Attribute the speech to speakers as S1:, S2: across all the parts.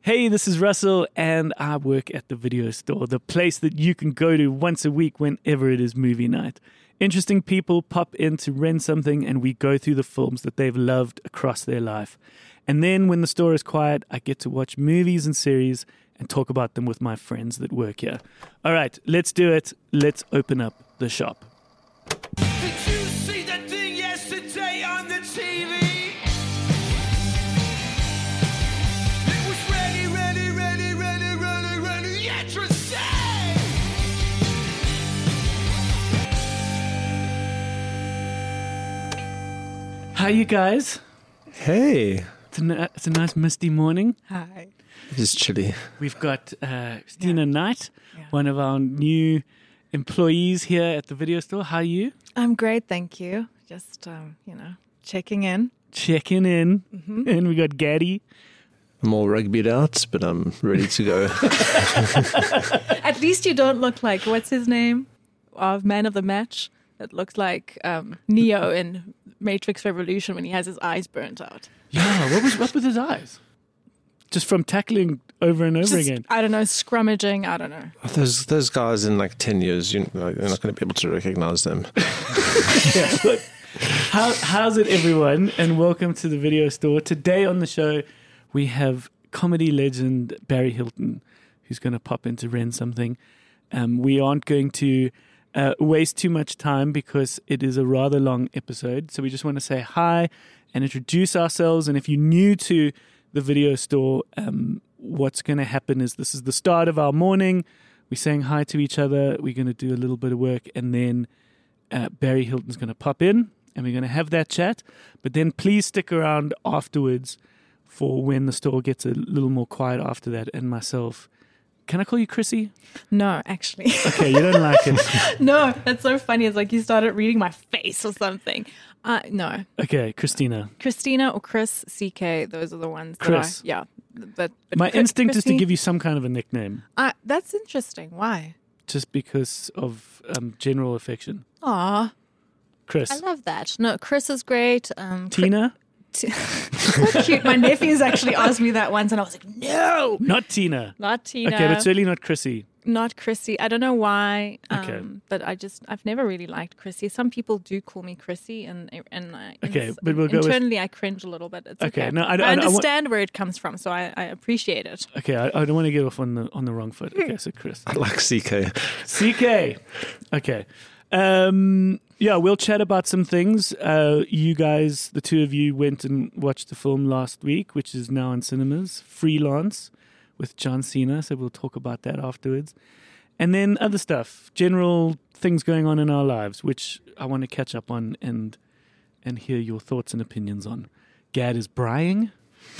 S1: Hey, this is Russell, and I work at the video store, the place that you can go to once a week whenever it is movie night. Interesting people pop in to rent something, and we go through the films that they've loved across their life. And then when the store is quiet, I get to watch movies and series and talk about them with my friends that work here. All right, let's do it. Let's open up the shop.
S2: Did you see that thing yesterday on the TV? It was ready, ready, ready, ready, ready, ready, yesterday!
S1: Hi, you guys.
S3: Hey,
S1: It's a, ni- it's a nice misty morning.
S4: Hi.
S3: it's chilly.
S1: We've got uh, Stina Knight, one of our new employees here at the video store. How are you?
S4: I'm great, thank you. Just, um, you know, checking in.
S1: Checking in. And we got Gaddy.
S3: I'm all rugbyed out, but I'm ready to go.
S4: At least you don't look like, what's his name? Of Man of the Match. That looks like um, Neo in Matrix Revolution when he has his eyes burnt out.
S1: Yeah, what was what's with his eyes? Just from tackling over and over
S4: Just,
S1: again.
S4: I don't know, scrummaging. I don't know.
S3: those those guys in like ten years, you know, you're not going to be able to recognize them.
S1: How, how's it, everyone? And welcome to the video store. Today on the show, we have comedy legend Barry Hilton, who's going to pop in to rent something. Um, we aren't going to uh, waste too much time because it is a rather long episode. So we just want to say hi and introduce ourselves. And if you're new to the video store, um, what's going to happen is this is the start of our morning. We're saying hi to each other. We're going to do a little bit of work and then uh, Barry Hilton's going to pop in and we're going to have that chat. But then please stick around afterwards for when the store gets a little more quiet after that and myself. Can I call you Chrissy?
S4: No, actually.
S1: Okay, you don't like it.
S4: no, that's so funny. It's like you started reading my face or something. Uh, no,
S1: Okay, Christina.
S4: Christina or Chris CK, those are the ones.
S1: Chris.
S4: That I, yeah. But, but
S1: My
S4: Chri-
S1: instinct is to
S4: Chrissy-
S1: give you some kind of a nickname
S4: Uh, that's interesting. Why?
S1: just because of um, general affection.
S4: Aw, I
S1: Chris.
S4: love that. No, Chris is great. Um, Chri-
S1: Tina?
S4: so cute. My nephews actually asked me that once, and I was like, no,
S1: Not Tina.
S4: not Tina,
S1: Okay, but certainly not Chrissy.
S4: not Chrissy. I don't know why. Um,
S1: Okay.
S4: But I just I've never really liked Chrissy. Some people do call me Chrissy, and and I,
S1: Okay,
S4: ins-
S1: but we'll go with-
S4: internally I cringe a little bit. It's
S1: Okay,
S4: okay.
S1: no, I don't- I
S4: I
S1: don't- I want-
S4: understand where it comes from, so I, I appreciate it.
S1: Okay, I, I don't want to get off on the on the wrong foot. Okay, so Chris.
S3: I like CK.
S1: CK. Okay. Um, yeah, we'll chat about some things. Uh, you guys, the two of you, went and watched the film last week, which is now in cinemas, Freelance with John Cena. So we'll talk about that afterwards. And then other stuff, general things going on in our lives, which I want to catch up on and and hear your thoughts and opinions on. Gad is brying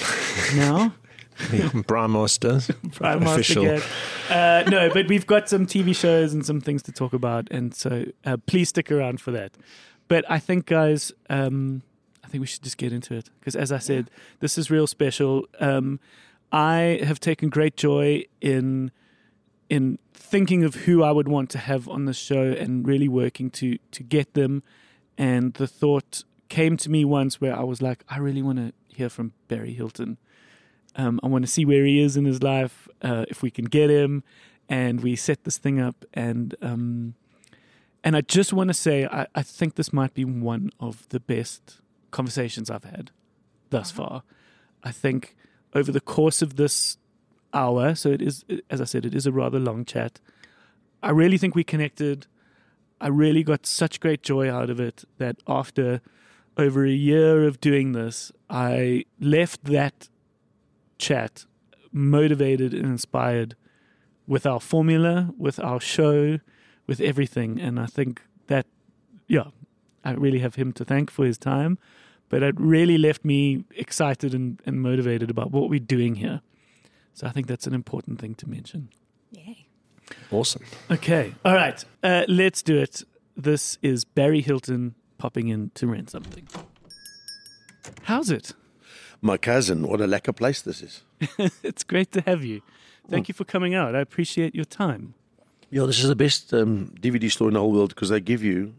S1: now.
S3: Brian Master.
S1: Prime Master
S3: Official.
S1: Gad. Uh, no, but we've got some TV shows and some things to talk about, and so uh, please stick around for that. But I think, guys, um, I think we should just get into it because, as I said, this is real special. Um, I have taken great joy in in thinking of who I would want to have on the show and really working to to get them. And the thought came to me once where I was like, I really want to hear from Barry Hilton. Um, I want to see where he is in his life, uh, if we can get him. And we set this thing up, and um, and I just want to say I, I think this might be one of the best conversations I've had thus far. I think over the course of this hour, so it is as I said, it is a rather long chat. I really think we connected. I really got such great joy out of it that after over a year of doing this, I left that chat motivated and inspired with our formula, with our show, with everything. And I think that, yeah, I really have him to thank for his time. But it really left me excited and, and motivated about what we're doing here. So I think that's an important thing to mention.
S4: Yay.
S3: Awesome.
S1: Okay. All right. Uh, let's do it. This is Barry Hilton popping in to rent something. How's it?
S5: My cousin, what a lack of place this is.
S1: It's great to have you. Thank you for coming out. I appreciate your time.
S5: Yeah, this is the best um, DVD store in the whole world because they give you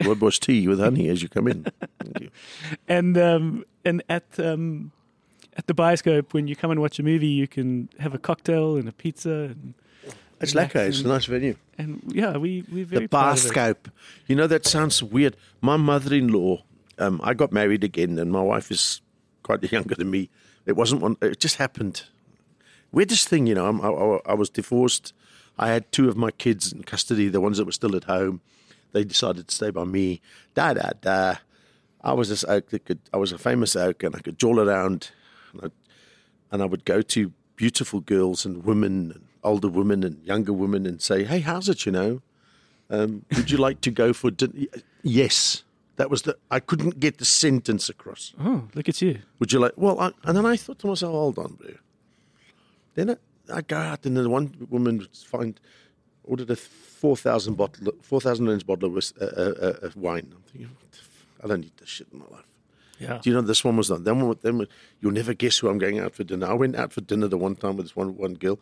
S5: Rooibos tea with honey as you come in. Thank you.
S1: And um, and at um, at the bioscope when you come and watch a movie, you can have a cocktail and a pizza, and,
S5: It's lekker. It's a nice venue.
S1: and yeah, we we're very
S5: the
S1: proud of it.
S5: Barscope. You know, that sounds weird. My mother in law, um, I got married again, and my wife is quite younger than me. It wasn't one, it just happened. Weirdest thing, you know, I'm, I, I- I was divorced. I had two of my kids in custody, the ones that were still at home. They decided to stay by me. Da da da. I was this oak that could, I was a famous oak and I could jaw around and I, and I would go to beautiful girls and women, and older women and younger women and say, hey, how's it, you know? um, would you like to go for dinner? Yes. That was the, I couldn't get the sentence across.
S1: Oh, look at you!
S5: Would you like, well, I, and then I thought to myself, hold on, Blue. Then I, I go out and then one woman would find, ordered a 4,000 bottle, 4,000 ounce bottle of whis- uh, uh, uh, of wine. I'm thinking, what the f- I don't need this shit in my life.
S1: Yeah,
S5: Do you know this one was not? Then, one- then one- you'll never guess who I'm going out for dinner. I went out for dinner the one time with this one one girl.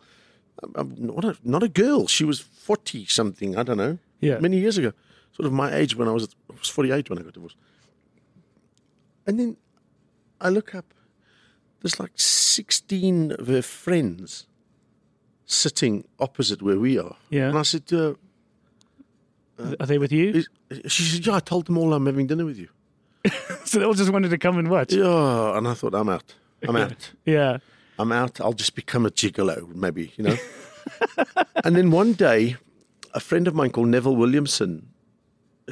S5: Um, um, not a, not a girl. She was forty something. I don't know.
S1: Yeah.
S5: many years ago, sort of my age when I was I was forty eight when I got divorced. And then I look up. There's like sixteen of her friends sitting opposite where we are.
S1: Yeah.
S5: And I said to her,
S1: are they with you?
S5: is- she said, "Yeah, I told them all I'm having dinner with you."
S1: So they all just wanted to come and watch.
S5: Yeah, and I thought, I'm out. I'm out.
S1: Yeah,
S5: I'm out. I'll just become a gigolo, maybe, you know. and then one day, a friend of mine called Neville Williamson,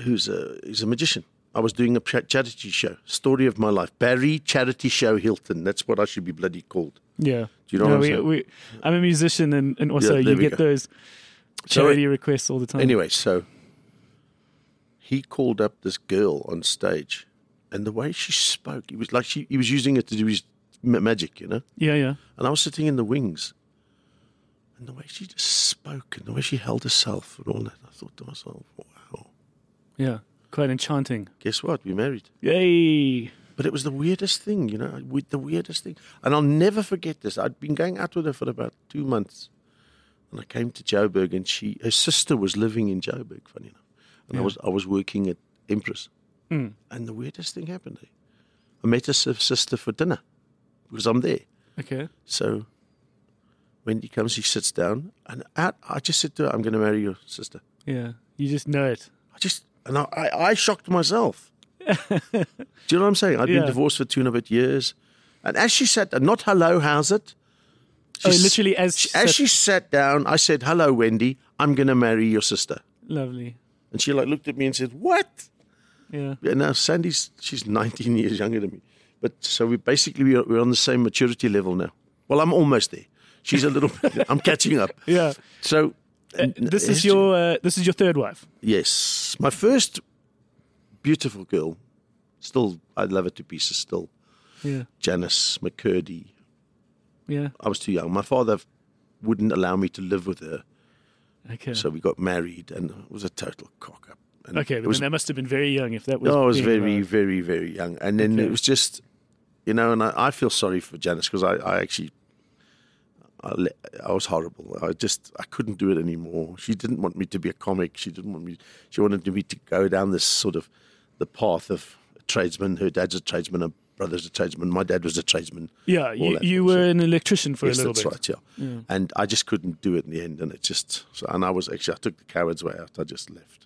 S5: who's a he's a magician. I was doing a cha- charity show, story of my life, Barry Charity Show Hilton. That's what I should be bloody called.
S1: yeah.
S5: you know
S1: No,
S5: what I'm
S1: we-
S5: saying?
S1: we- I'm a musician, and, and also
S5: Yeah, there
S1: you
S5: we
S1: get
S5: go.
S1: those
S5: So,
S1: charity requests all the time.
S5: Anyway, so he called up this girl on stage, and the way she spoke, it was like she he was using it to do his ma- magic, you know.
S1: yeah, yeah.
S5: And I was sitting in the wings. And the way she just spoke and the way she held herself and all that, I thought to myself, wow,
S1: Yeah, quite enchanting.
S5: guess what? We married.
S1: Yay!
S5: But it was the weirdest thing, you know, we- the weirdest thing. And I'll never forget this. I'd been going out with her for about two months. And I came to Joburg and she, her sister was living in Joburg, funny enough. And I, was, I was working at Empress. And the weirdest thing happened. eh? I met her sis- sister for dinner because I'm there.
S1: Okay.
S5: So when he comes, he sits down, and I, I just said to her, "I'm going to marry your sister."
S1: Yeah, you just know it.
S5: I just and I, I, I shocked myself. Do you know what I'm saying? I'd
S1: Yeah.
S5: been divorced for two and a bit years, and as she sat, and not hello, how's it?
S1: Oh,
S5: She s-
S1: literally as
S5: she- as she sat down, I said, "Hello, Wendy. I'm going to marry your sister."
S1: lovely.
S5: And she like looked at me and said, "What?"
S1: Yeah.
S5: Yeah, now Sandy's she's 19 years younger than me, but so we basically we're, we're on the same maturity level now. Well, I'm almost there. She's a little. I'm catching up.
S1: Yeah.
S5: So
S1: This is
S5: History-
S1: your uh, this is your third wife.
S5: yes, my first beautiful girl. Still, I love her to pieces. Still,
S1: Yeah.
S5: Janice McCurdy.
S1: Yeah.
S5: I was too young. My father wouldn't allow me to live with her,
S1: Okay.
S5: so we got married, and it was a total cock up. And
S1: okay,
S5: it
S1: but
S5: was.
S1: then that must have been very young if that was.
S5: No, I was
S1: being uh,
S5: very,
S1: allowed.
S5: very, very young, and then
S1: Okay.
S5: it was just, you know, and I, I feel sorry for Janice because I, I actually, I, le- I was horrible. I just, I couldn't do it anymore. She didn't want me to be a comic. She didn't want me. She wanted me to go down this sort of, the path of a tradesman. Her dad's a tradesman. Her brother's a tradesman. My dad was a tradesman.
S1: Yeah,
S5: all
S1: you,
S5: that
S1: you
S5: bullshit.
S1: were an electrician for a
S5: yes,
S1: little
S5: that's
S1: bit.
S5: right. Yeah. and I just couldn't do it in the end, and it just, so, and I was actually, I took the coward's way out. I just left.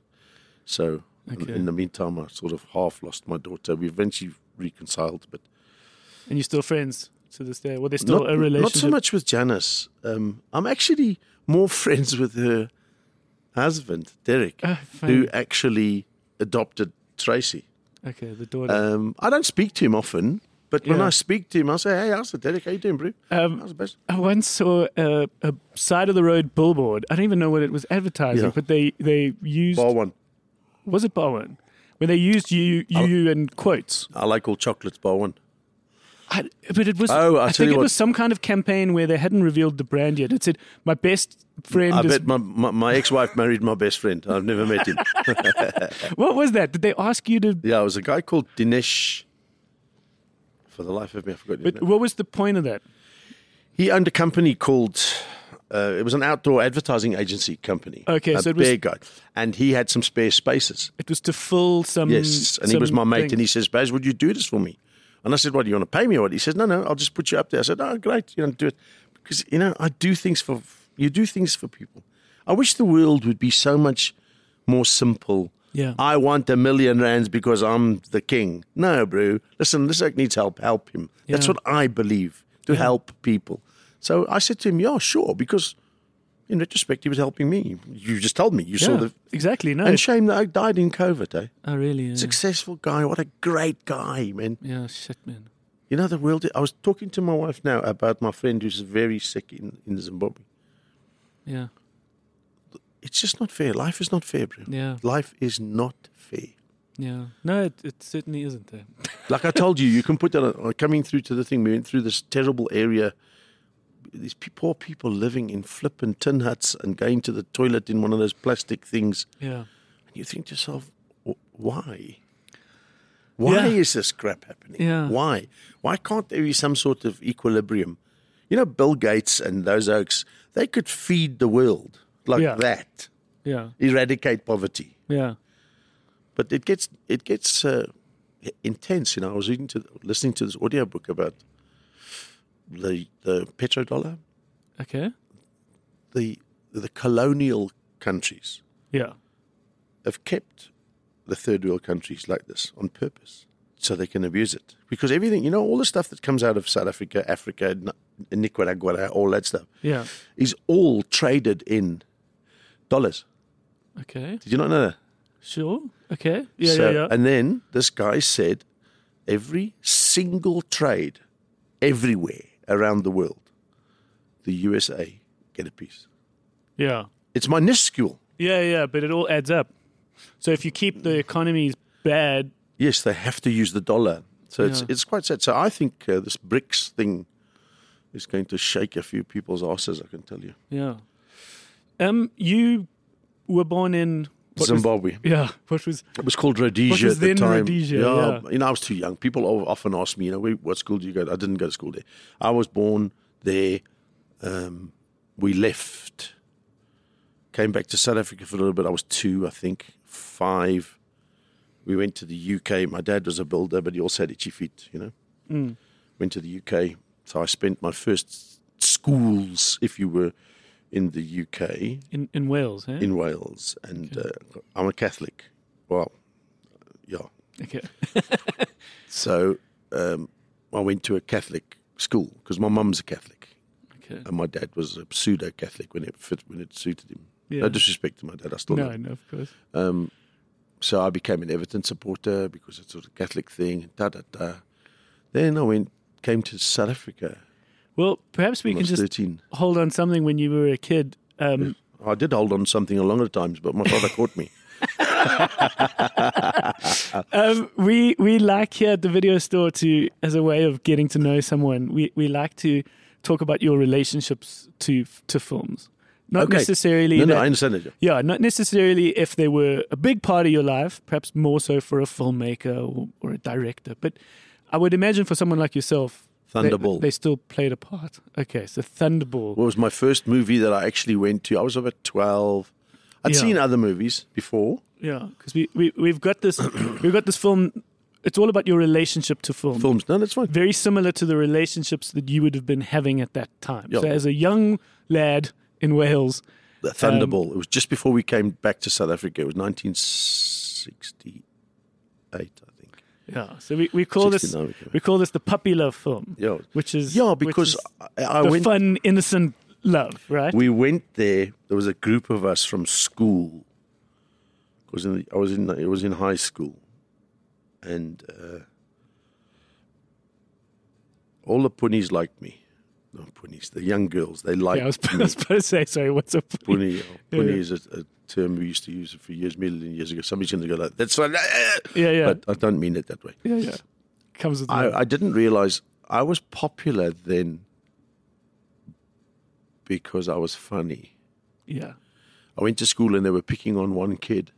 S5: So in-
S1: Okay.
S5: in the meantime, I sort of half lost my daughter. We eventually reconciled, but
S1: And you're still friends to this day. Well, there's still
S5: not,
S1: a relationship.
S5: not so much with Janice. Um, I'm actually more friends with her husband, Derek,
S1: Ah,
S5: who
S1: funny.
S5: actually adopted Tracy.
S1: Okay, the daughter.
S5: Um, I don't speak to him often, but when
S1: Yeah.
S5: I speak to him, I say, "Hey, how's it, Derek? How you doing, bro?
S1: Um,
S5: how's the best?"
S1: I once saw a, a side of the road billboard. I don't even know what it was advertising,
S5: Yeah.
S1: but they they used
S5: Bar one.
S1: was it Bowen when they used you you
S5: Oh.
S1: and quotes.
S5: I like all chocolates. Bar one.
S1: I, but it was.
S5: Oh, I'll
S1: I
S5: tell
S1: think
S5: you
S1: it
S5: what.
S1: was some kind of campaign where they hadn't revealed the brand yet. It said, "My best friend."
S5: I
S1: is,
S5: bet my, my, my ex-wife married my best friend. I've never met him.
S1: What was that? Did they ask you to?
S5: Yeah, it was a guy called Dinesh. For the life of me, I forgot his
S1: But
S5: name.
S1: what was the point of that?
S5: He owned a company called. Uh, it was an outdoor advertising agency company.
S1: Okay,
S5: a
S1: so it was-
S5: big guy, and he had some spare spaces.
S1: It was to fill some.
S5: Yes, and he was
S1: Mm, some
S5: my mate,
S1: thing.
S5: and he says, "Baz, would you do this for me?" And I said, "What do you want to pay me?" Or what? He says, "No, no, I'll just put you up there." I said, "Oh, great, you know, do it," because you know, I do things for you. Do things for people. I wish the world would be so much more simple.
S1: Yeah.
S5: I want a million rands because I'm the king. No, bro. Listen, this oak needs help. Help him. That's
S1: Yeah.
S5: what I believe to help people. So I said to him, "Yeah, sure," because in retrospect, he was helping me. You just told me you saw
S1: Yeah,
S5: the
S1: exactly. No,
S5: and shame that I died in COVID. Eh?
S1: I Oh, really. Yeah.
S5: Successful guy. What a great guy, man.
S1: yeah, shit, man.
S5: You know, the world. I was talking to my wife now about my friend who's very sick in, in Zimbabwe.
S1: Yeah,
S5: It's just not fair. Life is not fair, bro.
S1: yeah,
S5: Life is not fair.
S1: yeah. No, it, it certainly isn't there.
S5: Like I told you, you can put that on, coming through to the thing. We went through this terrible area. These pe- poor people living in flippin' tin huts and going to the toilet in one of those plastic things.
S1: Yeah,
S5: And you think to yourself, "Wh- why? Why
S1: Yeah.
S5: is this crap happening?
S1: Yeah.
S5: Why? Why can't there be some sort of equilibrium? You know, Bill Gates and those oaks, they could feed the world like
S1: Yeah.
S5: that,
S1: yeah,
S5: eradicate poverty.
S1: yeah,
S5: But it gets it gets uh, intense. You know, I was reading to listening to this audiobook about the the petrodollar,
S1: okay,
S5: the the colonial countries
S1: yeah,
S5: have kept the third world countries like this on purpose so they can abuse it. Because everything, you know, all the stuff that comes out of South Africa, Africa, N- Nicaragua, all that stuff
S1: yeah,
S5: is all traded in dollars.
S1: okay,
S5: Did you not know that?
S1: sure, okay, yeah,
S5: So-
S1: yeah, yeah,
S5: And then this guy said every single trade everywhere around the world, the USA get a piece.
S1: yeah,
S5: It's minuscule.
S1: yeah, yeah. But it all adds up. So if you keep the economies bad,
S5: Yes, they have to use the dollar. So it's
S1: Yeah.
S5: it's quite sad. So I think uh, this BRICS thing is going to shake a few people's asses. I can tell you.
S1: yeah. Um, you were born in what was-
S5: Zimbabwe.
S1: yeah, what was
S5: it was called Rhodesia
S1: was
S5: at the
S1: then
S5: time.
S1: Rhodesia, yeah.
S5: you know, I was too young. People al- often ask me, you know, "Where- what school do you go? to?" I didn't go to school there. I was born there. Um, we left, came back to South Africa for a little bit. I was two, I think, five. We went to the UK. My dad was a builder, but he also had itchy feet. You know,
S1: Mm.
S5: went to the UK. So I spent my first schools, if you were, in the UK
S1: in in Wales? Eh?
S5: in Wales, and uh, I'm a Catholic. Well, yeah.
S1: okay,
S5: So um, I went to a Catholic school because my mum's a Catholic
S1: okay.
S5: and my dad was a pseudo Catholic when it fit when it suited him.
S1: Yeah.
S5: No disrespect to my dad, I still.
S1: No,
S5: love him.
S1: no, of course.
S5: Um, so I became an Everton supporter because it's sort of Catholic thing. and Da da da. Then I went came to South Africa.
S1: Well, perhaps we
S5: When I
S1: can
S5: was
S1: just
S5: thirteen.
S1: hold on something when you were a kid. Um,
S5: I did hold on something a lot of times, but my father caught me.
S1: Um, we we like here at the video store to, as a way of getting to know someone, we, we like to talk about your relationships to to films, not
S5: Okay.
S1: necessarily.
S5: No, no,
S1: that-
S5: I understand it.
S1: yeah, not necessarily if they were a big part of your life, perhaps more so for a filmmaker or, or a director. But I would imagine for someone like yourself, they-
S5: Thunderball.
S1: they, still played a part. Okay, so Thunderball.
S5: What was my first movie that I actually went to? I was about 12. I'd
S1: Yeah.
S5: seen other movies before.
S1: yeah, because we, we we've got this we've got this film. It's all about your relationship to film.
S5: Films. No, that's fine.
S1: very similar to the relationships that you would have been having at that time.
S5: Yeah.
S1: So, as a young lad in Wales,
S5: The Thunderball. it was just before we came back to South Africa. It was 1968, I think.
S1: yeah. So we, we call this
S5: 69 we came back.
S1: we call this the puppy love film,
S5: Yeah.
S1: which is
S5: Yeah,
S1: which
S5: because
S1: is
S5: I, I
S1: the
S5: went.
S1: fun innocent love, right?
S5: We went there. There was a group of us from school. 'Cause in the- I was in. I was in high school, and uh, all the punies liked me. Not punies. The young girls. They liked
S1: yeah, I was, I
S5: me.
S1: was about to say sorry. What's up?
S5: Puni, puni
S1: Yeah.
S5: is a, a term we used to use for years, million years ago. Somebody's going to go like, "That's right,"
S1: Yeah, yeah,
S5: but I don't mean it that way.
S1: yeah, yeah. Comes with the-
S5: I, I didn't realize I was popular then because I was funny.
S1: yeah,
S5: I went to school and they were picking on one kid,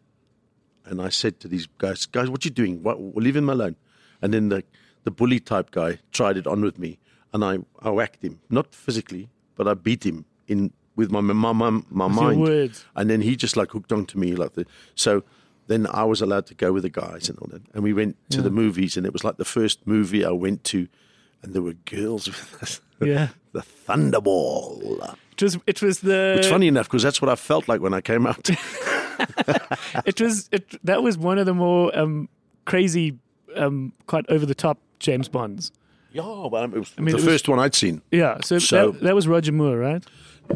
S5: and I said to these guys, "Guys, what you doing? What, leave him alone." And then the the bully type guy tried it on with me, and I, I whacked him, not physically, but I beat him in with my my my, my
S1: your
S5: mind.
S1: words.
S5: And then he just like hooked on to me like the so. then I was allowed to go with the guys and all that. And we went to the movies, and it was like the first movie I went to, and there were girls with us.
S1: Yeah.
S5: the Thunderball.
S1: It was it was the
S5: It's funny enough because that's what I felt like when I came out.
S1: it was it that was one of the more um, crazy, um, quite over the top James Bonds.
S5: yeah, well, it was
S1: mean,
S5: the
S1: it was-
S5: first one I'd seen.
S1: Yeah, so,
S5: So-
S1: that, that was Roger Moore, right?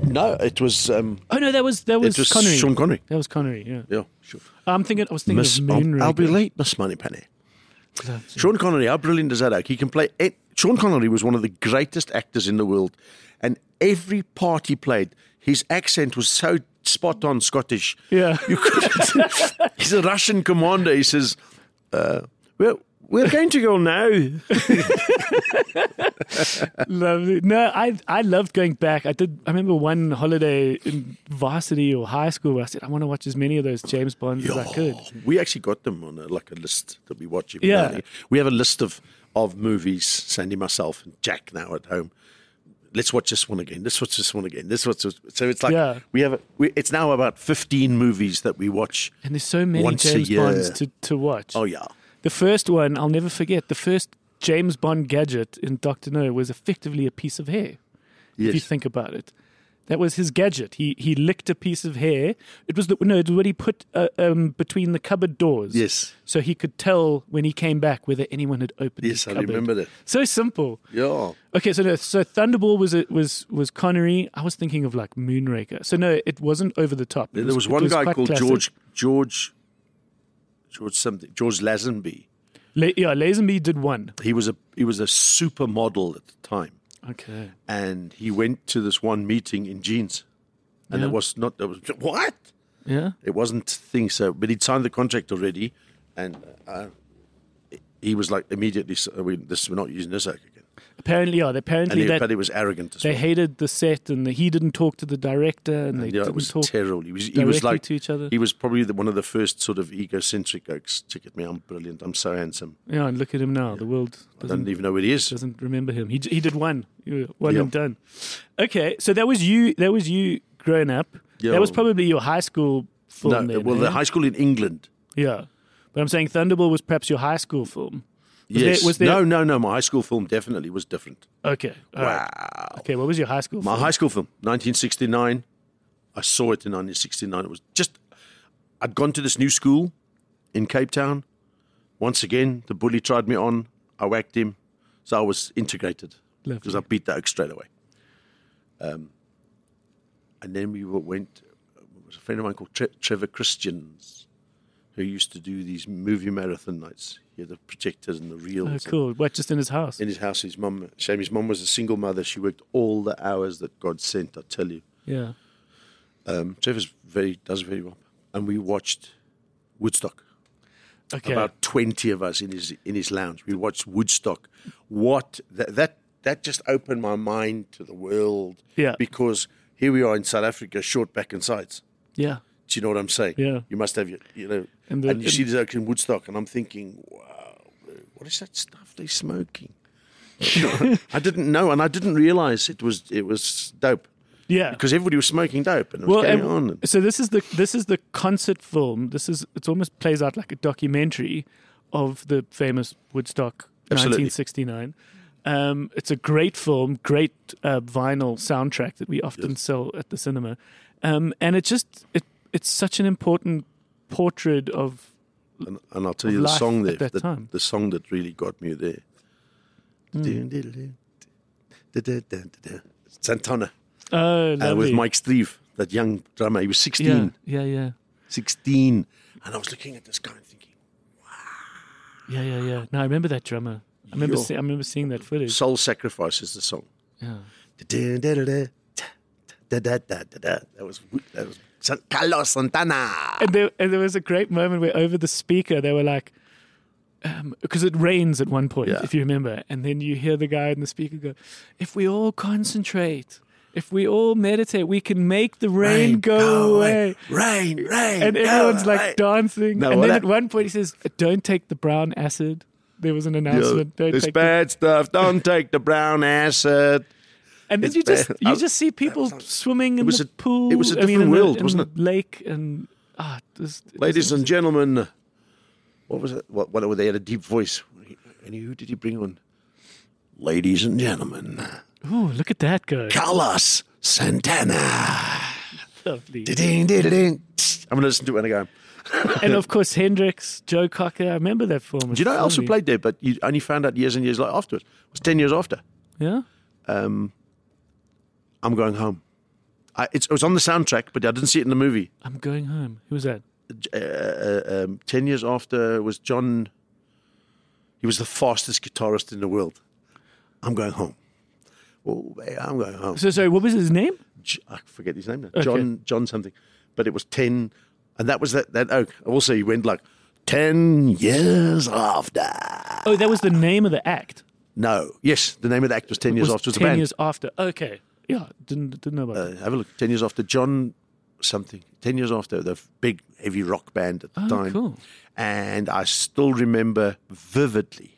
S5: No, it was um,
S1: Oh no, that was that was,
S5: it was
S1: Connery.
S5: Sean Connery.
S1: that was Connery. Yeah,
S5: Yeah, sure.
S1: I'm thinking. I was thinking
S5: Miss,
S1: of
S5: I'll,
S1: Moonraker.
S5: I'll be late, Miss Moneypenny. Sean Connery, how brilliant is that act? He can play. It, Sean Connery was one of the greatest actors in the world, and every part he played, his accent was so spot on Scottish.
S1: Yeah.
S5: you could, he's a Russian commander. He says, uh, "Well, we're going to go now."
S1: Lovely. No, I I loved going back. I did. I remember one holiday in varsity or high school where I said I want to watch as many of those James Bonds as I could.
S5: Oh, We actually got them on a, like a list that we watch. Every
S1: Yeah.
S5: now and then. we have a list of of movies. Sandy, myself, and Jack now at home. Let's watch this one again. Let's watch this one again. This what's so it's like
S1: Yeah.
S5: we have. A, we, it's now about fifteen movies that we watch.
S1: And there's so many
S5: Once a
S1: James
S5: year.
S1: Bonds to to watch.
S5: Oh yeah,
S1: The first one I'll never forget. The first James Bond gadget in Doctor No was effectively a piece of hair.
S5: yes.
S1: if you think about it. That was his gadget. He he licked a piece of hair. It was the no, it was what he put uh, um, between the cupboard doors.
S5: Yes.
S1: so he could tell when he came back whether anyone had opened. his
S5: Yes, I
S1: cupboard.
S5: remember that.
S1: So simple.
S5: Yeah,
S1: Okay, so no, so Thunderball was it was was Connery. I was thinking of like Moonraker. So no, it wasn't over the top. It
S5: there was
S1: it
S5: one guy
S1: quite
S5: called
S1: classic.
S5: George George George something George Lazenby.
S1: La- yeah, Lazenby did one.
S5: He was a he was a supermodel at the time.
S1: Okay.
S5: and he went to this one meeting in jeans, and
S1: Yeah.
S5: it was not. It was what?
S1: Yeah.
S5: It wasn't thing so, but he'd signed the contract already, and uh, he was like immediately. s- uh, We, this we're not using this act again.
S1: Apparently, yeah.
S5: And
S1: Apparently
S5: he,
S1: that
S5: but he was arrogant as
S1: they
S5: well.
S1: hated the set, and the, he didn't talk to the director, and they
S5: Yeah,
S1: didn't
S5: it was
S1: talk.
S5: terrible. He was, he was
S1: directly
S5: like
S1: to each other.
S5: He was probably the, one of the first sort of egocentric oaks. Check at me, I'm brilliant. I'm so handsome.
S1: Yeah, and look at him now. The world
S5: I don't
S1: doesn't
S5: even know where he is.
S1: doesn't remember him. He j- he did one, You- one
S5: Yeah.
S1: and done. Okay, so that was you. That was you growing up.
S5: Yeah.
S1: That was probably your high school film.
S5: No,
S1: then,
S5: well,
S1: eh?
S5: the high school in England.
S1: yeah. But I'm saying Thunderball was perhaps your high school film.
S5: yes.
S1: there- was there-
S5: no, no, no. My high school film definitely was different.
S1: Okay. all right.
S5: Wow.
S1: Okay, what was your high school?
S5: My
S1: film?
S5: high school film, 1969. I saw it in 1969. It was just, I'd gone to this new school in Cape Town. Once again, the bully tried me on. I whacked him. So I was integrated
S1: Lovely.
S5: because I beat that straight away. Um, and then we were- went, there was a friend of mine called Tre- Trevor Christians who used to do these movie marathon nights. He had the projectors and the reels.
S1: Oh,
S5: and-
S1: cool. What? Just in his house.
S5: in his house. His mum, shame his mum was a single mother. She worked all the hours that God sent. I tell you,
S1: yeah.
S5: um, Trevor's very does very well. And we watched Woodstock.
S1: Okay.
S5: About twenty of us in his in his lounge. We watched Woodstock. What that that that just opened my mind to the world.
S1: Yeah.
S5: Because here we are in South Africa, short back and sides.
S1: yeah.
S5: Do you know what I'm saying?
S1: Yeah.
S5: You must have your, you know,
S1: And
S5: and,
S1: the-
S5: you see this oak in Woodstock, and I'm thinking, wow, what is that stuff they're smoking? You know, I didn't know, and I didn't realize it was it was dope
S1: Yeah.
S5: because everybody was smoking dope, and it was
S1: well,
S5: going
S1: and-
S5: on. And,
S1: so this is the this is the concert film. This is it almost plays out like a documentary of the famous Woodstock
S5: Absolutely.
S1: 1969. Um, it's a great film, great uh, vinyl soundtrack that we often sell at the cinema, um, and it just it it's such an important portrait of
S5: and, and I'll tell you the
S1: life
S5: song
S1: at
S5: there,
S1: that
S5: the,
S1: time. Hmm.
S5: the song that really got me there. Santana
S1: oh
S5: uh,
S1: lovely.
S5: with Mike Streve, that young drummer. He was 16,
S1: yeah yeah yeah
S5: 16, and I was looking at this guy and thinking,
S1: yeah yeah yeah. No, I remember that drummer. I remember
S5: Yo.
S1: see, I remember seeing that footage.
S5: "Soul Sacrifice" is the song.
S1: Yeah.
S5: Da-da-da-da-da, da-da-da-da-da. That was that was San- Carlos Santana.
S1: and there, and there was a great moment where over the speaker they were like, because it rains at one point,
S5: Yeah.
S1: if you remember, and then you hear the guy in the speaker go, "If we all concentrate, if we all meditate, we can make the rain, go, away."
S5: Rain, rain.
S1: And
S5: go
S1: everyone's like
S5: away.
S1: dancing.
S5: No,
S1: and
S5: well,
S1: then
S5: that-
S1: at one point he says, "Don't take the brown acid." There was an announcement.
S5: Yeah,
S1: Don't
S5: it's
S1: take the,
S5: bad stuff. Don't take the brown acid.
S1: and then
S5: it's
S1: you just
S5: bad.
S1: you
S5: I-
S1: just see people swimming in
S5: was
S1: the
S5: a-
S1: pool.
S5: it was
S1: I mean,
S5: a
S1: in
S5: different
S1: the-
S5: world,
S1: in
S5: wasn't
S1: the Lake and ah, this,
S5: Ladies and gentlemen, what was it? What, what were they had a deep voice? And who did he bring on? Ladies and gentlemen,
S1: ooh, look at that go.
S5: Carlos Santana.
S1: Lovely.
S5: Ding, ding, ding. I'm gonna listen to it when I go. home.
S1: And of course, Hendrix, Joe Cocker. I remember that film.
S5: Do you know I also played there, but you only found out years and years later afterwards. It was ten years after.
S1: Yeah.
S5: Um, I'm going home. I, it's, it was on the soundtrack, but I didn't see it in the movie.
S1: I'm going home. Who was that?
S5: uh, uh, um, 10 years after was John. He was the fastest guitarist in the world. I'm going home. Oh, babe, I'm going home.
S1: So sorry. What was his name?
S5: J- I forget his name now. John, John something. But it was 10, and that was that. that oh, also, he went like 10 years after.
S1: Oh, that was the name of the act.
S5: No, yes, the name of the act was 10 years
S1: was
S5: after. It was a
S1: 10
S5: band.
S1: years after. Okay. Yeah. Didn't didn't know about
S5: Uh, have a look. 10 years after John something. 10 years after the f- big heavy rock band at the
S1: Oh,
S5: time.
S1: cool.
S5: And I still remember vividly,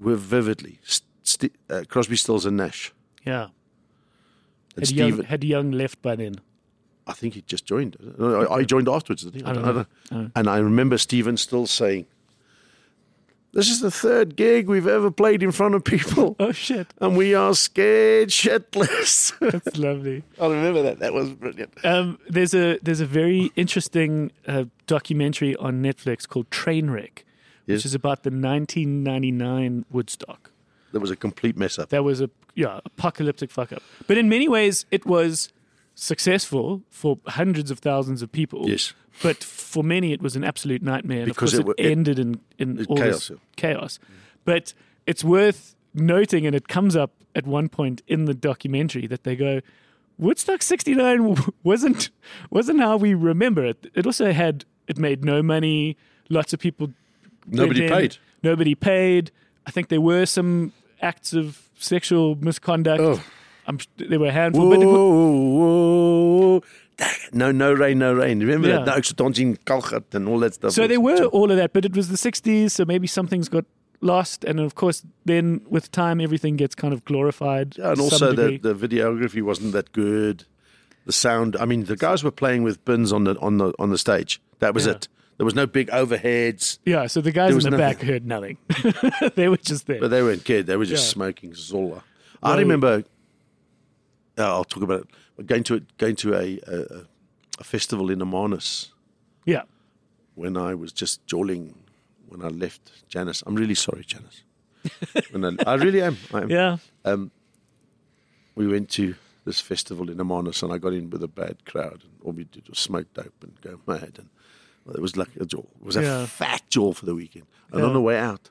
S5: we're vividly, st- st- uh, Crosby, Stills and Nash.
S1: that. Yeah.
S5: And
S1: Had young,
S5: Steven-
S1: had young left by then.
S5: I think he just joined. No, I, I joined afterwards, didn't he? I
S1: don't
S5: don't- I
S1: know.
S5: don't- And I remember Steven still saying, this is the third gig we've ever played in front of people,
S1: Oh shit.
S5: and we are scared shitless.
S1: That's lovely.
S5: I remember that. That was brilliant.
S1: Um, there's a there's a very interesting uh, documentary on Netflix called Trainwreck, which
S5: Yes.
S1: is about the 1999 Woodstock.
S5: That was a complete mess up.
S1: That was a yeah apocalyptic fuck up. But in many ways, it was successful for hundreds of thousands of people.
S5: Yes.
S1: But for many, it was an absolute nightmare. And
S5: Because
S1: of
S5: it
S1: course,
S5: wa-
S1: it,
S5: it-
S1: ended in in
S5: it
S1: all
S5: chaos,
S1: this
S5: yeah.
S1: chaos. But it's worth noting, and it comes up at one point in the documentary that they go. Woodstock '69 wasn't wasn't how we remember it. It also had it made no money. Lots of people
S5: Nobody
S1: went in,
S5: paid.
S1: Nobody paid. I think there were some acts of sexual misconduct.
S5: Oh.
S1: I'm, s- there were a handful, but it wa-
S5: Whoa, whoa, No, no rain, no rain. Remember
S1: Yeah.
S5: that? No, extra dancing, Kalkhat and all that stuff.
S1: so there were all of that. But it was the '60s, so maybe something's got lost. And of course, then with time, everything gets kind of glorified.
S5: Yeah, and
S1: to
S5: also
S1: some
S5: the,
S1: degree.
S5: the videography wasn't that good. The sound. I mean, the guys were playing with bins on the on the on the stage. That was
S1: Yeah.
S5: it. There was no big overheads,
S1: yeah. So the guys in
S5: was
S1: the
S5: nothing.
S1: back heard nothing. they were just there.
S5: but they weren't kid. They were just
S1: Yeah.
S5: smoking Zola. I
S1: Well-
S5: remember. oh, I'll talk about it. But Going to a, going to a, a a festival in Amanus
S1: yeah.
S5: when I was just jolling when I left Janice. I'm really sorry, Janice. when I, I really am. I am.
S1: Yeah.
S5: we went to this festival in Amanus and I got in with a bad crowd and all we did was smoke dope and go mad and well, it was like a jaw. It was a
S1: Yeah.
S5: fat jaw for the weekend. And
S1: Yeah.
S5: on the way out,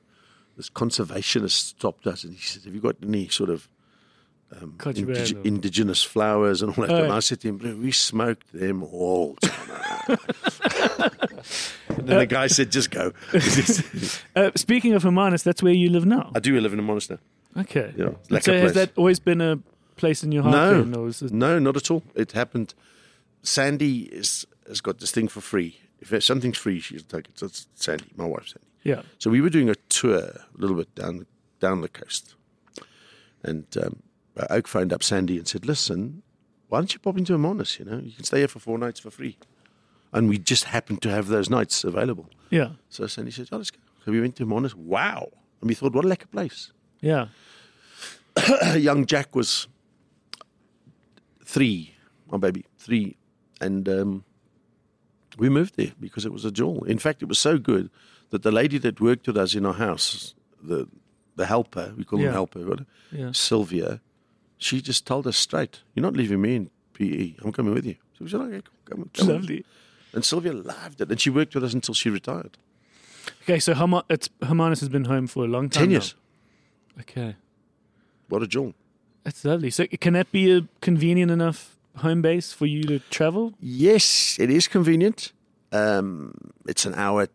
S5: this conservationist stopped us and he said, Have you got any sort of
S1: Contraband.
S5: indig- indigenous flowers and all that?
S1: Oh.
S5: And I said to him, "Blue, we smoked them all. and then the guy said, Just go.
S1: uh, speaking of Hermanus, that's where you live now.
S5: I do live in Amanus now.
S1: Okay.
S5: Yeah,
S1: And
S5: like
S1: so
S5: a
S1: has
S5: place.
S1: that always been a place in your heart? then, or
S5: No,
S1: is it-
S5: no, not at all. It happened. Sandy is, has got this thing for free. If something's free, she'll take it. So it's Sandy, my wife, Sandy.
S1: Yeah.
S5: So we were doing a tour a little bit down down the coast, and um, Oak phoned up Sandy and said, "Listen, why don't you pop into Amonis? You know, you can stay here for four nights for free." And we just happened to have those nights available.
S1: Yeah.
S5: So Sandy said, "Oh, let's go." So we went to Amonis. Wow! And we thought, what a lekker place
S1: Yeah.
S5: young Jack was three, my baby, three, and um, we moved there because it was a jewel. In fact, it was so good that the lady that worked with us in our house, the the helper, we call
S1: Yeah.
S5: them helper, what,
S1: Yeah.
S5: Sylvia, she just told us straight, "You're not leaving me in PE. I'm coming with you." So we said, "Okay, come, come."
S1: Lovely.
S5: And Sylvia loved it, and she worked with us until she retired.
S1: Oh, Okay, so Herma- it's, Hermanus has been home for a long time.
S5: Ten
S1: now.
S5: years.
S1: Okay.
S5: What a jewel.
S1: That's lovely. So can that be a convenient enough home base for you to travel?
S5: Yes, it is convenient. Um, it's an hour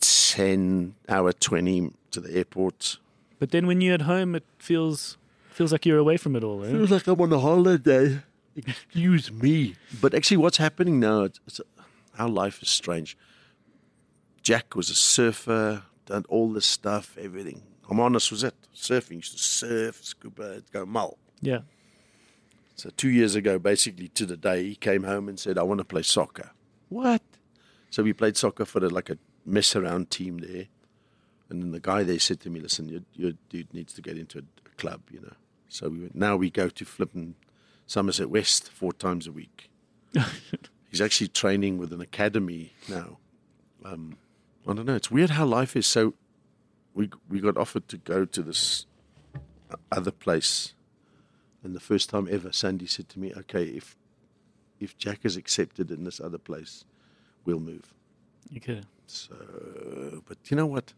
S5: 10, hour 20 to the airport.
S1: But then when you're at home, it feels feels like you're away from it all. Eh?
S5: Feels like I'm on a holiday. Excuse me. But actually, what's happening now, it's, it's, our life is strange. Jack was a surfer, done all this stuff, everything. I'm honest, was it? Surfing, used to surf, scuba, go mull.
S1: Yeah.
S5: So two years ago, basically to the day, he came home and said, I want to play soccer. What? So we played soccer for a, like a mess around team there. And then the guy there said to me, listen, your, your dude needs to get into a, a club, you know. So we went, now we go to flipping Somerset West four times a week. He's actually training with an academy now. Um, I don't know. It's weird how life is. So we we got offered to go to this uh, other place, and the first time ever, Sandy said to me, "Okay, if if Jack is accepted in this other place, we'll move."
S1: You kidding?
S5: So, but you know what?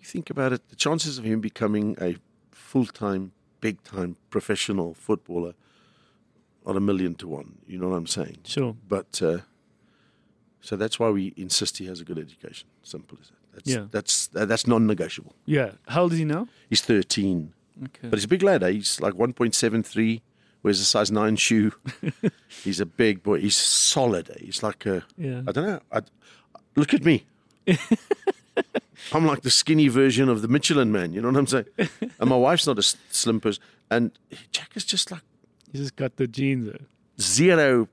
S5: You think about it, the chances of him becoming a full time, big time professional footballer are a million to one. You know what I'm saying?
S1: Sure.
S5: But uh, so that's why we insist he has a good education. Simple as that. That's,
S1: Yeah.
S5: That's tha- that's non-negotiable.
S1: Yeah. How old is he now?
S5: He's 13,
S1: Okay.
S5: but he's a big lad. eh? He's like 1.73. Wears a size nine shoe. he's a big boy. He's solid. eh? He's like a.
S1: Yeah.
S5: I don't know. I, look at me. I'm like the skinny version of the Michelin man. You know what I'm saying? And my wife's not a s- slim person. And Jack is just like
S1: He's just got the genes. Though.
S5: zero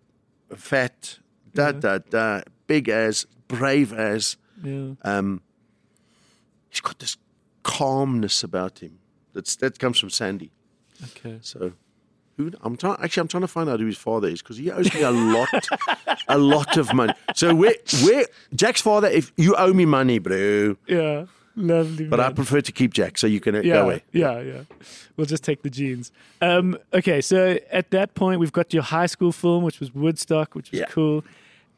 S5: fat, da da da, big ass, brave ass.
S1: Yeah.
S5: Um, he's got this calmness about him. That's that comes from Sandy.
S1: Okay.
S5: So, who I'm trying actually I'm trying to find out who his father is because he owes me a lot, a lot of money. So where where Jack's father? If you owe me money, bro,
S1: Yeah. Lovely.
S5: but I
S1: man.
S5: prefer to keep Jack. So you can uh,
S1: yeah,
S5: go away.
S1: yeah, yeah. We'll just take the genes. Um, okay, so at that point, we've got your high school film, which was Woodstock, which was
S5: Yeah.
S1: cool,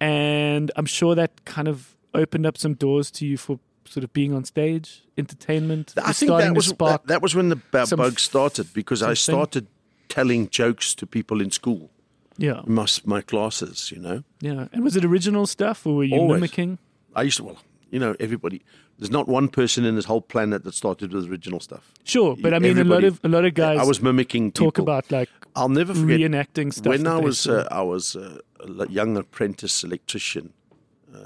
S1: and I'm sure that kind of opened up some doors to you for sort of being on stage, entertainment.
S5: I
S1: was
S5: think
S1: starting
S5: that was
S1: to spark.
S5: that, that was when the bu-
S1: some
S5: bug
S1: f-
S5: started because I
S1: something.
S5: started telling jokes to people in school,
S1: yeah,
S5: in my, s- my classes. You know,
S1: yeah. And was it original stuff, or were you
S5: Always.
S1: mimicking?
S5: I used to well, you know, everybody. There's not one person in this whole planet that started with original stuff.
S1: Sure, but I mean,
S5: Everybody-
S1: a lot of a lot of guys
S5: I was mimicking people.
S1: talk about like
S5: I'll never forget
S1: reenacting stuff.
S5: when
S1: that
S5: I
S1: they
S5: was
S1: saw.
S5: uh, I was uh, a l- young apprentice electrician. Uh,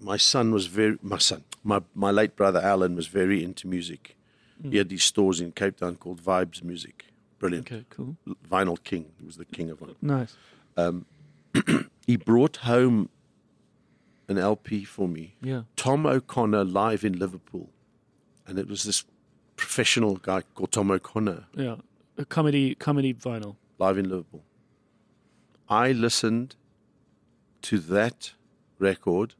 S5: my son was very my son my my late brother Alan was very into music. He had these stores in Cape Town called Vibes Music. Brilliant.
S1: okay, cool,
S5: L- Vinyl King. He was the king of vinyl.
S1: nice.
S5: He brought home an LP for me.
S1: Yeah.
S5: Tom O'Connor live in Liverpool, and it was this professional guy called Tom O'Connor.
S1: Yeah, a comedy comedy vinyl.
S5: live in Liverpool. I listened to that record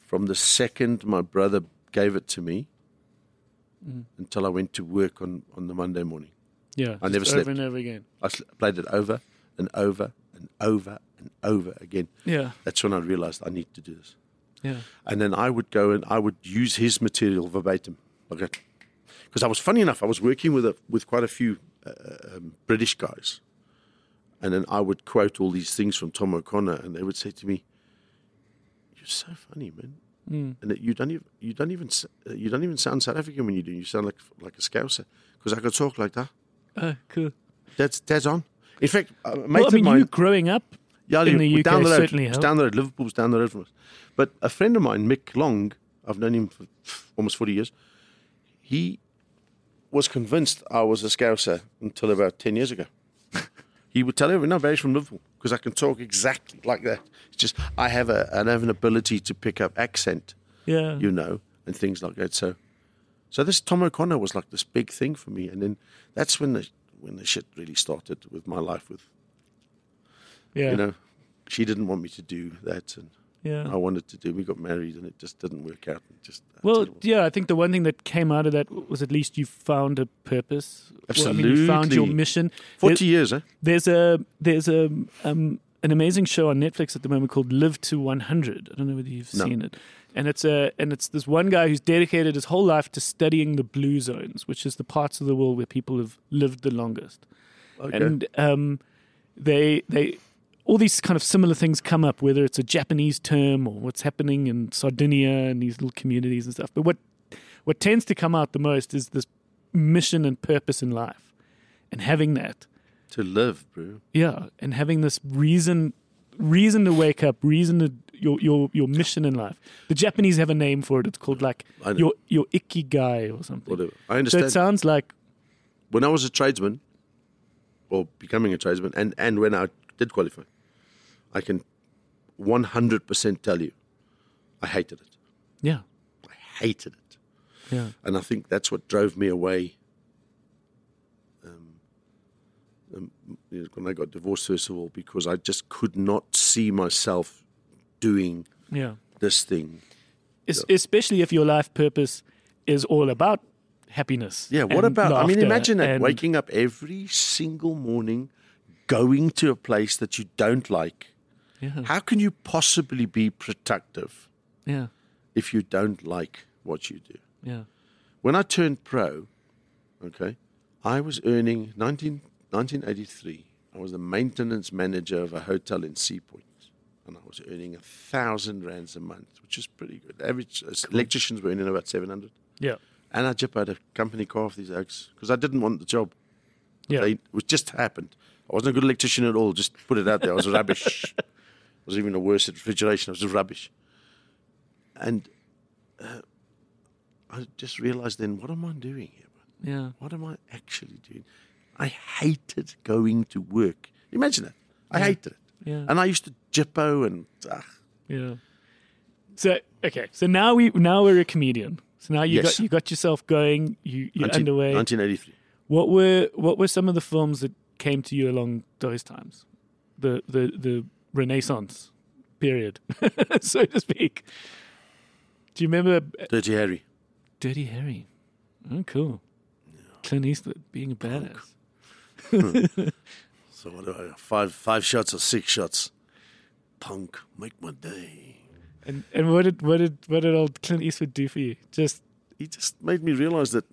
S5: from the second my brother gave it to me until I went to work on, on the Monday morning.
S1: Yeah,
S5: I
S1: just
S5: never
S1: over
S5: slept.
S1: and over again.
S5: I sl- played it over and over and over and over again.
S1: Yeah,
S5: That's when I realized I need to do this.
S1: yeah.
S5: And then I would go and I would use his material verbatim. Like because I was funny enough, I was working with a, with quite a few uh, um, British guys, and then I would quote all these things from Tom O'Connor, and they would say to me, "You're so funny, man."
S1: Hmm.
S5: And that you don't even you don't even s- uh, you don't even sound South African when you do. You sound like like a Scouser because I could talk like that.
S1: Oh, cool.
S5: That's that's on. In fact, a mate
S1: Well, I
S5: of
S1: mean,
S5: mine,
S1: you growing up,
S5: yeah,
S1: in
S5: you-
S1: the
S5: down
S1: UK
S5: the road.
S1: certainly
S5: It's
S1: helped.
S5: down the road. Liverpool's down the road from us. But a friend of mine, Mick Long, I've known him for almost 40 years, he was convinced I was a Scouser until about 10 years ago. he would tell everyone, no, Barry's from Liverpool, because I can talk exactly like that. It's just, I have, a, I have an ability to pick up accent,
S1: yeah,
S5: you know, and things like that. So, so this Tom O'Connor was like this big thing for me. And then that's when the, when the shit really started with my life with
S1: yeah,
S5: you know, she didn't want me to do that, and
S1: yeah.
S5: I wanted to do. We got married, and it just didn't work out. And just
S1: Well,
S5: terrible.
S1: yeah, I think the one thing that came out of that was at least you found a purpose. Well, I mean, you found
S5: Absolutely.
S1: your mission. There-
S5: forty years, eh?
S1: there's a there's a um, an amazing show on Netflix at the moment called Live to 100. I don't know whether you've
S5: No.
S1: seen it. And it's a and it's this one guy who's dedicated his whole life to studying the blue zones, which is the parts of the world where people have lived the longest. and um, they they all these kind of similar things come up, whether it's a Japanese term or what's happening in Sardinia and these little communities and stuff. But what what tends to come out the most is this mission and purpose in life, and having that,
S5: to live, bro.
S1: yeah, and having this reason reason to wake up, reason to your your your mission in life. The Japanese have a name for it. It's called like
S5: I know.
S1: your your ikigai or something.
S5: Whatever. I
S1: So it
S5: understand.
S1: sounds like
S5: when I was a tradesman, or becoming a tradesman, and and when I did qualify, I can 100% tell you, I hated it.
S1: Yeah.
S5: I hated it.
S1: Yeah.
S5: And I think that's what drove me away. Um, um, you know, when I got divorced, first of all, because I just could not see myself doing
S1: Yeah.
S5: this thing.
S1: Es- Especially if your life purpose is all about happiness.
S5: Yeah, what
S1: and
S5: about? I mean,
S1: laughter
S5: imagine that
S1: and-
S5: waking up every single morning, going to a place that you don't like.
S1: Yeah.
S5: How can you possibly be productive
S1: Yeah.
S5: if you don't like what you do?
S1: Yeah.
S5: When I turned pro, okay, I was earning 19, 1983. I was the maintenance manager of a hotel in Seapoint, and I was earning a thousand rands a month, which is pretty good. Average uh, electricians were earning about seven hundred,
S1: Yeah.
S5: and I just had a company car off these oaks because I didn't want the job.
S1: Yeah.
S5: They, it was just happened. I wasn't a good electrician at all. Just put it out there. I was rubbish. I was even the worst at refrigeration. I was just rubbish. And uh, I just realized then, what am I doing here?
S1: yeah.
S5: What am I actually doing? I hated going to work. Imagine that. I hated it.
S1: Yeah.
S5: And I used to jippo and ah,
S1: Yeah. So okay. So now we now we're a comedian. So now you
S5: Yes.
S1: got you got yourself going. You you're
S5: 19
S1: underway.
S5: 1983.
S1: What were what were some of the films that came to you along those times? The the the Renaissance period, so to speak. Do you remember uh,
S5: Dirty Harry.
S1: Dirty Harry? Oh, cool. Clint Eastwood being a badass.
S5: So what do I five five shots or six shots? Punk, make my day.
S1: And and what did what did what did old Clint Eastwood do for you? Just
S5: He just made me realize that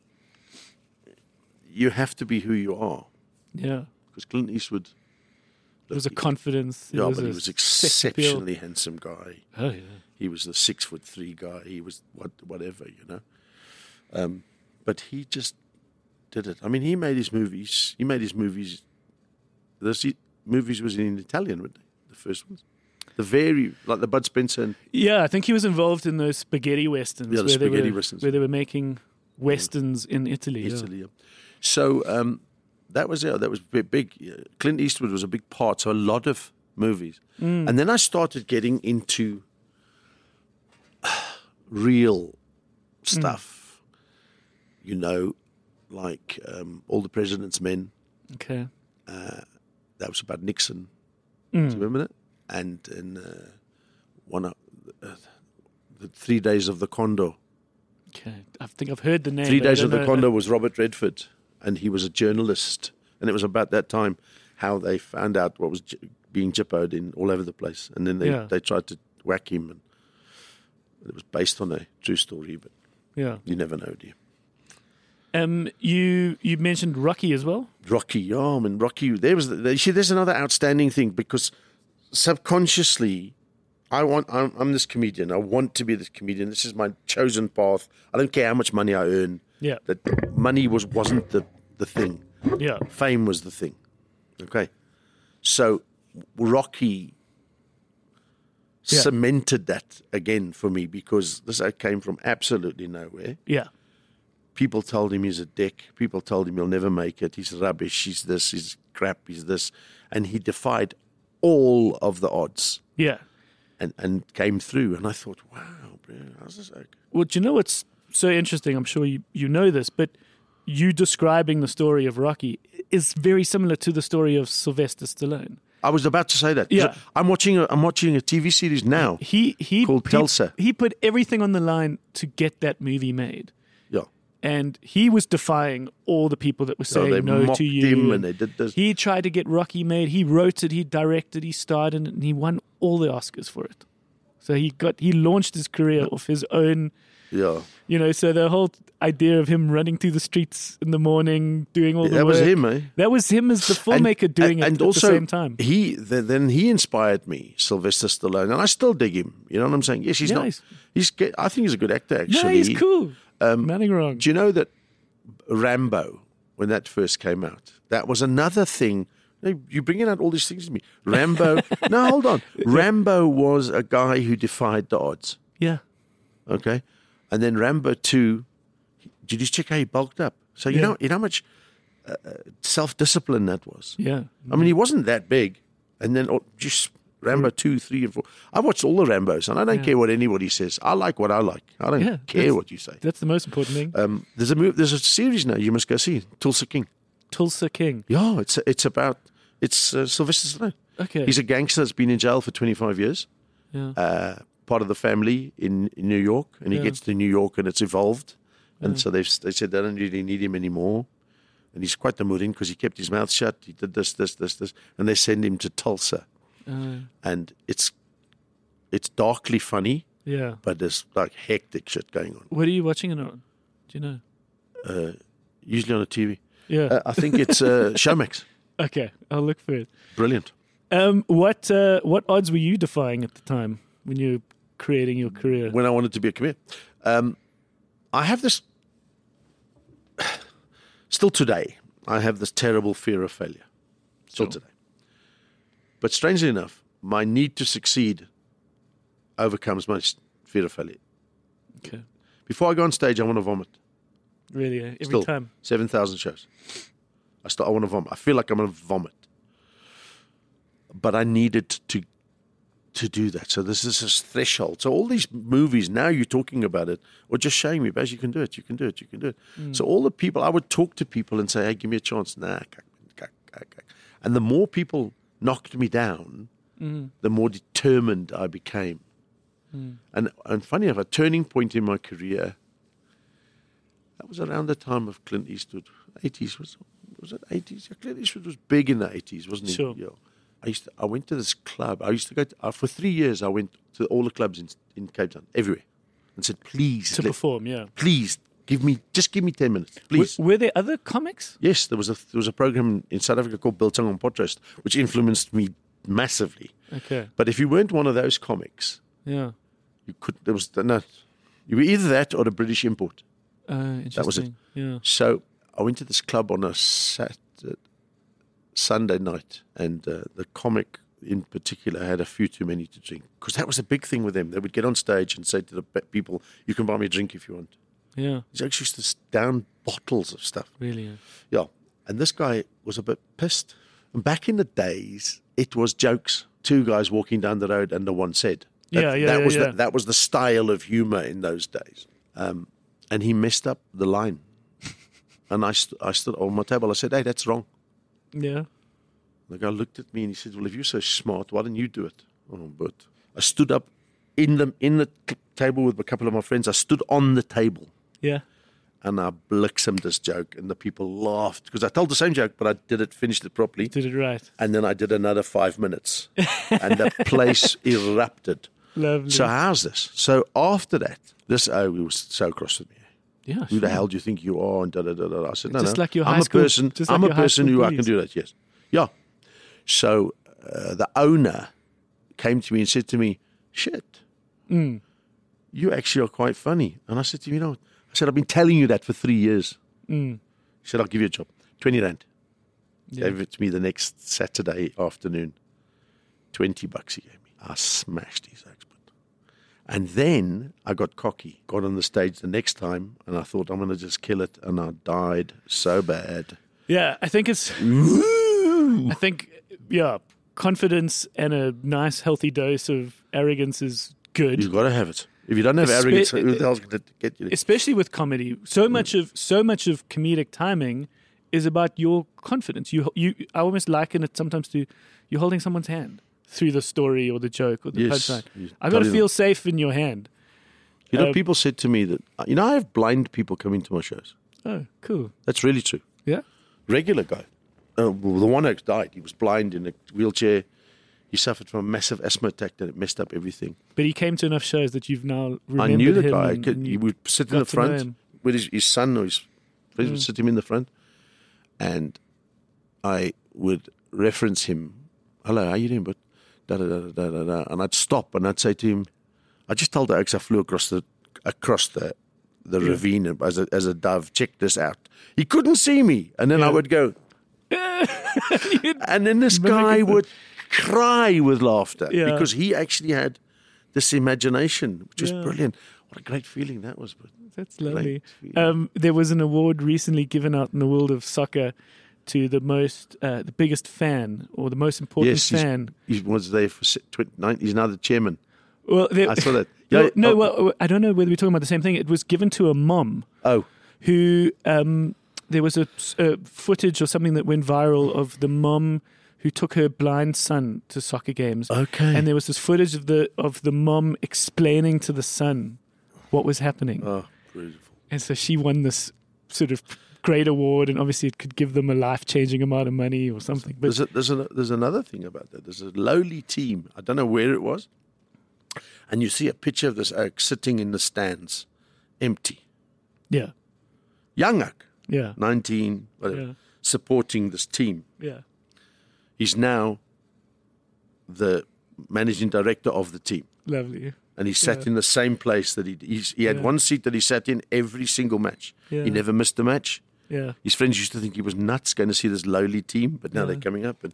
S5: you have to be who you are.
S1: yeah.
S5: Because Clint Eastwood
S1: There was a confidence. there
S5: Yeah, but
S1: a
S5: he was
S1: sex appeal.
S5: exceptionally handsome guy.
S1: Oh yeah.
S5: He was the six foot three guy. He was what, whatever, you know. Um, but he just did it. I mean, he made his movies. He made his movies. The se- movies was in Italian, weren't they? The first ones, the very like the Bud Spencer. And,
S1: Yeah, I think he was involved in those spaghetti westerns.
S5: Yeah, the
S1: where they
S5: spaghetti
S1: were,
S5: westerns.
S1: Where they were making westerns in Italy. yeah.
S5: Italy. yeah. So um, that was it. That was bi- big. yeah. Clint Eastwood was a big part. So a lot of movies. And then I started getting into real stuff. You know, like um, all the president's men.
S1: Okay.
S5: That was about Nixon. Do you remember that? And and uh, one of uh, the three days of the Condor.
S1: Okay. I think I've heard the name.
S5: Three
S1: but I
S5: Days
S1: don't
S5: of the
S1: know-
S5: Condor was Robert Redford, and he was a journalist. And it was about that time how they found out what was j- being jippoed in all over the place, and then they,
S1: Yeah.
S5: they tried to whack him. And it was based on a true story, but
S1: Yeah.
S5: you never know, do you?
S1: Um. You you mentioned Rocky as well.
S5: Rocky, yeah, I mean Rocky. There was there, see, there's another outstanding thing because subconsciously, I want I'm, I'm this comedian. I want to be this comedian. This is my chosen path. I don't care how much money I earn.
S1: Yeah.
S5: That money was wasn't the the thing.
S1: Yeah.
S5: fame was the thing. Okay. So Rocky
S1: Yeah.
S5: cemented that again for me because this guy came from absolutely nowhere.
S1: Yeah.
S5: People told him he's a dick. People told him he'll never make it. He's rubbish. He's this. He's crap. He's this. And he defied all of the odds
S1: Yeah.
S5: and, and came through. And I thought, wow, bro, how's this? Like?
S1: Well, do you know what's so interesting? I'm sure you you know this, but you describing the story of Rocky is very similar to the story of Sylvester Stallone.
S5: I was about to say that.
S1: Yeah.
S5: I'm watching. A, I'm watching a TV series now.
S1: He he
S5: Called
S1: he-
S5: Tulsa.
S1: He put everything on the line to get that movie made.
S5: Yeah.
S1: and he was defying all the people that were saying
S5: Oh, they
S1: no
S5: mocked
S1: to you.
S5: him and they did this.
S1: He tried to get Rocky made. He wrote it. He directed. He starred in it, and he won all the Oscars for it. So he got he launched his career off his own.
S5: Yeah.
S1: You know, so the whole idea of him running through the streets in the morning, doing all the
S5: That was
S1: work-
S5: him, eh?
S1: That was him as the filmmaker doing it at the same time.
S5: He th- then he inspired me, Sylvester Stallone, and I still dig him. You know what I'm saying? Yes, he's
S1: Yeah,
S5: not. He's,
S1: he's-
S5: ge- I think he's a good actor. Actually, um,
S1: yeah, he's cool. Nothing wrong.
S5: Do you know that Rambo, when that first came out, that was another thing. Hey, You're bringing out all these things to me. Rambo. no, hold on. Rambo was a guy who defied the odds.
S1: yeah,
S5: Okay. And then Rambo 2, did you check how he bulked up? So, you
S1: Yeah.
S5: know, you know how much uh, self discipline that was?
S1: yeah,
S5: I mean, he wasn't that big, and then oh, just Rambo two, three, and four. I watched all the Rambo's, and I don't
S1: Yeah.
S5: care what anybody says. I like what I like. I don't
S1: Yeah,
S5: care
S1: that's-
S5: what you say.
S1: That's the most important thing.
S5: Um, there's a move, there's a series now you must go see Tulsa King.
S1: Tulsa King.
S5: Yeah, it's it's about it's uh, Sylvester Stallone.
S1: Okay.
S5: He's a gangster that's been in jail for 25 years.
S1: Yeah.
S5: Uh, part of the family in, in New York, and he
S1: Yeah.
S5: gets to New York, and it's evolved. And so they've they said they don't really need him anymore. And he's quite the muddin because he kept his mouth shut. He did this, this, this, this, and they send him to Tulsa.
S1: Uh,
S5: And it's it's darkly funny,
S1: yeah.
S5: but there's like hectic shit going on.
S1: What are you watching it on? Do you know?
S5: Usually on the TV.
S1: Yeah.
S5: Uh, I think it's uh, Showmax.
S1: okay. I'll look for it.
S5: Brilliant.
S1: Um, what uh, what odds were you defying at the time when you were creating your career?
S5: when I wanted to be a comedian. Um, I have this still today. I have this terrible fear of failure still today. But strangely enough, my need to succeed overcomes my s- fear of failure.
S1: Okay.
S5: Before I go on stage, I want to vomit.
S1: Really? eh? Every
S5: Still,
S1: time?
S5: seven thousand shows. I still I want to vomit. I feel like I'm going to vomit. But I needed to to do that. So this is this threshold. So all these movies now you're talking about it, or just showing me, Baz, you can do it, you can do it, you can do it.
S1: Hmm.
S5: So all the people I would talk to people and say, hey, give me a chance. Nah, kak, kak, kak, kak. and the more people knocked me down, the more determined I became. And and funny enough, a turning point in my career that was around the time of Clint Eastwood. Eighties was was it eighties? Clint Eastwood was big in the eighties, wasn't he?
S1: Sure.
S5: Yeah. I used to, I went to this club. I used to go to, uh, for three years. I went to all the clubs in in Cape Town, everywhere, and said, "Please,
S1: To
S5: let-
S1: perform, yeah.
S5: please give me just give me ten minutes,
S1: W-
S5: please."
S1: were there other comics?
S5: yes, there was a there was a program in South Africa called Biltong on Podcast, which influenced me massively.
S1: Okay.
S5: But if you weren't one of those comics,
S1: Yeah.
S5: you could there was no, you were either that or the British import.
S1: Uh, interesting.
S5: was it.
S1: Yeah.
S5: So I went to this club on a Saturday, Sunday night, and uh, the comic in particular had a few too many to drink because that was a big thing with them. They would get on stage and say to the pe- people, "You can buy me a drink if you want."
S1: Yeah.
S5: He's actually used to s- down bottles of stuff.
S1: Really? eh?
S5: Yeah, and this guy was a bit pissed. And back in the days, it was jokes. Two guys walking down the road, and the one said, that,
S1: Yeah, yeah,
S5: that
S1: yeah,
S5: was
S1: yeah.
S5: The, that was the style of humor in those days." Um, and he messed up the line, and I st- I stood on my table. I said, "Hey, that's wrong."
S1: Yeah.
S5: The guy looked at me and he said, "Well, if you're so smart, why don't you do it?" Oh, but I stood up in the in the t- table with a couple of my friends. I stood on the table
S1: Yeah.
S5: and I blixed this joke, and the people laughed because I told the same joke, but I did it, finished it properly,
S1: Did it right.
S5: and then I did another five minutes, and the place erupted.
S1: Lovely.
S5: So how's this? So after that, this oh, he was so cross with me.
S1: yeah.
S5: Who the
S1: sure.
S5: hell do you think you are? And da da da da. da. I said, no,
S1: Just
S5: no.
S1: like your
S5: I'm
S1: high
S5: a
S1: school-
S5: person.
S1: just
S5: I'm
S1: like
S5: a
S1: your high
S5: person
S1: school
S5: who I can
S1: bullies.
S5: do that. Yes, yeah. So uh, the owner came to me and said to me, "Shit,
S1: Hmm.
S5: you actually are quite funny." And I said to him, "You know," what? I said, "I've been telling you that for three years."
S1: Hmm.
S5: He said, "I'll give you a job, twenty rand." Gave it to me the next Saturday afternoon. Twenty bucks he gave me. I smashed his expert. And then I got cocky, got on the stage the next time, and I thought, I'm going to just kill it. And I died so bad.
S1: Yeah. I think it's. I think, yeah, confidence and a nice, healthy dose of arrogance is good.
S5: You've got to have it. If you don't have
S1: Espe-
S5: arrogance, who the hell's going to get you? there?
S1: especially with comedy so much of so much of comedic timing is about your confidence you you i almost liken it sometimes to you holding someone's hand through the story or the joke or the
S5: Yes,
S1: punchline
S5: you
S1: i've got to
S5: totally
S1: feel safe in your hand
S5: You know,
S1: um,
S5: people said to me that, you know, I have blind people coming to my shows.
S1: oh cool
S5: That's really true.
S1: yeah
S5: Regular guy. Uh, well, the one who died, he was blind in a wheelchair. He suffered from a massive asthma attack and it messed up everything.
S1: but he came to enough shows that you've now
S5: I
S1: remembered
S5: knew the
S1: him
S5: guy. I
S1: and-
S5: could,
S1: and
S5: he
S1: you-
S5: would sit in
S1: got
S5: the
S1: to know
S5: front
S1: him. Hmm.
S5: with his, his son or his friends would sit him in the front, and I would reference him. Hello, how you doing? But da da da da da da. And I'd stop and I'd say to him, I just told the oaks I flew across the across the the ravine as a, as a dove. Check this out. He couldn't see me, and then I would go. and then this guy
S1: it.
S5: would cry with laughter
S1: Yeah.
S5: because he actually had this imagination, which was
S1: Yeah.
S5: brilliant. What a great feeling that was! But
S1: that's lovely
S5: Great.
S1: um, there was an award recently given out in the world of soccer to the most, uh, the biggest fan or the most important
S5: Yes, he's-
S1: fan.
S5: He was there for si- twen- nine. He's now the chairman.
S1: Well, the-
S5: I saw that.
S1: Well,
S5: Yeah,
S1: no,
S5: oh,
S1: well, I don't know whether we're talking about the same thing. It was given to a mum
S5: oh,
S1: who um, there was a, a footage or something that went viral of the mum who took her blind son to soccer games,
S5: okay.
S1: and there was this footage of the of the mum explaining to the son what was happening,
S5: oh, beautiful.
S1: and so she won this sort of great award, and obviously it could give them a life changing amount of money or something. But
S5: there's a, there's, a, there's another thing about that. There's a lowly team. I don't know where it was, and you see a picture of this oak sitting in the stands, empty.
S1: yeah,
S5: Young oak,
S1: yeah,
S5: nineteen, whatever,
S1: Yeah.
S5: supporting this team.
S1: yeah,
S5: He's now the managing director of the team.
S1: lovely.
S5: and he sat
S1: Yeah.
S5: in the same place that he he's, he had
S1: Yeah.
S5: one seat that he sat in every single match.
S1: Yeah.
S5: He never missed a match.
S1: Yeah,
S5: His friends used to think he was nuts going to see this lowly team, but now they're coming up. And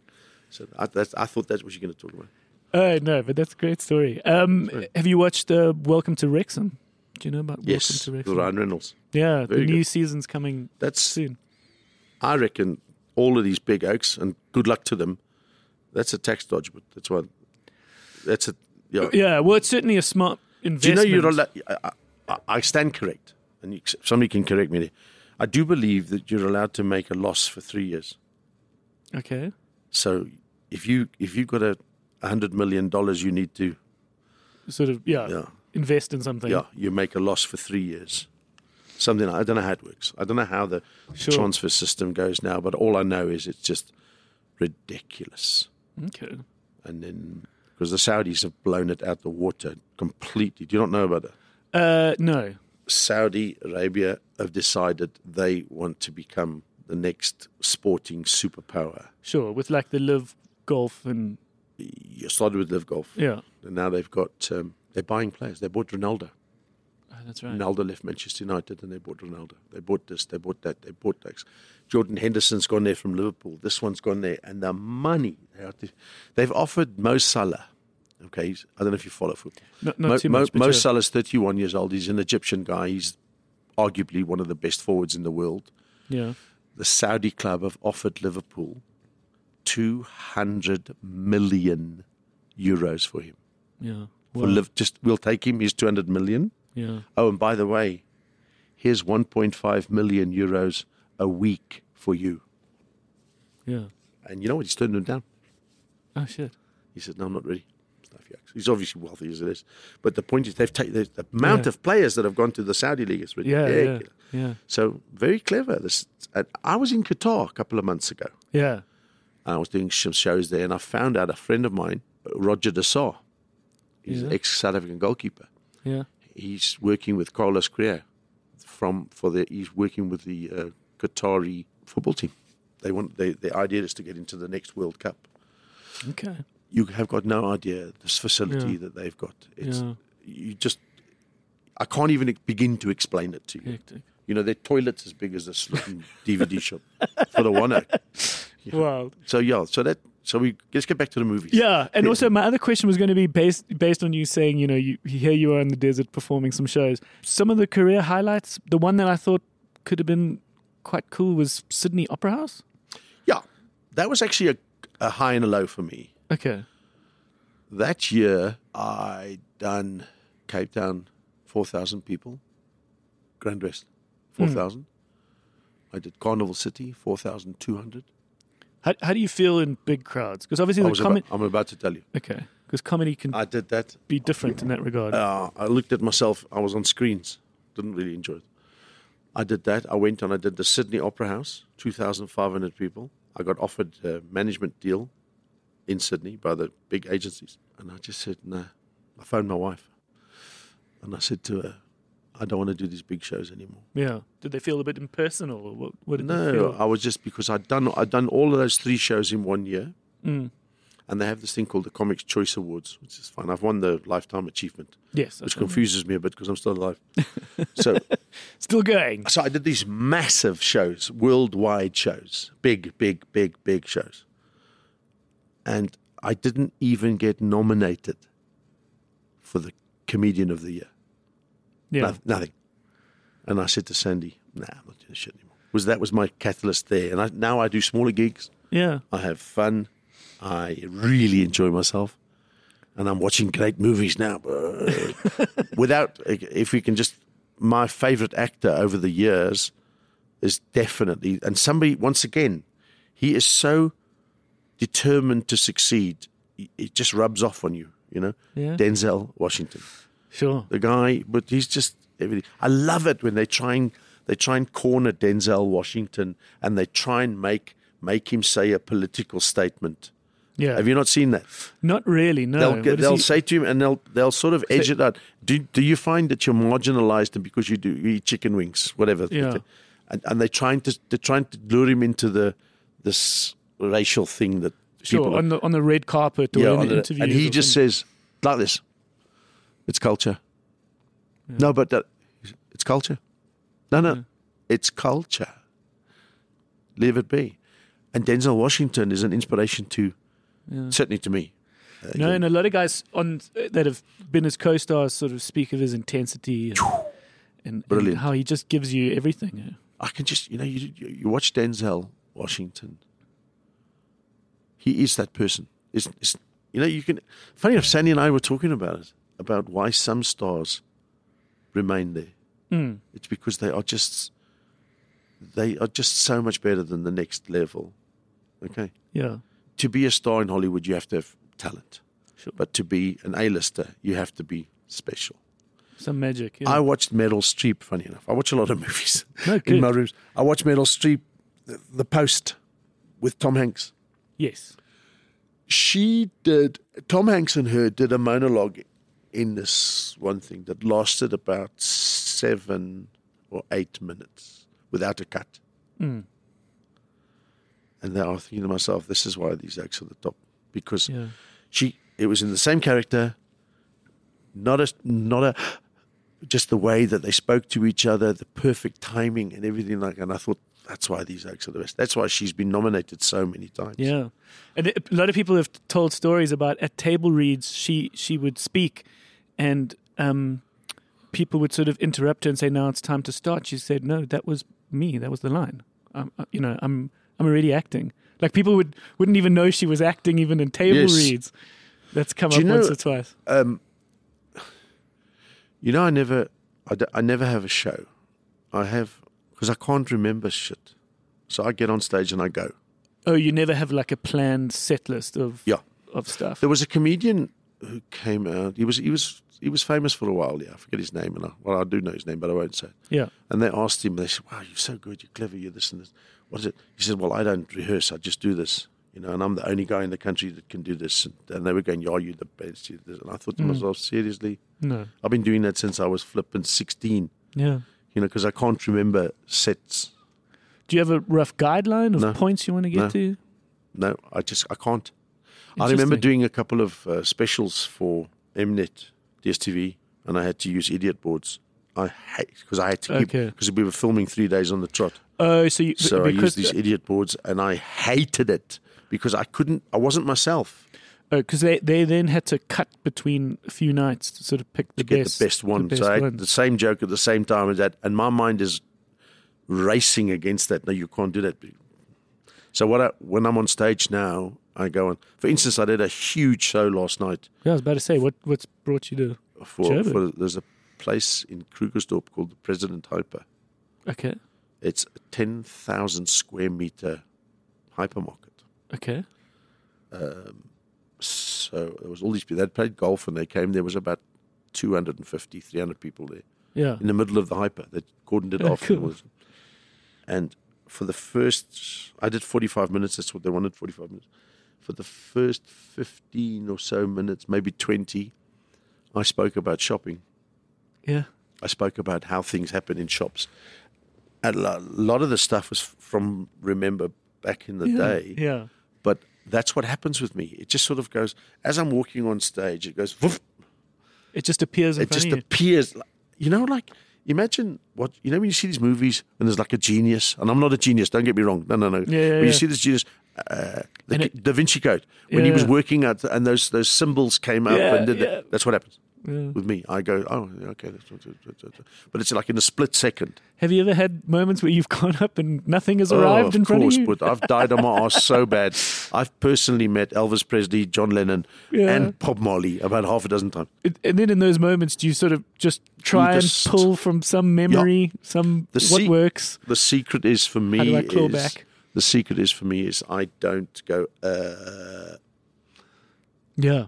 S5: so I, that's, I thought that's what you're going to talk about.
S1: oh no, but that's a great story. Um, have you watched uh, Welcome to Wrexham? Do you know about
S5: Yes,
S1: Welcome
S5: with
S1: to Wrexham?
S5: Ryan Reynolds.
S1: Yeah,
S5: Very
S1: the new
S5: good.
S1: season's coming
S5: That's
S1: soon.
S5: I reckon all of these big oaks, and good luck to them. That's a tax dodge, but that's why. That's a yeah.
S1: Yeah, well, it's certainly a smart
S5: Do you
S1: investment.
S5: know you're allowed? I, I, I stand correct, and you, somebody can correct me. There. I do believe that you're allowed to make a loss for three years.
S1: okay.
S5: So if you if you've got a hundred million dollars, you need to
S1: Sort of, yeah,
S5: yeah
S1: invest in something.
S5: yeah you make a loss for three years. Something I don't know how it works. I don't know how the
S1: Sure.
S5: transfer system goes now, but all I know is it's just ridiculous.
S1: Okay.
S5: And then because the Saudis have blown it out the water completely. Do you not know about that?
S1: Uh, no.
S5: Saudi Arabia have decided they want to become the next sporting superpower.
S1: Sure. With like the live golf and
S5: You started with Live Golf,
S1: yeah.
S5: and now they've got um, they're buying players. They bought Ronaldo.
S1: Oh, that's right.
S5: Ronaldo left Manchester United and they bought Ronaldo. They bought this, they bought that, they bought that. Jordan Henderson's gone there from Liverpool. This one's gone there. And the money, they are to, they've offered Mo Salah. Okay, he's- I don't know if you follow football.
S1: Not, not
S5: Mo,
S1: too
S5: Mo-
S1: much. but
S5: Mo
S1: yeah.
S5: Salah's 31 years old. He's an Egyptian guy. He's arguably one of the best forwards in the world.
S1: yeah.
S5: The Saudi club have offered Liverpool 200 million euros for him.
S1: Yeah.
S5: For Liv- just We'll take him. He's 200 million.
S1: yeah.
S5: Oh, and by the way, here's 1.5 million euros a week for you.
S1: Yeah.
S5: And you know what? He's turned them down.
S1: Oh shit.
S5: He said, "No, I'm not ready." Stuff yucks. He's obviously wealthy as it is, but the point is they've taken the, the amount
S1: Yeah.
S5: of players that have gone to the Saudi league is
S1: Yeah.
S5: ridiculous.
S1: Yeah. Yeah.
S5: So very clever. This. And I was in Qatar a couple of months ago.
S1: Yeah.
S5: and I was doing some shows there, and I found out a friend of mine, Roger Dessau, he's an
S1: Yeah.
S5: ex South African goalkeeper.
S1: Yeah.
S5: He's working with Carlos Creer from for the. He's working with the uh, Qatari football team. They want they, the idea is to get into the next World Cup.
S1: Okay.
S5: You have got no idea this facility
S1: Yeah.
S5: that they've got. It's
S1: Yeah.
S5: you just. I can't even begin to explain it to you.
S1: Hectic.
S5: You know, their toilet's as big as this looking DVD shop for the one. oak.
S1: Wild.
S5: So yeah, so that so we let's get back to the movies.
S1: Yeah, and also my other question was going to be based based on you saying, you know, you here you are in the desert performing some shows. Some of the career highlights. The one that I thought could have been quite cool was Sydney Opera House.
S5: Yeah, that was actually a, a high and a low for me.
S1: Okay.
S5: That year, I done Cape Town, 4,000 people, Grand West, 4,000. I did Carnival City, 4,200.
S1: How, how do you feel in big crowds? Because obviously
S5: I
S1: the
S5: was
S1: comedy.
S5: about- I'm about to tell you.
S1: Okay, because comedy can
S5: I did that.
S1: be different in that regard.
S5: Uh, I looked at myself. I was on screens. Didn't really enjoy it. I did that. I went and I did the Sydney Opera House, 2,500 people. I got offered a management deal in Sydney by the big agencies. And I just said, no. I phoned my wife and I said to her, I don't want to do these big shows anymore.
S1: yeah. Did they feel a bit impersonal, or what? what did they
S5: No,
S1: feel?
S5: I was just because I'd done I'd done all of those three shows in one year,
S1: Mm.
S5: and they have this thing called the Comics Choice Awards, which is fine. I've won the lifetime achievement,
S1: yes, I
S5: which
S1: thought-
S5: confuses me a bit because I'm still alive. so
S1: still going.
S5: so I did these massive shows, worldwide shows, big, big, big, big shows. And I didn't even get nominated for the comedian of the year.
S1: Yeah,
S5: Noth- nothing. And I said to Sandy, nah, I'm not doing this shit anymore. was that was my catalyst there. And I, now I do smaller gigs.
S1: Yeah.
S5: I have fun. I really enjoy myself. And I'm watching great movies now. uh, Without, if we can just, my favorite actor over the years is definitely, and somebody, once again, he is so determined to succeed. It- It just rubs off on you, you know?
S1: Yeah.
S5: Denzel Washington
S1: Sure.
S5: the guy, but he's just everything. I love it when they try and they try and corner Denzel Washington and they try and make make him say a political statement.
S1: Yeah.
S5: Have you not seen that?
S1: Not really. No.
S5: they'll
S1: What
S5: get-
S1: is
S5: they'll
S1: he-
S5: say to him and they'll they'll sort of edge it out. Do do you find that you're marginalised because you do you eat chicken wings, whatever?
S1: Yeah.
S5: And, and they're trying to they're trying to lure him into the this racial thing that
S1: sure
S5: people
S1: on the on the red carpet or
S5: yeah,
S1: in
S5: on
S1: the,
S5: the-
S1: interview.
S5: and he just says like this, "It's culture." No, but that, it's culture. No, no, it's culture. Leave it be. And Denzel Washington is an inspiration to, certainly to me. Uh,
S1: No, and a lot of guys on that have been his co-stars sort of speak of his intensity and, and, and
S5: Brilliant.
S1: how he just gives you everything.
S5: I can just, you know, you, you you watch Denzel Washington. He is that person. It's, it's, you know, you can. Funny enough, Sandy and I were talking about it, about why some stars remain there. It's because they are just, they are just so much better than the next level. Okay,
S1: Yeah.
S5: to be a star in Hollywood, you have to have talent,
S1: Sure.
S5: but to be an A-lister, you have to be special.
S1: Some magic. Yeah.
S5: I watched Meryl Streep. Funny enough, I watch a lot of movies
S1: No,
S5: in
S1: good.
S5: my rooms. I watch Meryl Streep, The The Post, with Tom Hanks.
S1: yes.
S5: She did. Tom Hanks and her did a monologue in this one thing that lasted about seven or eight minutes without a cut.
S1: Hmm.
S5: And then I was thinking to myself, this is why these acts are the top because
S1: Yeah.
S5: she it was in the same character not a not a just the way that they spoke to each other the perfect timing and everything like and i thought that's why these acts are the best that's why she's been nominated so many times
S1: Yeah, and a lot of people have told stories about at table reads she she would speak, and um, people would sort of interrupt her and say, "Now it's time to start." She said, "No, that was me. That was the line. Um, uh, you know, I'm I'm already acting." Like people would wouldn't even know she was acting even in table
S5: Yes.
S1: reads. That's come
S5: Do
S1: up
S5: you know-
S1: once or twice.
S5: you know i never i, d- I never have a show i have because i can't remember shit so i get on stage and i go
S1: Oh, you never have like a planned set list of
S5: yeah
S1: of stuff.
S5: There was a comedian who came out. He was he was he was famous for a while. Yeah, I forget his name, and I, well, I do know his name, but I won't say. it.
S1: Yeah.
S5: And they asked him. They said, "Wow, you're so good. You're clever. You're this and this. What is it?" He said, "Well, I don't rehearse. I just do this. You know, and I'm the only guy in the country that can do this." And, and they were going, "Yeah, you're the best." You're this. And I thought to myself, seriously,
S1: no.
S5: I've been doing that since I was flipping 16.
S1: Yeah.
S5: You know, because I can't remember sets.
S1: Do you have a rough guideline of
S5: No.
S1: points you want to get
S5: No.
S1: to?
S5: No, I just I can't. I remember
S1: Interesting.
S5: doing a couple of uh, specials for Mnet, DSTV, and I had to use idiot boards. I hate because I had to keep
S1: Okay.
S5: because we were filming three days on the trot,
S1: Oh, so you
S5: so I
S1: because
S5: used these idiot boards, and I hated it because I couldn't. I wasn't myself.
S1: because Uh, they, they then had to cut between a few nights to sort of pick the
S5: Get
S1: best
S5: the best one.
S1: The best
S5: so I had
S1: ones.
S5: the same joke at the same time as that, and my mind is racing against that. No, you can't do that. So what? I, when I'm on stage now, I go on. For instance, I did a huge show last night.
S1: Yeah, I was about to say what what's brought you to
S5: for,
S1: German.
S5: for there's a place in Krugersdorp called the President Hyper.
S1: okay
S5: It's a 10,000 square meter hypermarket.
S1: okay
S5: So there was all these people that played golf and they came. There was about 250, 300 people there
S1: yeah
S5: in the middle of the hyper. They cordoned it
S1: Oh,
S5: off. and
S1: cool.
S5: it was- and for the first, I did 45 minutes. That's what they wanted, 45 minutes. For the first 15 or so minutes, maybe 20, I spoke about shopping.
S1: yeah
S5: I spoke about how things happen in shops. And a lo- lot of the stuff was from remember back in the day,
S1: yeah
S5: but that's what happens with me. It just sort of goes as I'm walking on stage. It goes. Woof,
S1: it just appears in
S5: it
S1: front
S5: just
S1: of you.
S5: appears. like- You know, like imagine what you know when you see these movies and there's like a genius, and I'm not a genius. Don't get me wrong. No, no, no.
S1: yeah,
S5: when
S1: yeah.
S5: you see this genius. Uh, the
S1: And
S5: Da Vinci Code when he
S1: Yeah,
S5: was
S1: yeah.
S5: working out and those those symbols came up
S1: Yeah,
S5: and did
S1: yeah.
S5: that. That's what happens. with me. I go, oh, yeah, okay. that's- that's- that's- that's- that's- But it's like in a split second.
S1: Have you ever had moments where you've gone up and nothing has
S5: Oh,
S1: arrived
S5: of
S1: in front
S5: course,
S1: of you?
S5: but I've died on my ass so bad. I've personally met Elvis Presley, John Lennon,
S1: Yeah.
S5: and Bob Marley about half a dozen times.
S1: It- and then in those moments, do you sort of just try
S5: just-
S1: and pull from some memory, some
S5: The
S1: what
S5: se-
S1: works?
S5: The secret is for me.
S1: do I claw
S5: is,
S1: back?
S5: The secret is for me is I don't go. Uh,
S1: Yeah,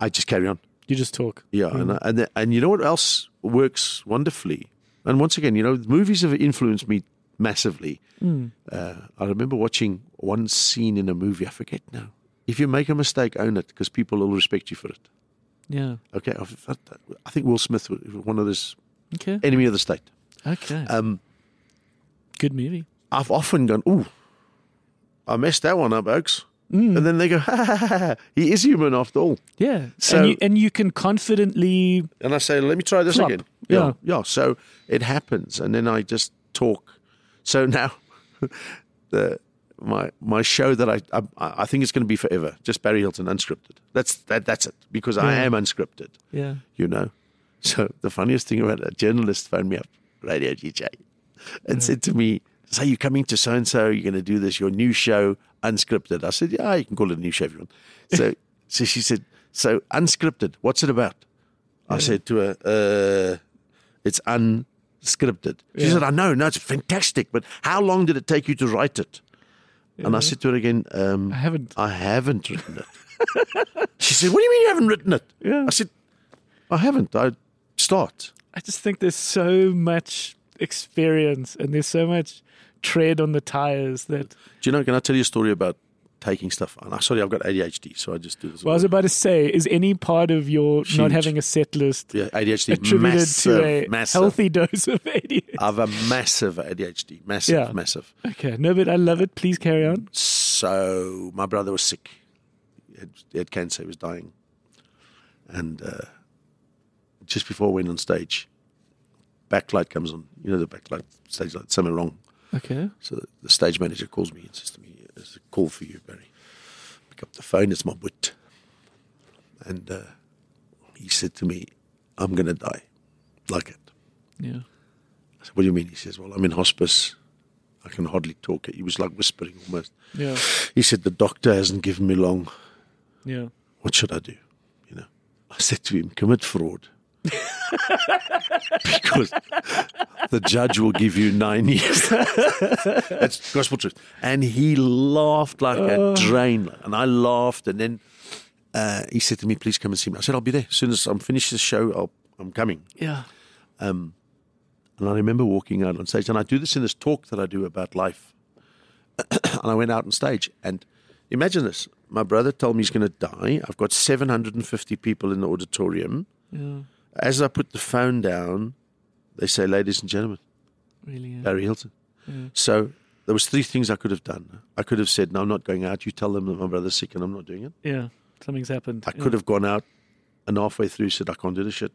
S5: I just carry on.
S1: you just talk.
S5: Yeah, and
S1: Mm.
S5: I- and and you know what else works wonderfully? And once again, you know, movies have influenced me massively.
S1: Mm.
S5: Uh, I remember watching one scene in a movie. I forget now. If you make a mistake, own it because people will respect you for it.
S1: Yeah.
S5: Okay, I've- I think Will Smith was one of this
S1: Okay.
S5: enemy of the state.
S1: Okay.
S5: Um,
S1: Good movie.
S5: I've often gone, "Ooh, I messed that one up, Oaks,"
S1: Mm.
S5: and then they go, ha, ha, ha, ha, "He is human after all."
S1: Yeah.
S5: so-
S1: and, you, and you can confidently.
S5: and I say, "Let me try this
S1: Flop.
S5: again."
S1: Yeah.
S5: yeah. So it happens, and then I just talk. So now, the my my show that I I, I think it's going to be forever. Just Barry Hilton unscripted. That's that that's it because I
S1: Yeah.
S5: am unscripted.
S1: Yeah.
S5: You know. So the funniest thing about it, a journalist phoned me up, radio DJ, and said to me, "So you're coming to so and so? You're going to do this your new show unscripted?" I said, "Yeah, you can call it a new show if you want." So so she said, "So unscripted, what's it about?" I said to her, uh, "It's unscripted." She
S1: Yeah.
S5: said, "I know, no, it's fantastic, but how long did it take you to write it?" And I said to her again, um,
S1: I haven't.
S5: I haven't written it. she said, What do you mean you haven't written it?
S1: Yeah.
S5: I said, I haven't. I start.
S1: I just think there's so much experience and there's so much tread on the tires that.
S5: Do you know, can I tell you a story about taking stuff? And I sorry, I've got ADHD, so I just do this.
S1: Well, I was about to say, is any part of your not
S5: Huge.
S1: having a set list
S5: yeah, ADHD,
S1: attributed
S5: massive,
S1: to a
S5: massive. Uh,
S1: healthy dose of ADHD?
S5: I have a massive ADHD, massive,
S1: Yeah.
S5: massive.
S1: Okay, no, but I love it. Please carry on.
S5: So my brother was sick. He had, he had cancer. He was dying. And uh, just before I went on stage, backlight comes on. You know the backlight stage light. Something wrong.
S1: Okay.
S5: So the stage manager calls me and says to me, "There's a call for you, Barry. Pick up the phone. It's my wit." And uh, he said to me, "I'm going to die, like it."
S1: Yeah.
S5: I said, "What do you mean?" He says, "Well, I'm in hospice. I can hardly talk." He was like whispering almost.
S1: Yeah.
S5: He said, "The doctor hasn't given me long.
S1: Yeah.
S5: What should I do?" You know, I said to him, "Commit fraud." because the judge will give you nine years. That's gospel truth. And he laughed like a drain. And I laughed. And then uh, he said to me, Please come and see me. I said, I'll be there. As soon as I'm finished this show, I'll, I'm coming.
S1: Yeah.
S5: And I remember walking out on stage, and I do this in this talk that I do about life. and I went out on stage, and imagine this: my brother told me he's going to die. I've got 750 people in the auditorium.
S1: Yeah.
S5: As I put the phone down, they say, "Ladies and gentlemen,
S1: Really. Yeah.
S5: Barry Hilton." So there was three things I could have done. I could have said, "No, I'm not going out. You tell them that my brother's sick, and I'm not doing it."
S1: Yeah, Something's happened.
S5: I could have gone out, and halfway through said, "I can't do this shit,"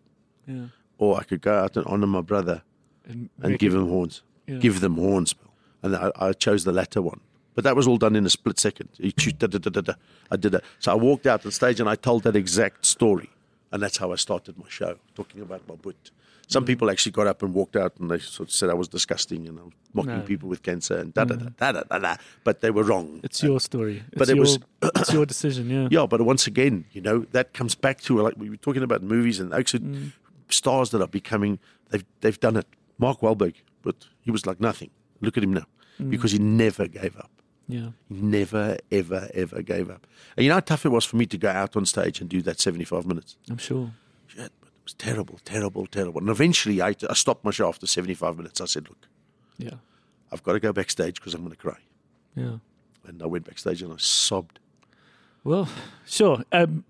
S1: Yeah. yeah.
S5: or I could go out and honor my brother
S1: And,
S5: and
S1: make
S5: give
S1: it-
S5: them horns.
S1: Yeah.
S5: Give them horns. Bill. And I, I chose the latter one. But that was all done in a split second. You choose, da, da, da, da, da. I did that. So I walked out on stage and I told that exact story. And that's how I started my show, talking about my boot.
S1: Mm.
S5: Some people actually got up and walked out and they sort of said I was disgusting and I was mocking
S1: No. Mm.
S5: people with cancer and da, da, da, da, da, da, da. But they were wrong.
S1: It's your story. It's
S5: But it
S1: your,
S5: was-
S1: it's your decision. Yeah.
S5: Yeah, but once again, you know, that comes back to like we were talking about movies and actually
S1: Mm.
S5: stars that are becoming they've they've done it. Mark Wahlberg, but he was like nothing. Look at him now.
S1: Mm.
S5: Because he never gave up.
S1: Yeah.
S5: He never, ever, ever gave up. And you know how tough it was for me to go out on stage and do that seventy five minutes?
S1: I'm sure.
S5: Shit, but it was terrible, terrible, terrible. And eventually I, I stopped my show after seventy five minutes. I said, Look,
S1: Yeah.
S5: I've got to go backstage because I'm gonna cry.
S1: Yeah.
S5: And I went backstage and I sobbed.
S1: Well, sure. Um,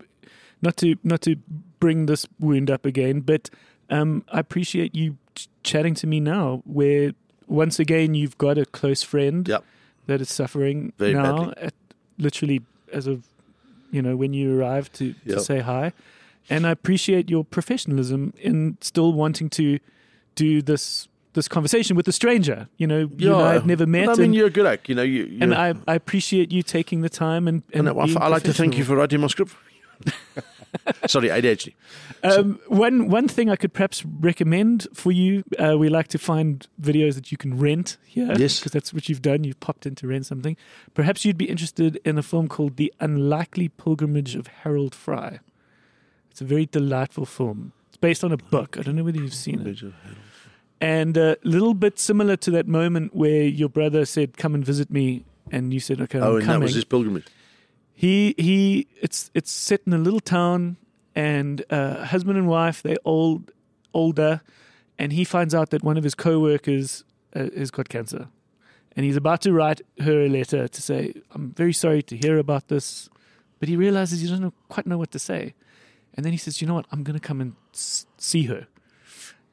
S1: not to not to bring this wound up again, but um, I appreciate you ch- chatting to me now. Where once again you've got a close friend
S5: Yep.
S1: that is suffering
S5: Very
S1: now,
S5: badly.
S1: at, literally as of you know when you arrived to,
S5: Yep.
S1: to say hi. And I appreciate your professionalism in still wanting to do this this conversation with a stranger. You know, you and I had never met,
S5: I mean,
S1: and,
S5: you're a good act. You know, you.
S1: and
S5: you're-
S1: I, I appreciate you taking the time and. and
S5: And I,
S1: being
S5: I like to thank
S1: professional.
S5: you for writing my script. Sorry, ADHD.
S1: Um, one one thing I could perhaps recommend for you, uh, we like to find videos that you can rent here.
S5: Yes.
S1: because that's what you've done. You've popped in to rent something. Perhaps you'd be interested in a film called The Unlikely Pilgrimage of Harold Fry. It's a very delightful film. It's based on a book. I don't know whether you've
S5: Oh,
S1: seen it. And a little bit similar to that moment where your brother said, "Come and visit me," and you said, "Okay, I'm
S5: Oh, and
S1: coming."
S5: that was his pilgrimage.
S1: He he. It's it's set in a little town, and uh, husband and wife. They're old, older, and he finds out that one of his co-workers uh, has got cancer, and he's about to write her a letter to say, "I'm very sorry to hear about this," but he realizes he doesn't know, quite know what to say, and then he says, "You know what? I'm going to come and s- see her."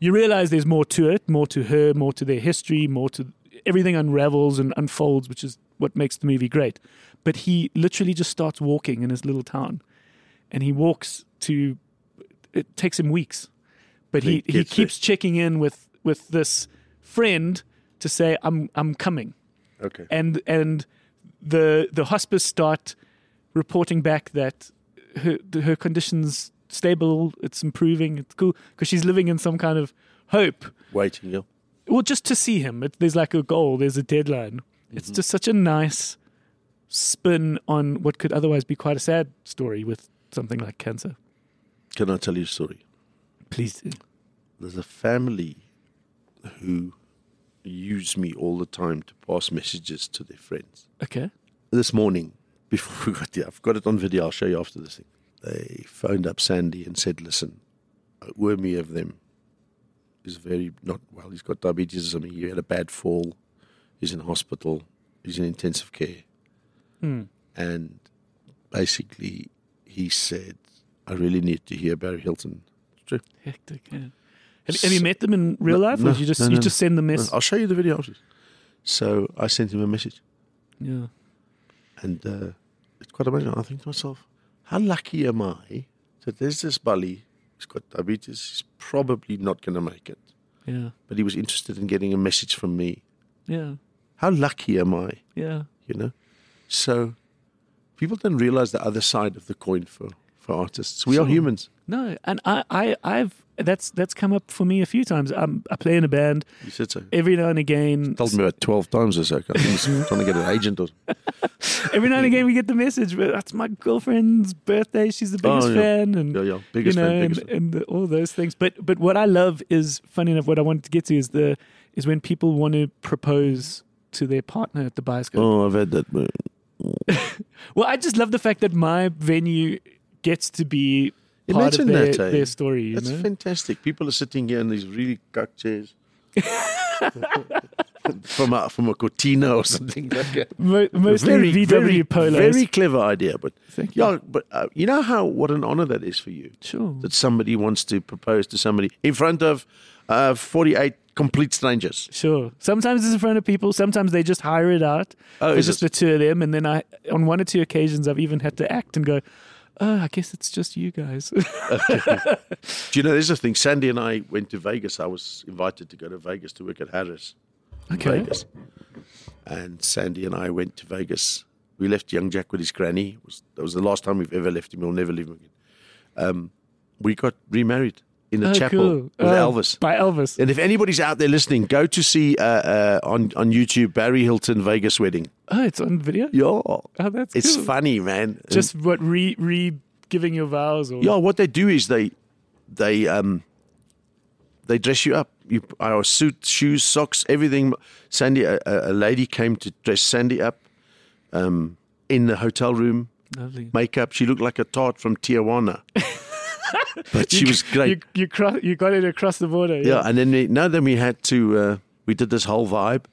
S1: You realize there's more to it, more to her, more to their history, more to everything unravels and unfolds, which is what makes the movie great but he literally just starts walking in his little town and he walks to it takes him weeks but
S5: He
S1: he, he
S5: gets there.
S1: keeps checking in with with this friend to say i'm i'm coming
S5: Okay.
S1: and and the the hospice start reporting back that her her condition's stable it's improving it's cool because she's living in some kind of hope
S5: Waiting, yeah.
S1: well, just to see him. It, there's like a goal. There's a deadline.
S5: Mm-hmm.
S1: It's just such a nice spin on what could otherwise be quite a sad story with something like cancer.
S5: Can I tell you a story?
S1: Please, do.
S5: There's a family who use me all the time to pass messages to their friends.
S1: okay.
S5: this morning before we got there. I've got it on video. I'll show you after this thing. They phoned up Sandy and said, "Listen, Wormy of them is very not well. He's got diabetes. I mean, he had a bad fall. He's in hospital. He's in intensive care."
S1: Hmm.
S5: And basically, he said, "I really need to hear Barry Hilton." True.
S1: Hectic. yeah. Have, have you met them in real life, or
S5: no,
S1: did you just
S5: no,
S1: you
S5: no, Uh,
S1: just send the message?
S5: I'll show you the video after. this. So I sent him a message.
S1: Yeah.
S5: And uh, it's quite amazing. I think to myself, how lucky am I that there's this bully who's got diabetes, he's probably not going to make it,
S1: Yeah.
S5: but he was interested in getting a message from me.
S1: Yeah.
S5: How lucky am I,
S1: Yeah.
S5: you know? So people don't realize the other side of the coin for, for artists. We are humans.
S1: No, and I, I, I've that's that's come up for me a few times. I'm, I play in a band
S5: You said so.
S1: every now and again.
S5: Told me about 12 times or so. I think he's trying to get an agent or
S1: Every now and again, we get the message. But that's my girlfriend's birthday. She's the
S5: Oh,
S1: biggest
S5: yeah.
S1: fan, and
S5: Yeah, yeah. Biggest
S1: you know,
S5: fan,
S1: and,
S5: biggest fan.
S1: and the, all those things. But but what I love is funny enough. What I wanted to get to is the is when people want to propose to their partner at the bioscope.
S5: Oh, I've had that.
S1: Well, I just love the fact that my venue gets to be part
S5: Imagine
S1: of their,
S5: that, eh?
S1: their story. You
S5: That's
S1: know?
S5: fantastic. People are sitting here in these really cuck chairs. from a from a cortina or something like that.
S1: Mo- mostly VW
S5: very,
S1: polos.
S5: very clever idea, but
S1: Thank you.
S5: yeah, but uh, you know how what an honor that is for you
S1: sure.
S5: that somebody wants to propose to somebody in front of uh, forty eight complete strangers.
S1: Sure. Sometimes it's in front of people. Sometimes they just hire it out.
S5: Oh,
S1: it's
S5: is
S1: just
S5: it?
S1: the two of them. And then I, on one or two occasions, I've even had to act and go, "Oh, I guess it's just you guys."
S5: Do you know there's a thing? Sandy and I went to Vegas. I was invited to go to Vegas to work at Harris.
S1: okay.
S5: Vegas. And Sandy and I went to Vegas. We left young Jack with his granny. It was, that was the last time we've ever left him. We'll never leave him again. Um, we got remarried in a
S1: Oh,
S5: chapel
S1: cool.
S5: with
S1: Oh,
S5: Elvis.
S1: By Elvis.
S5: And if anybody's out there listening, go to see uh, uh, on on YouTube Barry Hilton Vegas wedding.
S1: Oh, it's on video.
S5: Yeah,
S1: Oh, that's
S5: it's
S1: cool.
S5: funny, man.
S1: Just what re re giving your vows or
S5: Yeah, what they do is they they um they dress you up. You our suit, shoes, socks, everything. Sandy, a, a a lady came to dress Sandy up um, in the hotel room,
S1: lovely.
S5: makeup. She looked like a tart from Tijuana, but she was great.
S1: You you, cross, you got it across the border.
S5: yeah, and then we, now then we had to uh, we did this whole vibe,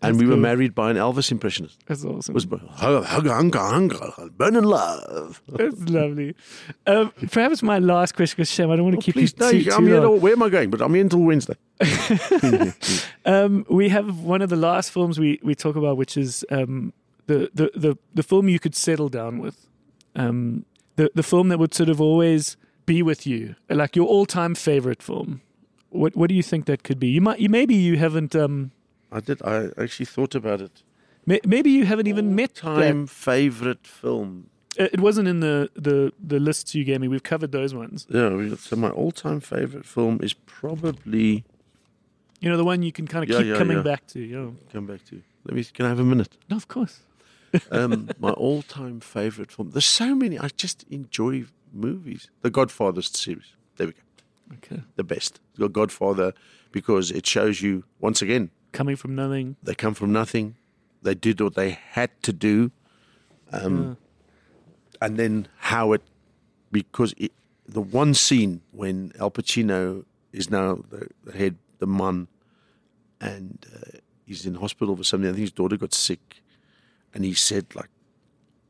S5: and
S1: That's Mm.
S5: we were
S1: cool.
S5: married by an Elvis impressionist.
S1: that's awesome.
S5: It was hug, hug, hug, hug, hug, burn in love.
S1: that's lovely. Um, perhaps my last question, because Sham, I don't want to keep
S5: Oh, Please,
S1: you
S5: no,
S1: too,
S5: you-
S1: too
S5: I'm here.
S1: long.
S5: till- Where am I going? But I'm here until Wednesday.
S1: Um, we have one of the last films we, we talk about, which is um, the, the, the, the film you could settle down with. Um, the, the film that would sort of always be with you, like your all time favorite film. What, what do you think that could be? You might, you, maybe you haven't, um,
S5: I did. I actually thought about it.
S1: may, maybe you haven't even met that-
S5: Time favorite film.
S1: Uh, It wasn't in the, the, the lists you gave me. We've covered those ones.
S5: Yeah, so my all-time favorite film is probably.
S1: You know, the one you can kind of
S5: Yeah,
S1: keep
S5: yeah,
S1: coming
S5: yeah.
S1: back to. Yeah.
S5: Come back to you. Let me. Can I have a minute?
S1: No, of course.
S5: Um, my all-time favorite film. There's so many. I just enjoy movies. The Godfather series. There we go.
S1: Okay.
S5: The best. The Godfather, because it shows you once again
S1: Coming from nothing.
S5: they come from nothing. They did what they had to do, um, and then how it because it, the one scene when Al Pacino is now the, the head, the man, and uh, he's in hospital for something. I think his daughter got sick, and he said like,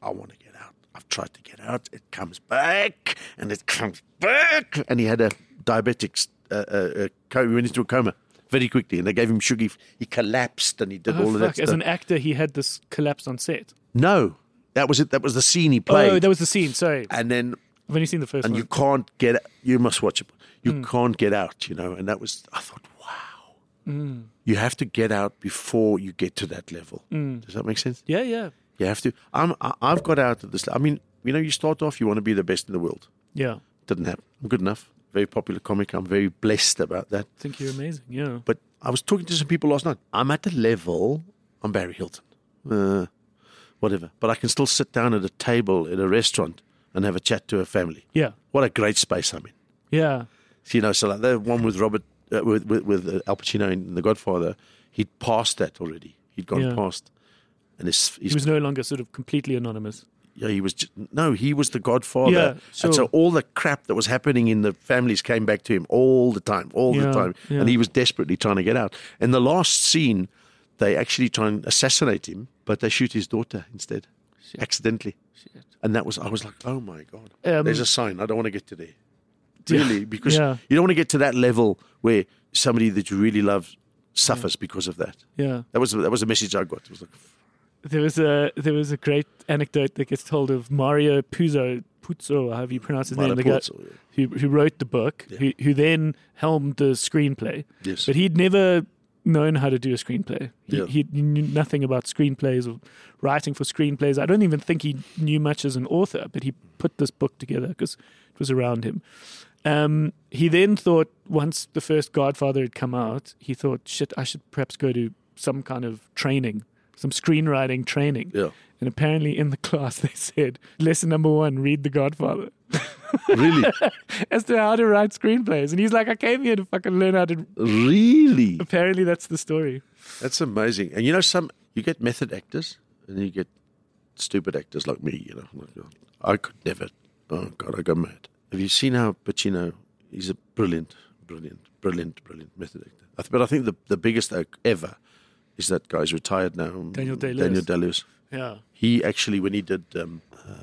S5: "I want to get out. I've tried to get out. It comes back, and it comes back." And he had a diabetic. Uh, uh, uh, co- he went into a coma very quickly, and they gave him sugar. He collapsed, and he did all
S1: Oh, fuck.
S5: of that
S1: As
S5: stuff.
S1: an actor, he had this collapse on set.
S5: no, that was it. That was the scene he played.
S1: Oh, that was the scene. Sorry.
S5: and then
S1: I've only seen the first
S5: and
S1: one.
S5: you can't get you must watch it you can't get out you know and that was i thought wow you have to get out before you get to that level does that make sense
S1: yeah, yeah.
S5: you have to i'm I, i've got out of this i mean you know you start off you want to be the best in the world
S1: Yeah.
S5: didn't happen i'm good enough very popular comic i'm very blessed about that
S1: I think you're amazing. Yeah.
S5: but I was talking to some people last night. I'm at the level I'm Barry Hilton, uh, whatever. But I can still sit down at a table at a restaurant and have a chat to a family.
S1: Yeah.
S5: What a great space I'm in.
S1: Yeah.
S5: So, you know, so like the one with Robert, uh, with with, with uh, Al Pacino in The Godfather, he'd passed that already. He'd gone
S1: Yeah.
S5: past, and his, his
S1: He was no longer sort of completely anonymous.
S5: yeah, he was just, no, he was the Godfather,
S1: Yeah,
S5: and so
S1: sure.
S5: all the crap that was happening in the families came back to him all the time, all
S1: Yeah,
S5: the time,
S1: yeah.
S5: and he was desperately trying to get out. In the last scene, they actually try and assassinate him, but they shoot his daughter instead, accidentally, and that was I was like, oh my god,
S1: Um,
S5: there's a sign. I don't want to get to there,
S1: Yeah,
S5: really, because
S1: yeah.
S5: you don't want to get to that level where somebody that you really love suffers because of that.
S1: Yeah.
S5: That was that was a message I got. It was like,
S1: There was a there was a great anecdote that gets told of Mario Puzo Puzo, however you pronounce his name, the guy
S5: Malaport, so-
S1: who who wrote the book, who who then helmed the screenplay.
S5: yes,
S1: But he'd never known how to do a screenplay. He,
S5: Yeah.
S1: he knew nothing about screenplays or writing for screenplays. I don't even think he knew much as an author, but he put this book together because it was around him. Um, he then thought once the first Godfather had come out, he thought, shit, I should perhaps go to some kind of training, some screenwriting training.
S5: yeah,
S1: And apparently in the class they said, lesson number one, read The Godfather
S5: really,
S1: as to how to write screenplays. And he's like, I came here to fucking learn how to.
S5: really.
S1: Apparently that's the story.
S5: That's amazing. And you know, some you get method actors and you get stupid actors like me. You know, like, oh, I could never. Oh God, I go mad. Have you seen how Pacino? He's a brilliant, brilliant, brilliant, brilliant method actor. I th- But I think the the biggest oak ever is that guy's retired now. um,
S1: Daniel Day-Lewis.
S5: Daniel Day-Lewis.
S1: Yeah.
S5: He actually, when he did um, uh,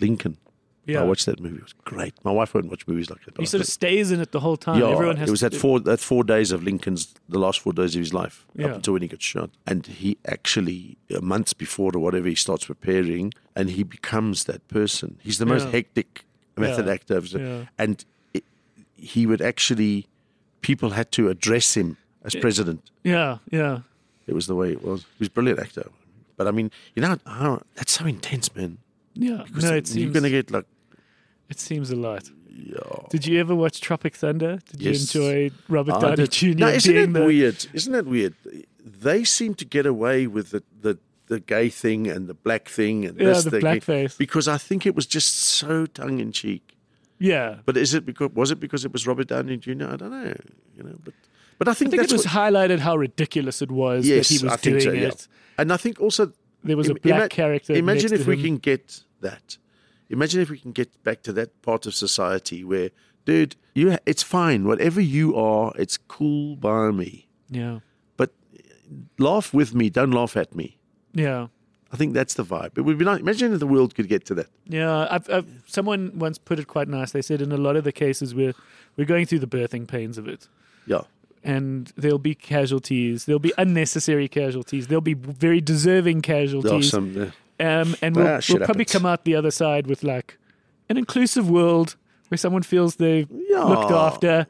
S5: Lincoln,
S1: Yeah.
S5: I watched that movie. It was great. My wife won't watch movies like that. but
S1: he
S5: I
S1: sort of
S5: thought-
S1: stays in it the whole time. Everyone has
S5: uh, it was
S1: to,
S5: that four that four days of Lincoln's the last four days of his life
S1: Yeah.
S5: up until when he got shot, and he actually uh, months before or whatever he starts preparing, and he becomes that person. He's the most
S1: Yeah.
S5: hectic method
S1: Yeah.
S5: actor,
S1: Yeah.
S5: and it, he would actually people had to address him as president.
S1: Yeah, yeah.
S5: It was the way it was. He was a brilliant actor, but I mean, you know, I don't, that's so intense, man.
S1: Yeah.
S5: 'Cause
S1: No, it
S5: you're
S1: seems
S5: going to get like,
S1: it seems a lot.
S5: yeah.
S1: Did you ever watch Tropic Thunder? Did
S5: Yes.
S1: you enjoy Robert
S5: I
S1: Downey
S5: did-
S1: Jr.
S5: Now, isn't
S1: being
S5: it
S1: the
S5: weird? Isn't it weird? They seem to get away with the, the, the gay thing and the black thing and
S1: Yeah,
S5: this
S1: the
S5: thing
S1: blackface.
S5: because I think it was just so tongue in cheek.
S1: Yeah.
S5: But is it because was it because it was Robert Downey Jr.? I don't know. You know, but but I think,
S1: I think
S5: that's
S1: it was
S5: what,
S1: highlighted how ridiculous it was
S5: yes,
S1: that he was
S5: I
S1: doing
S5: think so, yeah.
S1: it.
S5: And I think also
S1: There was a
S5: im-
S1: black
S5: ima-
S1: character.
S5: Imagine
S1: next
S5: if
S1: to
S5: we
S1: him.
S5: can get that. Imagine if we can get back to that part of society where, dude, you ha- it's fine. Whatever you are, it's cool by me.
S1: Yeah.
S5: but laugh with me, don't laugh at me.
S1: Yeah.
S5: I think that's the vibe. It would be nice. Imagine if the world could get to that.
S1: Yeah, I've, I've, someone once put it quite nice. They said in a lot of the cases we're we're going through the birthing pains of it,
S5: Yeah.
S1: and there'll be casualties, there'll be unnecessary casualties, there'll be very deserving
S5: There are
S1: casualties,
S5: some. yeah.
S1: Um, and we'll,
S5: Ah,
S1: we'll
S5: shit
S1: probably
S5: happens.
S1: come out the other side with like an inclusive world where someone feels they're
S5: Yeah.
S1: looked after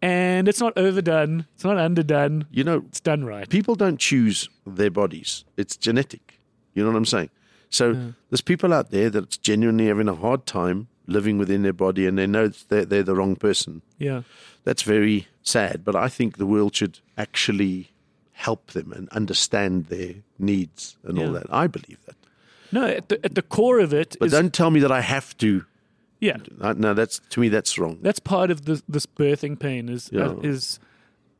S1: and it's not overdone, it's not underdone,
S5: you know,
S1: it's done right.
S5: people don't choose their bodies, it's genetic. You know what I'm saying? So there's people out there that's genuinely having a hard time living within their body, and they know it's- they're, they're the wrong person.
S1: Yeah.
S5: That's very sad, but I think the world should actually help them and understand their needs and all
S1: Yeah.
S5: that. I believe that.
S1: No, at the, at the core of it
S5: But
S1: is-
S5: don't tell me that I have to.
S1: yeah.
S5: Uh, No, that's to me that's wrong.
S1: That's part of this, this birthing pain is
S5: Yeah.
S1: uh, is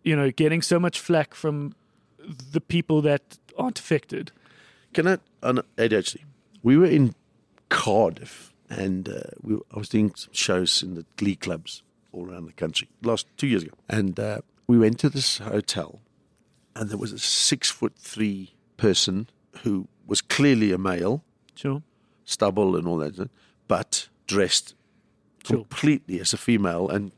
S1: you know getting so much flack from the people that aren't affected.
S5: Can I? Uh, no, ADHD. We were in Cardiff, and uh, we were, I was doing some shows in the glee clubs all around the country last two years ago, and uh, we went to this hotel, and there was a six foot three person who was clearly a male,
S1: Sure.
S5: stubble and all that, but dressed
S1: Sure.
S5: completely as a female, and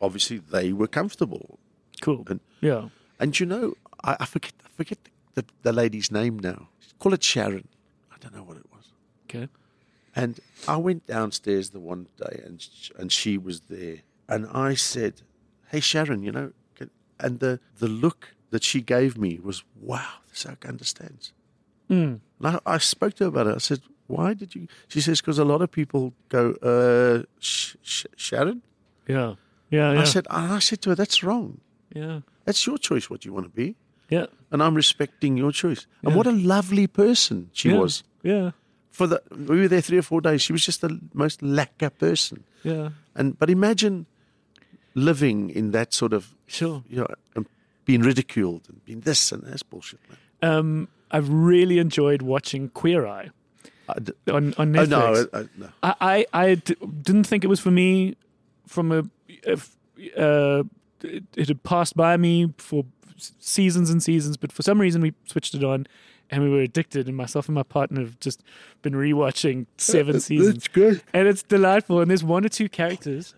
S5: obviously they were comfortable.
S1: Cool.
S5: And-
S1: yeah.
S5: And you know, I, I forget I forget the, the lady's name now. Call it Sharon. I don't know what it was.
S1: Okay.
S5: And I went downstairs the one day, and sh- and she was there, and I said, "Hey Sharon, you know," can-" and the the look that she gave me was, "Wow, this oak understands."
S1: Mm.
S5: And I, I spoke to her about it. I said, "Why did you?" She says, "Because a lot of people go, uh, sh- sh- Sharon."
S1: Yeah. Yeah. Yeah.
S5: I said, and I said to her, "That's wrong.
S1: yeah.
S5: That's your choice. What you want to be."
S1: Yeah.
S5: And I'm respecting your choice. And what a lovely person she
S1: yeah.
S5: was.
S1: Yeah.
S5: For the we were there three or four days. She was just the most lacquer person.
S1: Yeah.
S5: And but imagine living in that sort of
S1: Sure.
S5: you know, and being ridiculed and being this and that's bullshit. Man.
S1: Um, I've really enjoyed watching Queer Eye
S5: I d-
S1: on on
S5: oh,
S1: Netflix.
S5: no, I, I, no.
S1: I, I, I d- didn't think it was for me from a if, uh, it, it had passed by me for s- seasons and seasons but for some reason we switched it on and we were addicted and myself and my partner have just been rewatching
S5: Uh,
S1: seven seasons
S5: good.
S1: and it's delightful and there's one or two characters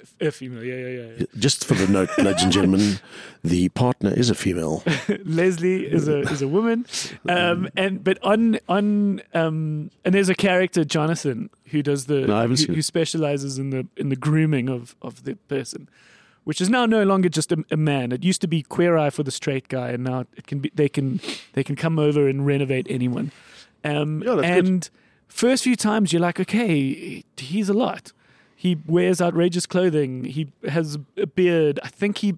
S1: if, if you know yeah yeah yeah, yeah.
S5: Just for the note, ladies and gentlemen, the partner is a female.
S1: Leslie is a is a woman, um, and but on on um, and there's a character Jonathan who does the
S5: No, I haven't
S1: who,
S5: seen
S1: who
S5: it.
S1: specializes in the in the grooming of of the person, which is now no longer just a, a man. It used to be queer eye for the straight guy, and now it can be they can they can come over and renovate anyone. Um,
S5: Yeah, that's good.
S1: and first few times you're like, okay, he's a lot. He wears outrageous clothing. He has a beard. I think he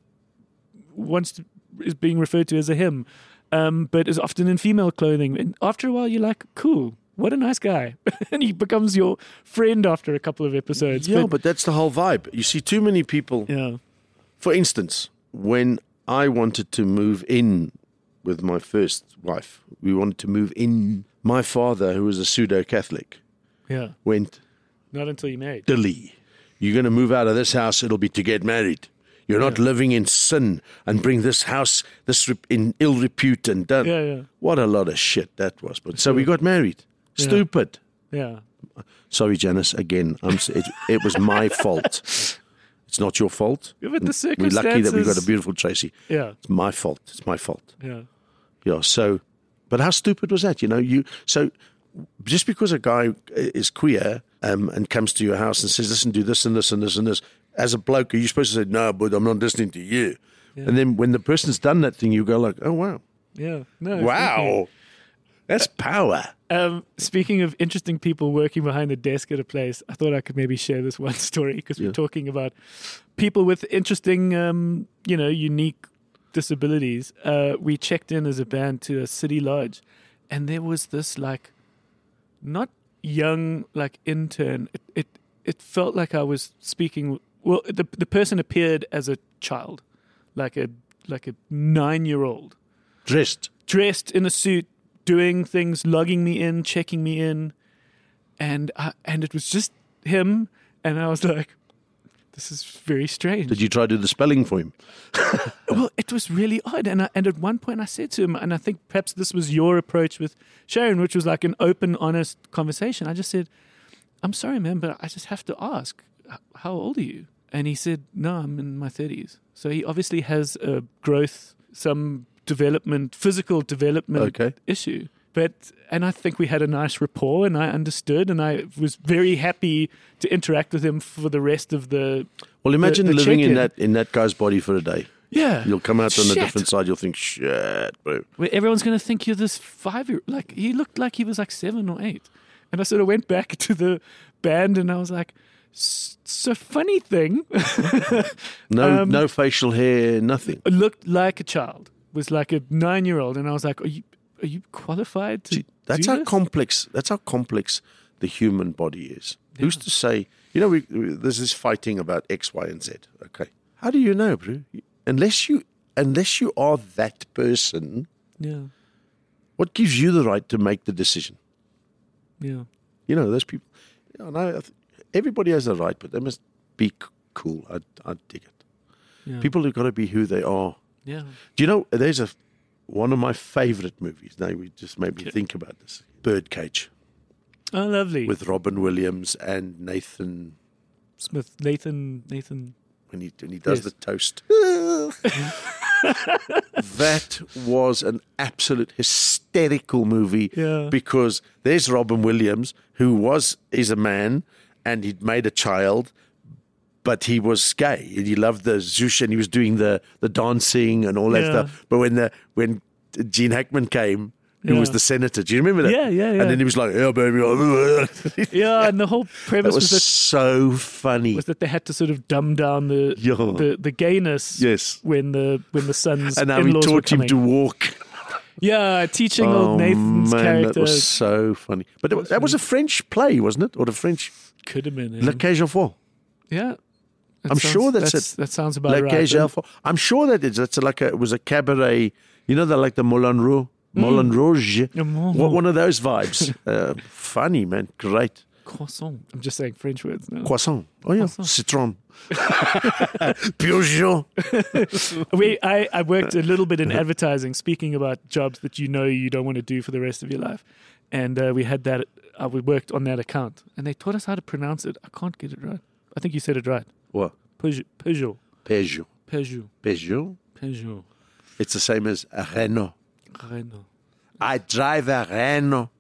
S1: wants to is being referred to as a him, um, but is often in female clothing. And after a while, you're like, cool, what a nice guy, and he becomes your friend after a couple of episodes.
S5: yeah, but that's the whole vibe. You see, too many people.
S1: yeah,
S5: For instance, when I wanted to move in with my first wife, we wanted to move in. My father, who was a pseudo Catholic,
S1: yeah,
S5: went,
S1: not until you're married.
S5: Dilly, you're going to move out of this house, it'll be to get married. You're not living in sin and bring this house this rep- in ill repute and done.
S1: Yeah, yeah.
S5: What a lot of shit that was. But so we got married. Stupid.
S1: Yeah,
S5: Sorry, Janice. Again, I'm, s- it, it was my fault. It's not your fault.
S1: Yeah, but the
S5: We're lucky that we got a
S1: circumstances-
S5: beautiful Tracy.
S1: yeah,
S5: It's my fault. It's my fault.
S1: yeah,
S5: Yeah. So, but how stupid was that? You know, you so just because a guy is queer um, and comes to your house and says, "Listen, do this and this and this and this," as a bloke, are you supposed to say, "No, but I'm not listening to you"? And then when the person's done that thing, you go like, "Oh wow,
S1: yeah. No, thank
S5: wow, that's power."
S1: you. Um, speaking of interesting people working behind the desk at a place, I thought I could maybe share this one story because we're talking about people with interesting, um, you know, unique disabilities. Uh, we checked in as a band to a city lodge, and there was this like, not young like intern. It it, it felt like I was speaking. Well, the the person appeared as a child, like a like a nine year old
S5: Dressed.
S1: dressed in a suit, doing things, logging me in, checking me in, and I, and it was just him, and I was like, "This is very strange."
S5: Did you try to do the spelling for him?
S1: Well, it was really odd, and I, and at one point I said to him, and I think perhaps this was your approach with Sharon, which was like an open, honest conversation. I just said, "I'm sorry, man, but I just have to ask, h- how old are you?" And he said, "No, I'm in my 30s." So he obviously has a growth, some development, physical development
S5: Okay.
S1: issue. But and I think we had a nice rapport, and I understood, and I was very happy to interact with him for the rest of the
S5: Well, imagine
S1: the
S5: living
S1: check-in.
S5: in that in that guy's body for a day.
S1: Yeah.
S5: You'll come out on a
S1: Shit.
S5: different side. You'll think, shit, bro.
S1: Where everyone's going to think you're this five year Like, he looked like he was like seven or eight. And I sort of went back to the band and I was like, "S- so funny thing.
S5: No,
S1: Um,
S5: no facial hair, nothing.
S1: looked like a child, was like a nine year old. And I was like, are you, are you qualified to.
S5: That's
S1: do
S5: how
S1: this?
S5: complex. That's how complex the human body is. Who's to say? You know, we, we, there's this fighting about X, Y, and Z. Okay, how do you know, bro? Unless you, unless you are that person,
S1: Yeah.
S5: what gives you the right to make the decision?
S1: Yeah.
S5: You know, those people. You know, and I, I th- everybody has a right, but they must be c- cool. I, I dig it.
S1: Yeah.
S5: People have got to be who they are.
S1: Yeah.
S5: Do you know? There's a one of my favorite movies. Now we just made me think about this. Birdcage.
S1: Oh, lovely.
S5: with Robin Williams and Nathan
S1: Smith, Nathan, Nathan.
S5: when he when he does
S1: Yes.
S5: the toast. that was an absolute hysterical movie
S1: Yeah.
S5: because there's Robin Williams who was is a man and he'd made a child but he was gay and he loved the zoosh and he was doing the the dancing and all that
S1: Yeah.
S5: stuff but when the when Gene Hackman came who was
S1: Yeah.
S5: the senator do you remember that
S1: Yeah, yeah, yeah.
S5: and then he was like yeah baby
S1: Yeah, and the whole
S5: That
S1: premise was,
S5: was,
S1: that
S5: so funny.
S1: was that they had to sort of dumb down the
S5: Yeah.
S1: the, the gayness
S5: Yes.
S1: when the when the sons
S5: and
S1: and
S5: now he
S1: in-laws were
S5: taught him
S1: coming.
S5: to walk.
S1: yeah, teaching old Nathan's
S5: Oh, man, that
S1: character
S5: was so funny. But that was, that was a French play, wasn't it? Or the French
S1: could have been. in.
S5: Le Cage aux Folles.
S1: yeah, That
S5: I'm
S1: sounds-
S5: sure that's it.
S1: That sounds about
S5: Le
S1: right.
S5: Cage aux
S1: And-
S5: Folles. I'm sure that is. That's like a, it was a cabaret. You know, they're like the Moulin Rouge. Moulin Rouge.
S1: Mm. Moulin
S5: What, one of those vibes. uh, funny, man. Great.
S1: Croissant. I'm just saying French words now.
S5: Croissant. Oh, yeah. Citron. Peugeot.
S1: We, I, I worked a little bit in advertising, speaking about jobs that you know you don't want to do for the rest of your life. And uh, we had that, uh, we worked on that account. And they taught us how to pronounce it. I can't get it right. I think you said it right.
S5: What?
S1: Peugeot. Peugeot.
S5: Peugeot.
S1: Peugeot.
S5: Peugeot.
S1: Peugeot.
S5: It's the same as a Renault.
S1: Renault.
S5: I drive a Renault.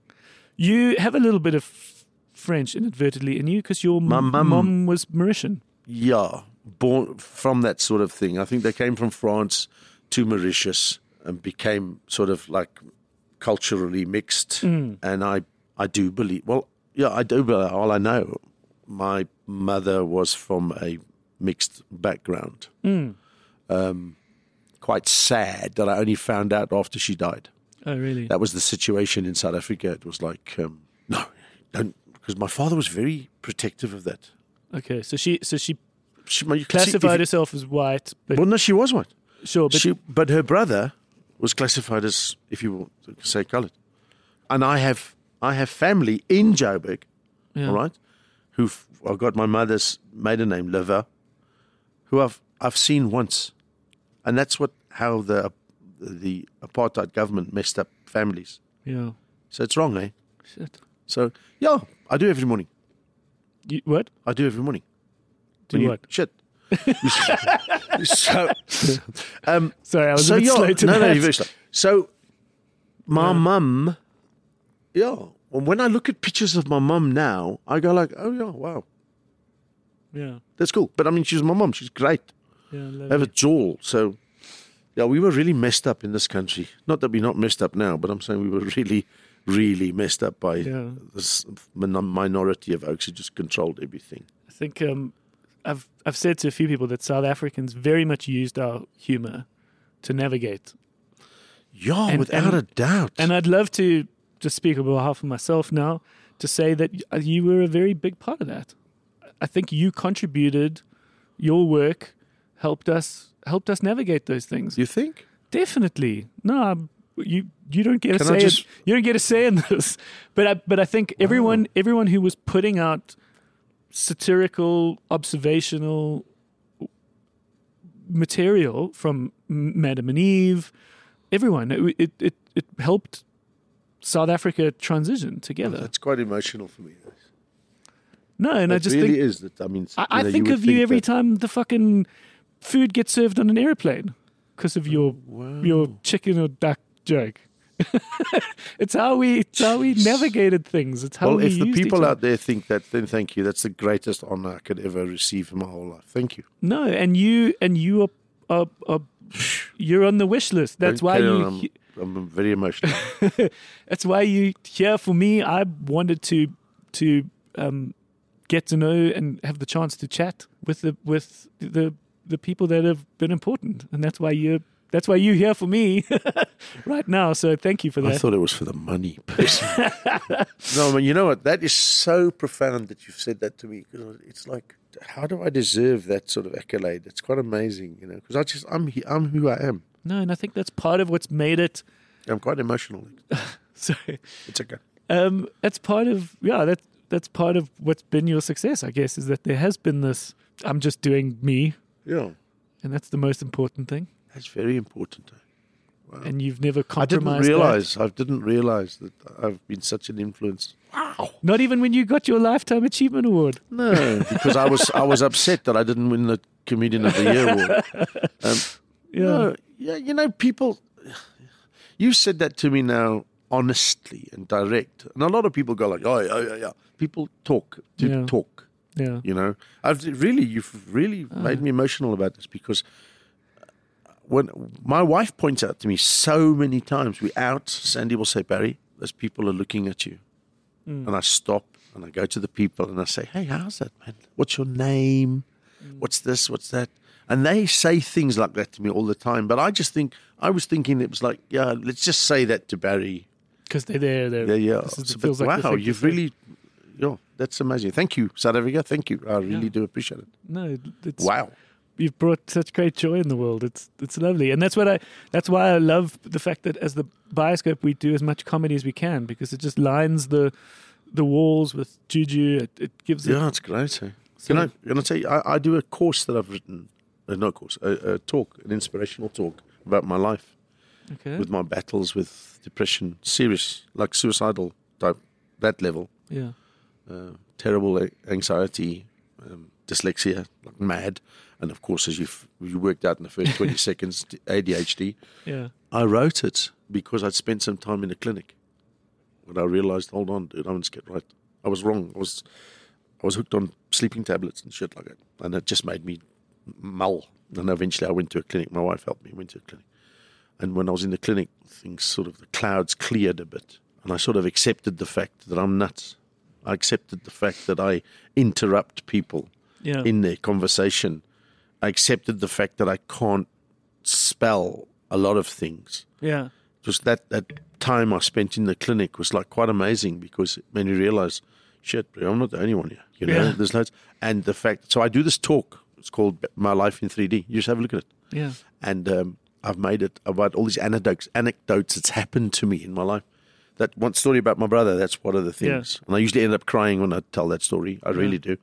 S1: You have a little bit of f- French inadvertently in you because your
S5: My
S1: m-
S5: mum.
S1: mum was Mauritian.
S5: Yeah, born from that sort of thing. I think they came from France to Mauritius and became sort of like culturally mixed.
S1: Mm.
S5: And I, I do believe. Well, yeah, I do. But all I know, my mother was from a mixed background. Um,
S1: Hmm.
S5: quite sad that I only found out after she died
S1: Oh, really?
S5: that was the situation in South Africa. It was like, um, no, don't, because my father was very protective of that.
S1: Okay, so she so she
S5: She, my, you can see- if
S1: classified
S5: you-
S1: herself as white, but
S5: Well, no, she was white.
S1: sure, but
S5: she, but her brother was classified as, if you will say, coloured. And I have, I have family in Joburg,
S1: yeah.
S5: all right, who I've got my mother's maiden name, Liver, who I've I've seen once, and that's what how the the apartheid government messed up families.
S1: yeah,
S5: So it's wrong, eh?
S1: shit.
S5: So yeah, I do every morning.
S1: You, what?
S5: I do every morning.
S1: Do
S5: When you-
S1: what?
S5: Shit. so, um,
S1: Sorry, I was
S5: so
S1: a bit
S5: yeah,
S1: slow to
S5: no,
S1: that.
S5: no, you're very slow. So, my
S1: Yeah.
S5: mum, yeah. And When I look at pictures of my mum now, I go like, oh yeah, wow,
S1: Yeah,
S5: that's cool. But I mean, she's my mum. She's great.
S1: yeah,
S5: I have
S1: lovely.
S5: a jaw. So, yeah, we were really messed up in this country. Not that we're not messed up now, but I'm saying we were really, really messed up by
S1: Yeah.
S5: this min- minority of oaks who just controlled everything.
S1: I think um, I've I've said to a few people that South Africans very much used our humor to navigate,
S5: Yeah,
S1: And-
S5: without
S1: and-
S5: a doubt.
S1: and I'd love to just speak on behalf of myself now to say that y- uh, you were a very big part of that. I think you contributed, your work helped us helped us navigate those things.
S5: you think?
S1: Definitely. No, I'm, you you don't get a
S5: Can I
S1: say.
S5: just- Oh.
S1: in, you don't get a say in this. But I but I think everyone everyone who was putting out satirical observational material from M- Madam and Eve, everyone it it it, it helped South Africa transition together.
S5: That's quite emotional for me.
S1: no, and I
S5: It
S1: just
S5: really
S1: think
S5: is that. I mean,
S1: I, I
S5: know,
S1: think
S5: would
S1: of you every
S5: that-
S1: time the fucking food gets served on an airplane because of your
S5: Wow.
S1: your chicken or duck joke. it's how we it's how we navigated things. It's how
S5: Well,
S1: we
S5: if the
S1: used
S5: people
S1: each
S5: out there think that, then thank you. That's the greatest honor I could ever receive in my whole life. Thank you.
S1: no, and you and you are, are, are You're on the wish list. That's why
S5: Carry on,
S1: you.
S5: I'm, I'm very emotional.
S1: That's why you here for me. I wanted to to um, get to know and have the chance to chat with the with the the people that have been important, and that's why you that's why you here for me right now. So thank you for
S5: I
S1: that.
S5: thought it was for the money person. no, I mean, you know what? That is so profound that you've said that to me. 'cause It's like, how do I deserve that sort of accolade? It's quite amazing, you know, because I just, I'm, he- I'm who I am.
S1: no, and I think that's part of what's made it.
S5: I'm quite emotional.
S1: So
S5: It's okay.
S1: um, that's part of yeah. That that's part of what's been your success, I guess, is that there has been this. I'm just doing me,
S5: Yeah,
S1: and that's the most important thing.
S5: that's very important.
S1: And you've never
S5: I didn't
S1: compromised. that.
S5: realize, I didn't realize that I've been such an influence.
S1: Not even when you got your lifetime achievement award.
S5: No, because I was, I was upset that I didn't win the Comedian of the Year award. Um,
S1: Yeah.
S5: No, yeah, you know, people. You said that to me now, honestly and direct, and a lot of people go like, "Oh, yeah, yeah, yeah." People talk to
S1: Yeah.
S5: talk.
S1: Yeah.
S5: You know, I've really, you've really made me emotional about this because uh, when my wife points out to me so many times, we out. Sandy will say, "Barry, those people are looking at you," and I stop and I go to the people and I say, "Hey, how's that, man? What's your name? What's this? What's that?" And they say things like that to me all the time, but I just think I was thinking it was like, yeah, let's just say that to Barry.
S1: Because they're there. They're,
S5: Yeah, yeah.
S1: This is, it
S5: So, but
S1: feels like the
S5: wow,
S1: thing to
S5: you've
S1: say.
S5: really, yeah, that's amazing. Thank you, South Africa. Thank you. I really
S1: Yeah.
S5: do appreciate it.
S1: No, it's,
S5: Wow.
S1: you've brought such great joy in the world. It's it's lovely, and that's what I. That's why I love the fact that as the bioscope we do as much comedy as we can because it just lines the the walls with juju. It, it gives it.
S5: Yeah, it's great. eh? can I can I tell you? I, I do a course that I've written, uh, no course, a, a talk, an inspirational talk about my life,
S1: Okay.
S5: with my battles with depression, serious, like suicidal type, that level,
S1: yeah.
S5: uh, terrible a- anxiety, um, dyslexia, like mad, and of course, as you you worked out in the first twenty seconds, ADHD.
S1: Yeah.
S5: I wrote it because I'd spent some time in a clinic. But I realized, hold on, dude, I must get right. I was wrong. I was I was hooked on sleeping tablets and shit like that. And it just made me mull. And eventually I went to a clinic. My wife helped me, went to a clinic. And when I was in the clinic, things sort of the clouds cleared a bit. And I sort of accepted the fact that I'm nuts. I accepted the fact that I interrupt people
S1: Yeah.
S5: in their conversation. I accepted the fact that I can't spell a lot of things.
S1: yeah.
S5: Just that, that time I spent in the clinic was like quite amazing because it made me realize, shit, bro, I'm not the only one here. You know,
S1: Yeah.
S5: there's loads. And the fact, so I do this talk. It's called My Life in 3D. You just have a look at it.
S1: Yeah.
S5: And um, I've made it about all these anecdotes, anecdotes that's happened to me in my life. That one story about my brother, that's one of the things. And I usually end up crying when I tell that story. I really do.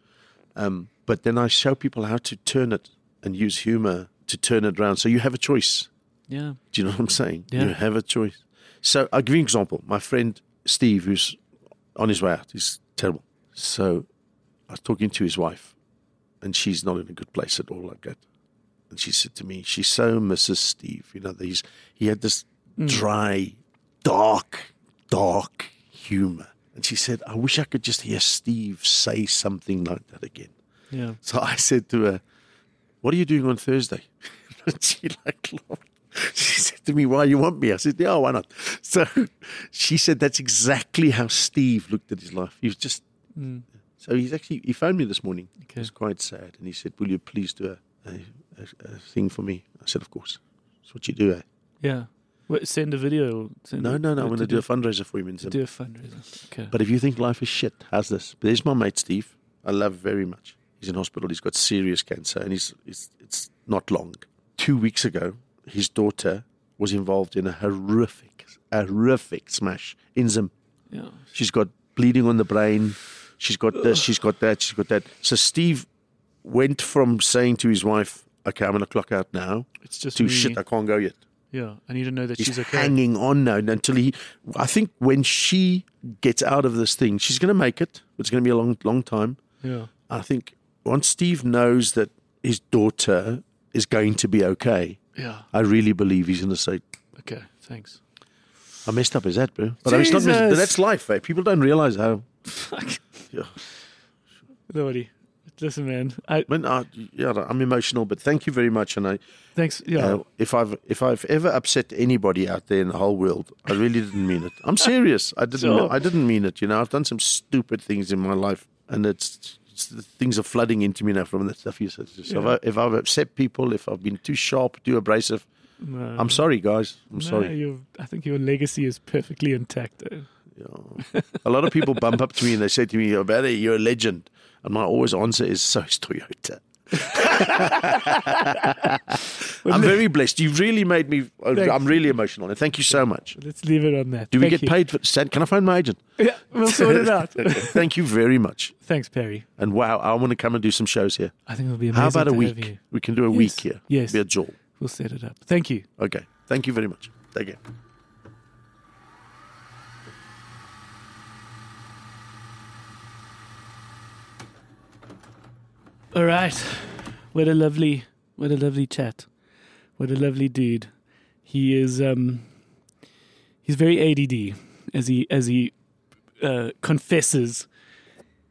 S5: Um, but then I show people how to turn it and use humor to turn it around. So you have a choice.
S1: Yeah.
S5: Do you know what I'm saying?
S1: Yeah.
S5: You have a choice. So I'll give you an example. My friend Steve, who's on his way out, he's terrible. So I was talking to his wife, and she's not in a good place at all like that. And she said to me, She's so Mrs. Steve. You know, he's, he had this dry, dark, dark humor. And she said, I wish I could just hear Steve say something like that again.
S1: Yeah.
S5: So I said to her, What are you doing on Thursday? And she like laughed. She said to me, Why you want me? I said, Yeah, why not? So she said that's exactly how Steve looked at his life. He was just
S1: Mm.
S5: so he's actually he phoned me this morning. He was quite sad and he said, Will you please do a, a, a, a thing for me? I said, Of course. That's what you do, eh?
S1: Yeah. Wait, send a video. Or send
S5: No, no, no, I'm
S1: want
S5: gonna do a fundraiser for him in Zim.
S1: do a fundraiser. Okay.
S5: But if you think life is shit, how's this? There's my mate Steve. I love very much. He's in hospital. He's got serious cancer, and he's, it's it's not long. Two weeks ago, his daughter was involved in a horrific, horrific smash in Zim.
S1: yeah.
S5: She's got bleeding on the brain. She's got this. She's got that. She's got that. So Steve went from saying to his wife, "Okay, I'm gonna clock out now,"
S1: It's just
S5: to
S1: me.
S5: "Shit, I can't go yet."
S1: Yeah. I need to know that
S5: He's
S1: she's okay.
S5: hanging on now until he. I think when she gets out of this thing, she's going to make it. It's going to be a long, long time.
S1: Yeah.
S5: I think once Steve knows that his daughter is going to be okay,
S1: Yeah.
S5: I really believe he's going to say,
S1: Okay. Thanks.
S5: "I messed up his head, bro." But it's not.
S1: Jesus.
S5: That's life, eh? People don't realize how.
S1: Lordy. Listen, man. I,
S5: When I, yeah, I'm emotional, but thank you very much. And I,
S1: thanks. Yeah.
S5: uh, if I've if I've ever upset anybody out there in the whole world, I really didn't mean it. I'm serious. I didn't.
S1: Sure.
S5: I didn't mean it. You know, I've done some stupid things in my life, and it's, it's the things are flooding into me now from the stuff you said. So if, I, if I've upset people, if I've been too sharp, too abrasive,
S1: no.
S5: I'm sorry, guys. I'm
S1: No,
S5: sorry.
S1: your- I think your legacy is perfectly intact. though.
S5: Yeah. A lot of people bump up to me and they say to me, "Oh, Barry, you're a legend," and my always answer is, "So is Toyota." I'm very blessed. You've really made me. I'm really emotional, and thank you so much.
S1: Let's leave it on that.
S5: Do we
S1: Thank
S5: get paid for? Stan, Can I find my agent?
S1: you. Yeah, we'll sort it out.
S5: Thank you very much.
S1: Thanks, Perry.
S5: And wow, I want to come and do some shows here.
S1: I think it'll be amazing.
S5: How about a
S1: to have
S5: week?
S1: you.
S5: We can do a
S1: Yes.
S5: week here.
S1: Yes.
S5: Be a jaw.
S1: We'll set it up. Thank you.
S5: Okay. Thank you very much. Take care.
S1: All right. What a lovely, what a lovely chat. What a lovely dude. He is. um He's very ADD, as he as he uh, confesses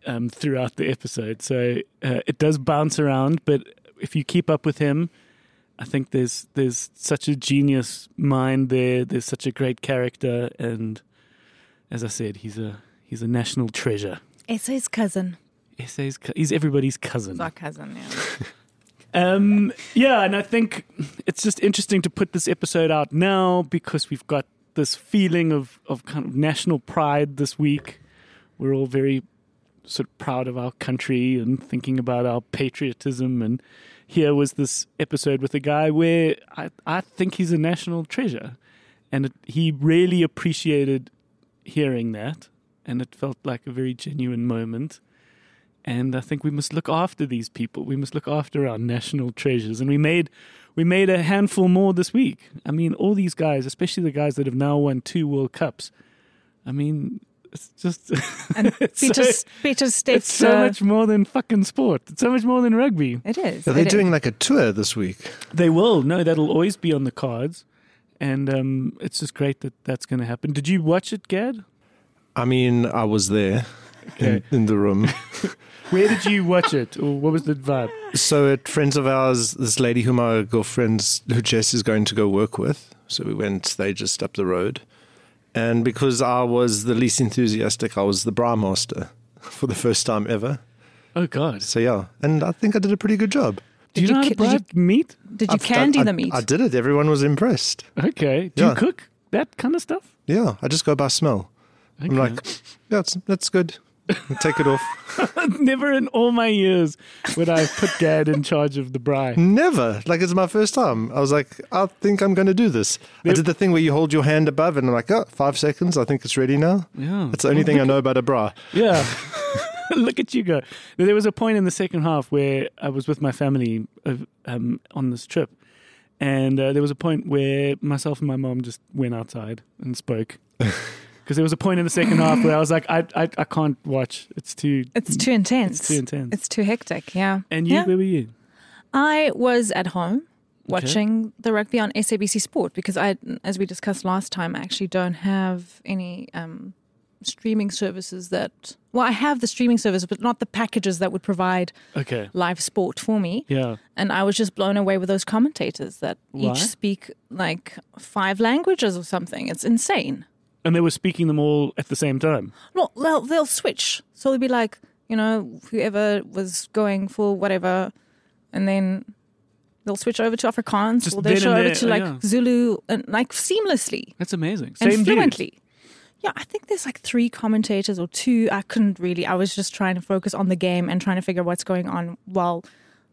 S1: um, throughout the episode. So uh, it does bounce around, but if you keep up with him, I think there's there's such a genius mind there. There's such a great character, and as I said, he's a he's a national treasure.
S4: It's his cousin.
S1: SA's, cou- he's everybody's cousin.
S4: It's our cousin, yeah.
S1: Um, yeah, and I think it's just interesting to put this episode out now because we've got this feeling of, of kind of national pride this week. We're all very sort of proud of our country and thinking about our patriotism. And here was this episode with a guy where I, I think he's a national treasure. And it, he really appreciated hearing that. And it felt like a very genuine moment. And I think we must look after these people. We must look after our national treasures. And we made we made a handful more this week. I mean, all these guys, especially the guys that have now won two World Cups. I mean, it's just
S4: And
S1: It's
S4: Peter,
S1: so-
S4: Peter
S1: it's uh, so much more than fucking sport. It's so much more than rugby.
S4: It is.
S3: Are they
S4: it is.
S3: doing like a tour this week?
S1: They will. No, that'll always be on the cards. And um, it's just great that that's going to happen. Did you watch it, Gad?
S3: I mean, I was there
S1: Okay.
S3: in, in the room.
S1: Where did you watch it? Or what was the vibe?
S3: so at friends of ours, this lady whom our girlfriends, who Jess is going to go work with. So we went. They just up the road, and because I was the least enthusiastic, I was the bra master for the first time ever.
S1: Oh, God.
S3: So yeah, and I think I did a pretty good job.
S1: Do you,
S4: Did
S1: know
S4: you
S1: how to
S4: ki- did you-
S1: bribe meat?
S4: Did you
S3: I've done-
S4: candy
S3: I-
S4: the meat?
S3: I did it. Everyone was impressed.
S1: Okay. Do you
S3: Yeah.
S1: cook that kind of stuff?
S3: Yeah, I just go by smell.
S1: Okay.
S3: I'm like, yeah, it's, that's good. And take it off.
S1: never in all my years would I have put Dad in charge of the bride.
S3: Never. Like it's my first time. I was like, I think I'm going to do this. I did the thing where you hold your hand above, and I'm like, oh, five seconds. I think it's ready now.
S1: Yeah.
S3: That's the only thing I know about a bra.
S1: Yeah. Look at you go. Now, There was a point in the second half where I was with my family of- um, on this trip. And uh, there was a point where myself and my mom just went outside and spoke. Because there was a point in the second half where I was like, I, I, I can't watch. It's too,
S4: it's too intense.
S1: it's too intense.
S4: It's too hectic, yeah.
S1: and you,
S4: Yeah.
S1: where were you?
S4: I was at home watching the rugby on SABC Sport because I, as we discussed last time, I actually don't have any um, streaming services that. Well, I have the streaming service, but not the packages that would provide
S1: Okay.
S4: live sport for me.
S1: Yeah.
S4: And I was just blown away with those commentators that
S1: Why?
S4: each speak like five languages or something. It's insane.
S1: And they were speaking them all at the same time.
S4: Well, they'll, they'll switch. So they'll be like, you know, whoever was going for whatever, and then they'll switch over to Afrikaans
S1: Just
S4: or they'll
S1: then
S4: show
S1: and
S4: over
S1: there,
S4: to like
S1: yeah.
S4: Zulu and like seamlessly
S1: That's amazing.
S4: and fluently. Yeah, I think there's like three commentators or two. I couldn't really. I was just trying to focus on the game and trying to figure what's going on while,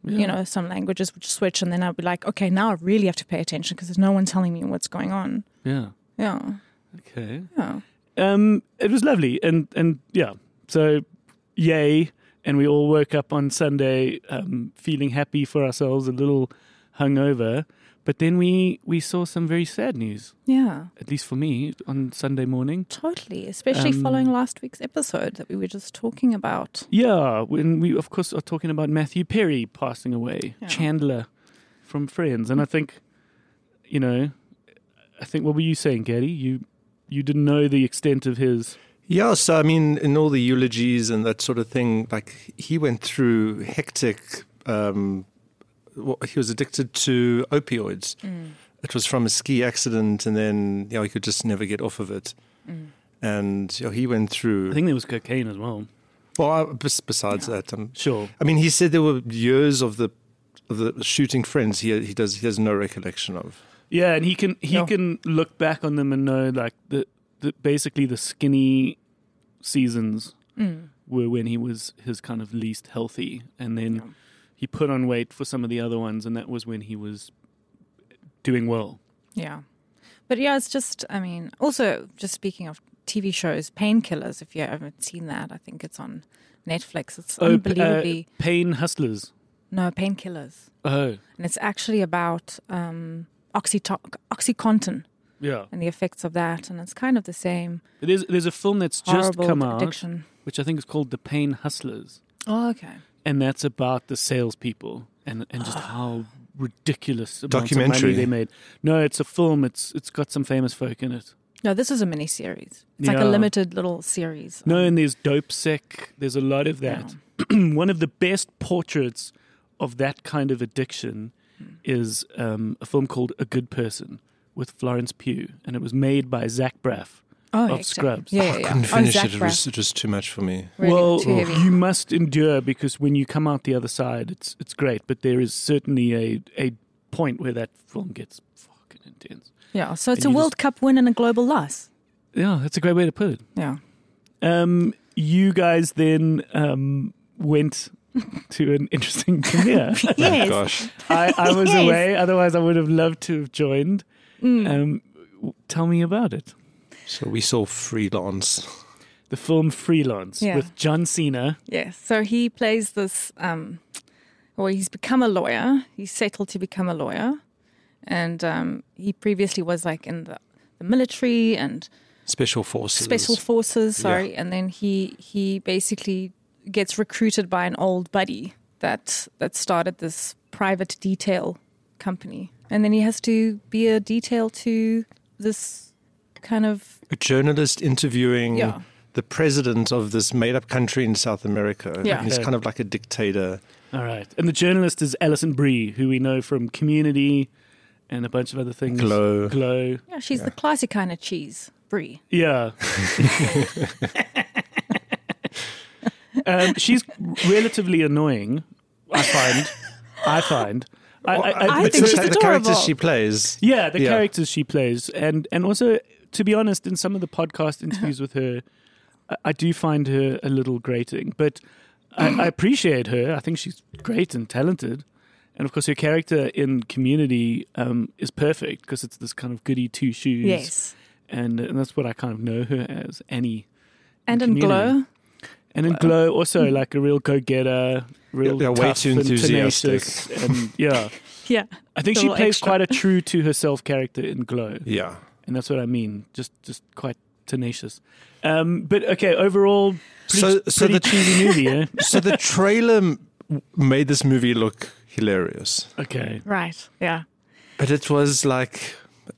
S4: you know, some languages would switch. And then I'd be like, okay, now I really have to pay attention because there's no one telling me what's going on.
S1: Yeah.
S4: Yeah.
S1: Okay.
S4: Yeah.
S1: um, it was lovely and and yeah so yay and we all woke up on sunday um, feeling happy for ourselves a little hungover but then we we saw some very sad news
S4: Yeah.
S1: at least for me on sunday morning
S4: Totally, especially
S1: Um,
S4: following last week's episode that we were just talking about.
S1: yeah when we of course are talking about matthew perry passing away
S4: Yeah.
S1: chandler from friends and i think you know i think what were you saying gaddy you you didn't know the extent of his
S3: Yeah, so I mean, in all the eulogies and that sort of thing, like he went through hectic. Um, well, he was addicted to opioids.
S4: Mm.
S3: It was from a ski accident, and then you know, he could just never get off of it.
S4: Mm.
S3: And you know, he went through.
S1: I think there was cocaine as well.
S3: well, I- bes- besides that, um,
S1: Sure.
S3: I mean, he said there were years of the of the shooting friends. He he does he has no recollection of.
S1: Yeah, and he can he
S4: Yeah.
S1: can look back on them and know like the, the basically the skinny seasons
S4: Mm.
S1: were when he was his kind of least healthy, and then he put on weight for some of the other ones, and that was when he was doing well.
S4: Yeah. But yeah, it's just, I mean, also, just speaking of TV shows, Painkillers, if you haven't seen that, I think it's on Netflix. It's
S1: Oh, p- uh,
S4: unbelievably.
S1: pain hustlers.
S4: no, Painkillers.
S1: Oh,
S4: And it's actually about um, Oxyto- Oxycontin
S1: yeah.
S4: and the effects of that. And it's kind of the same
S1: There's there's a film that's just
S4: horrible
S1: come out,
S4: addiction.
S1: which I think is called The Pain Hustlers,
S4: Oh, okay.
S1: and that's about the salespeople and and just
S4: Ah.
S1: how ridiculous amounts of money
S3: Documentary.
S1: they made. No, it's a film. It's it's got some famous folk in it.
S4: No, this is a mini series. It's like
S1: Yeah.
S4: a limited little series.
S1: No, and there's dope sick. There's a lot of that. One of the best portraits of that kind of addiction
S4: Hmm.
S1: is um, a film called A Good Person with Florence Pugh, and it was made by Zach Braff.
S4: Oh,
S1: Of
S4: yeah, exactly.
S1: Scrubs.
S4: Yeah, yeah,
S3: I
S4: yeah.
S3: couldn't finish
S4: oh, Zach
S3: it. It was
S4: Braff,
S3: just too much for me.
S4: really
S1: well, oh,
S4: too heavy.
S1: you must endure because when you come out the other side, it's it's great. But there is certainly a a point where that film gets fucking intense.
S4: Yeah, so
S1: and
S4: it's a
S1: you
S4: World Cup win and a global loss.
S1: Yeah, that's a great way to put it.
S4: Yeah.
S1: Um, you guys then um, went to an interesting premiere.
S4: Yes.
S3: Gosh,
S1: I, I was
S4: Yes.
S1: away, otherwise I would have loved to have joined.
S4: Mm.
S1: Um, w- tell me about it.
S3: so we saw freelance.
S1: The film Freelance
S4: Yeah.
S1: with John Cena.
S4: Yeah. So he plays this, um, or he's become a lawyer. He's settled to become a lawyer. And um, he previously was like in the, the military and
S3: Special forces.
S4: special forces, sorry. And then he, he basically gets recruited by an old buddy that, that started this private detail company. And then he has to be a detail to this kind of,
S3: a journalist interviewing
S4: Yeah.
S3: the president of this made-up country in South America.
S4: Yeah.
S3: he's
S1: Okay.
S3: kind of like a dictator.
S1: All right. And the journalist is Alison Brie, who we know from Community and a bunch of other things.
S3: Glow.
S1: Glow.
S4: yeah, she's the classic kind of cheese, Brie.
S1: Yeah. um, she's relatively annoying, I find. I find. I, I, I,
S4: I
S3: But
S4: think
S3: the-
S4: she's
S3: the characters
S4: adorable.
S3: she plays.
S1: Yeah, the
S3: Yeah.
S1: characters she plays, and and also to be honest, in some of the podcast interviews with her, I, I do find her a little grating, but I, I appreciate her. I think she's great and talented, and of course her character in Community um, is perfect because it's this kind of goody two shoes,
S4: Yes.
S1: and, and that's what I kind of know her as Annie,
S4: And in
S1: Community.
S4: Glow,
S1: and in Glow also like a real go getter, real
S3: Yeah, yeah, way
S1: tough
S3: too
S1: and
S3: enthusiastic.
S1: tenacious, and yeah,
S4: yeah.
S1: I think
S4: The
S1: she
S4: little
S1: plays
S4: extra.
S1: quite a true to herself character in Glow
S3: Yeah,
S1: and that's what I mean. Just just quite tenacious. Um, but okay, overall,
S3: So-
S1: pretty,
S3: so
S1: pretty
S3: the-
S1: cheesy movie. eh? Yeah?
S3: so the trailer m- made this movie look hilarious,
S1: Okay,
S4: Right. Yeah.
S3: but it was like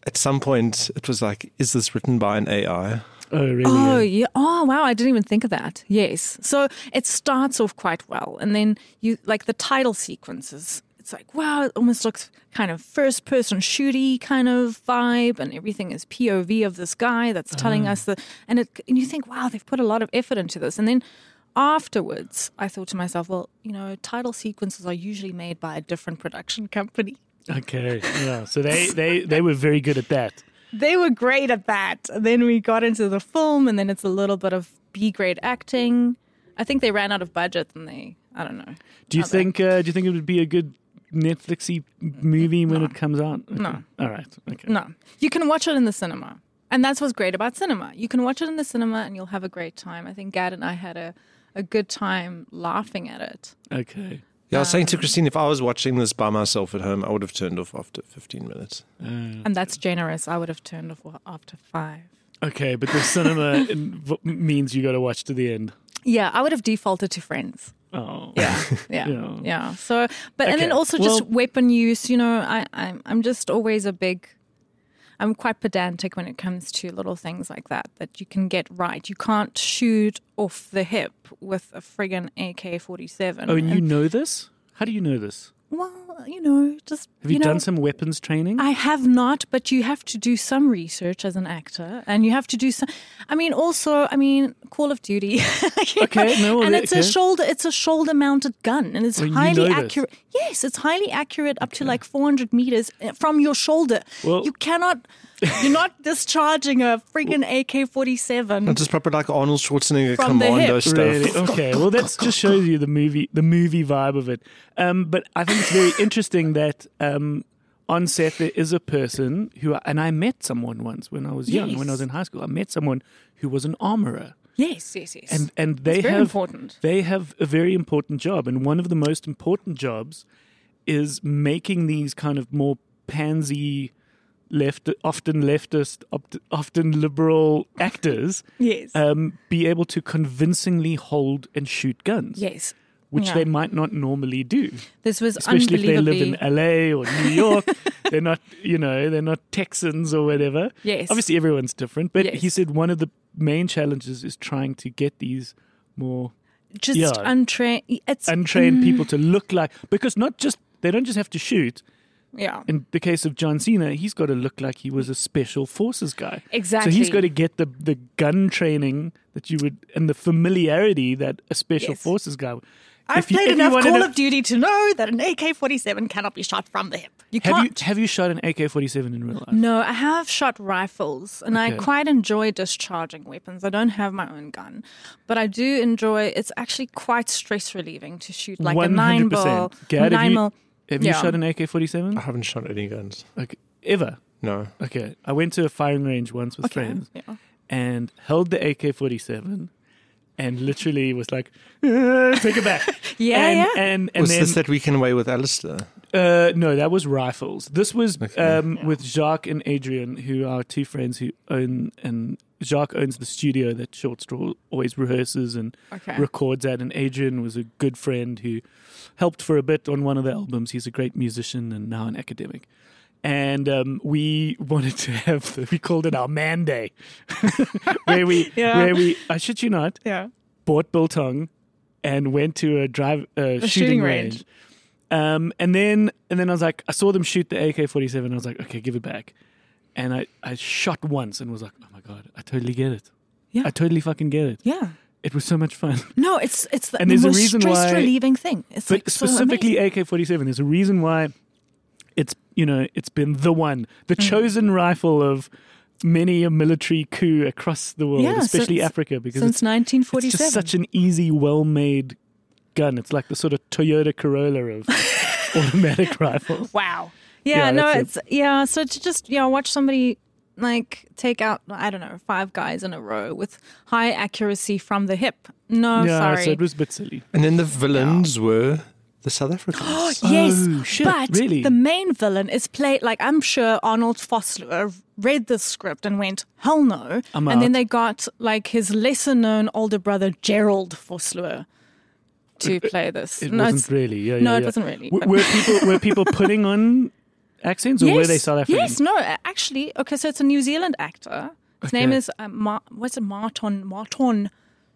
S3: at some point it was like, is this written by an AI?
S1: oh really?
S4: Oh
S1: yeah.
S4: yeah. Oh wow, I didn't even think of that. Yes. So it starts off quite well and then you like the title sequences. It's like wow, it almost looks kind of first person shooty kind of vibe and everything is POV of this guy that's telling us the and it and you think wow, they've put a lot of effort into this. And then afterwards, I thought to myself, well, you know, title sequences are usually made by a different production company.
S3: Oh.
S1: Okay, yeah. So they they they were very good at that.
S4: they were great at that. And then we got into the film, and then it's a little bit of B grade acting. I think they ran out of budget, and they I don't know.
S1: Do you
S4: Okay.
S1: think uh, do you think it would be a good Netflixy movie when it comes out? Okay.
S4: No.
S1: All right. Okay.
S4: No, you can watch it in the cinema, and that's what's great about cinema. You can watch it in the cinema, and you'll have a great time. I think Gad and I had a a good time laughing at it.
S1: Okay.
S3: Yeah, I was saying to
S4: Um,
S3: Christine, if I was watching this by myself at home, I would have turned off after 15 minutes.
S1: Uh,
S4: And that's generous. I would have turned off after five.
S1: okay, but the cinema inv- means you got to watch to the end.
S4: Yeah, I would have defaulted to friends.
S1: Oh.
S4: yeah, yeah,
S1: Yeah.
S4: yeah. So, but and then
S1: Okay.
S4: also just
S1: Well-
S4: weapon use. You know, I, I'm I'm just always a big. I'm quite pedantic when it comes to little things like that that you can get right. You can't shoot off the hip with a friggin' AK-47.
S1: Oh, and you
S4: And-
S1: know this? How do you know this?
S4: well, you know, just
S1: Have you,
S4: know,
S1: done some weapons training?
S4: I have not, but you have to do some research as an actor, and you have to do some. I mean, also, I mean, Call of Duty. you
S1: Okay, no, well,
S4: and
S1: that-
S4: it's a
S1: okay.
S4: shoulder. It's a shoulder-mounted gun, and it's
S1: Well, you
S4: highly
S1: know this.
S4: accurate. Yes, it's highly accurate up to like 400 meters uh, from your shoulder.
S1: Well-
S4: you cannot. You're not discharging a friggin' AK-47.
S3: It's just proper like Arnold Schwarzenegger
S4: From the
S3: commando
S4: hip.
S3: stuff.
S1: Really? Okay. Well, that just shows you the movie, the movie vibe of it. Um, but I think it's very interesting that um, on set there is a person who, and I met someone once when I was young, when I was in
S4: Yes.
S1: high school. I met someone who was an armorer,
S4: Yes, yes, yes.
S1: and and they
S4: very
S1: have
S4: important.
S1: they have a very important job, and one of the most important jobs is making these kind of more pansy. Left, often leftist, opt, often liberal actors
S4: yes.
S1: um, be able to convincingly hold and shoot guns,
S4: yes.
S1: which
S4: yeah.
S1: they might not normally do,
S4: This was
S1: especially if they live
S4: unbelievably.
S1: in LA or New York. they're not, you know, they're not Texans or whatever.
S4: Yes.
S1: Obviously, everyone's different, but he
S4: Yes.
S1: said one of the main challenges is trying to get these more
S4: just
S1: yeah.
S4: untrained. It's Mm.
S1: untrained people to look like because not just they don't just have to shoot.
S4: yeah.
S1: In the case of John Cena, he's got to look like he was a special forces guy. So he's
S4: Exactly.
S1: got to get the, the gun training that you would and the familiarity that a special
S4: Yes.
S1: forces guy. would.
S4: I've
S1: If you-
S4: played
S1: if you
S4: enough
S1: wanted
S4: Call
S1: to-
S4: of Duty to know that an AK 47 cannot be shot from the hip. You
S1: Have you
S4: can't.
S1: have you shot an AK forty seven in real life?
S4: No, I have shot rifles and I
S1: Okay.
S4: quite enjoy discharging weapons. I don't have my own gun, but I do enjoy it's actually quite stress relieving to shoot like a nine
S1: 100%.
S4: ball,
S1: Gad, have
S4: nine
S1: you-
S4: mil.
S1: Have you
S4: Yeah.
S1: shot an AK forty seven?
S3: I haven't shot any guns.
S1: Okay. Ever.
S3: No.
S1: Okay. I went to a firing range once with friends
S4: Yeah.
S1: and held the AK forty seven and literally was like, "Ah, take it back.
S4: Yeah,
S1: and,
S4: yeah.
S1: And, and
S3: was
S1: then,
S3: this that weekend away with Alistair?
S1: Uh, no, that was rifles. This was um, with Jacques and Adrian, who are two friends who own and Jacques owns the studio that Short Straw always rehearses and
S4: Okay.
S1: records at. And Adrian was a good friend who helped for a bit on one of the albums. He's a great musician and now an academic. And um, we wanted to have the, we called it our man day, where we
S4: Yeah.
S1: where we I shit you not
S4: yeah.
S1: bought biltong and went to a drive uh, shooting,
S4: shooting
S1: range.
S4: range.
S1: Um, and then and then I was like, I saw them shoot the AK forty seven. I was like, okay, give it back. And I, I shot once and was like, oh my god, I totally get it.
S4: Yeah.
S1: I totally fucking get it.
S4: Yeah.
S1: It was so much fun.
S4: No, it's it's the
S1: And there's a
S4: most
S1: reason why-
S4: stress relieving thing. It's
S1: But
S4: like so
S1: specifically
S4: amazing.
S1: AK forty seven. There's a reason why it's you know it's been the one, the
S4: Mm-hmm.
S1: chosen rifle of many a military coup across the world,
S4: Yeah,
S1: especially
S4: since-
S1: Africa, because it's
S4: since 1947.
S1: It's just such an easy, well-made gun. It's like the sort of Toyota Corolla of automatic rifles.
S4: Wow. Yeah,
S1: Yeah,
S4: no,
S1: that's
S4: it's yeah. So to just yeah, watch somebody like take out I don't know five guys in a row with high accuracy from the hip. No,
S1: yeah,
S4: Oh, sorry.
S1: so it was a bit silly.
S3: And then the villains were the South Africans.
S4: yes,
S1: Oh, shit,
S4: but
S1: really?
S4: the main villain is played like I'm sure Arnold Fossler read this script and went hell no,
S1: I'm
S4: and
S1: out.
S4: then they got like his lesser known older brother Gerald Fossler to play this.
S1: Uh, It
S4: no,
S1: wasn't
S4: it's-
S1: really. Yeah,
S4: no,
S1: yeah,
S4: it
S1: yeah.
S4: wasn't really,
S1: W-
S4: but-
S1: were people were people putting on accents, or were they South African?
S4: Yes, no, a- actually, okay, so it's a New Zealand actor. His name
S1: Okay.
S4: is uh, Mar- what's it, Marton Marton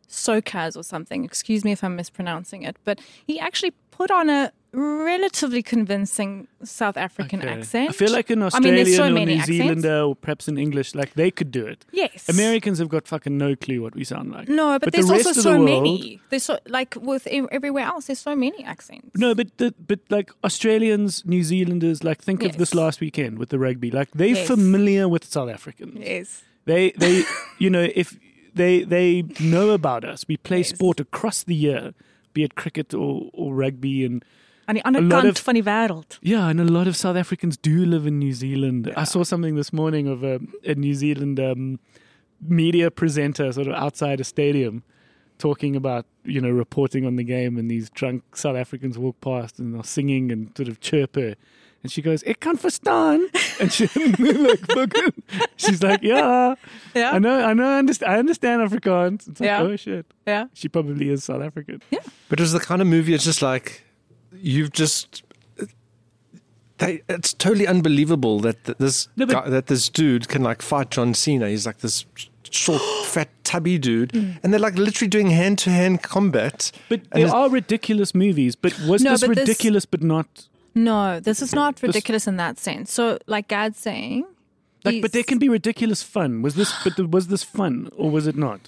S4: Sokas or something. Excuse me if I'm mispronouncing it, but he actually put on a relatively convincing South African
S1: Okay.
S4: accent.
S1: I feel like an
S4: I mean,
S1: Australian
S4: there's so
S1: or
S4: many
S1: New
S4: accents.
S1: Zealander, or perhaps an English, like they could do it.
S4: Yes,
S1: Americans have got fucking no clue what we sound like.
S4: No, but,
S1: but the
S4: there's
S1: rest
S4: also
S1: of the
S4: so
S1: world-
S4: many. There's so like with e- everywhere else. There's so many accents.
S1: No, but the, but like Australians, New Zealanders, like think of this
S4: Yes.
S1: last weekend with the rugby. Like they're
S4: Yes.
S1: familiar with South Africans.
S4: Yes.
S1: They they you know if they they know about us. We play sport across the year, be it cricket or, or rugby and
S4: And the
S1: lot
S4: underkant
S1: of-
S4: van die wereld.
S1: yeah, and a lot of South Africans do live in New Zealand. I saw something this morning of a, a New Zealand um, media presenter sort of outside a stadium talking about, you know, reporting on the game and these drunk South Africans walk past and are singing and sort of chirp her. And she goes, Ik kan verstaan. And she, like, fucking- she's like, yeah,
S4: Yeah.
S1: I know, I know, I understand, I understand Afrikaans. It's like,
S4: Yeah.
S1: oh shit.
S4: Yeah.
S1: She probably is South African.
S3: But it was the kind of movie it's just like you've just they, it's totally unbelievable that th- this
S1: No, but-
S3: guy, that this dude can like fight John Cena. He's like this short, fat, tubby dude, and they're like literally doing hand to hand combat.
S1: Mm. But
S3: And
S1: there
S3: it's-
S1: are ridiculous movies. But was
S4: No,
S1: this
S4: but this-
S1: ridiculous but not
S4: No, this is not ridiculous in that sense. So, like Gad's saying,
S1: like but there
S4: he's-
S1: can be ridiculous fun. Was this but the, was this fun or was it not?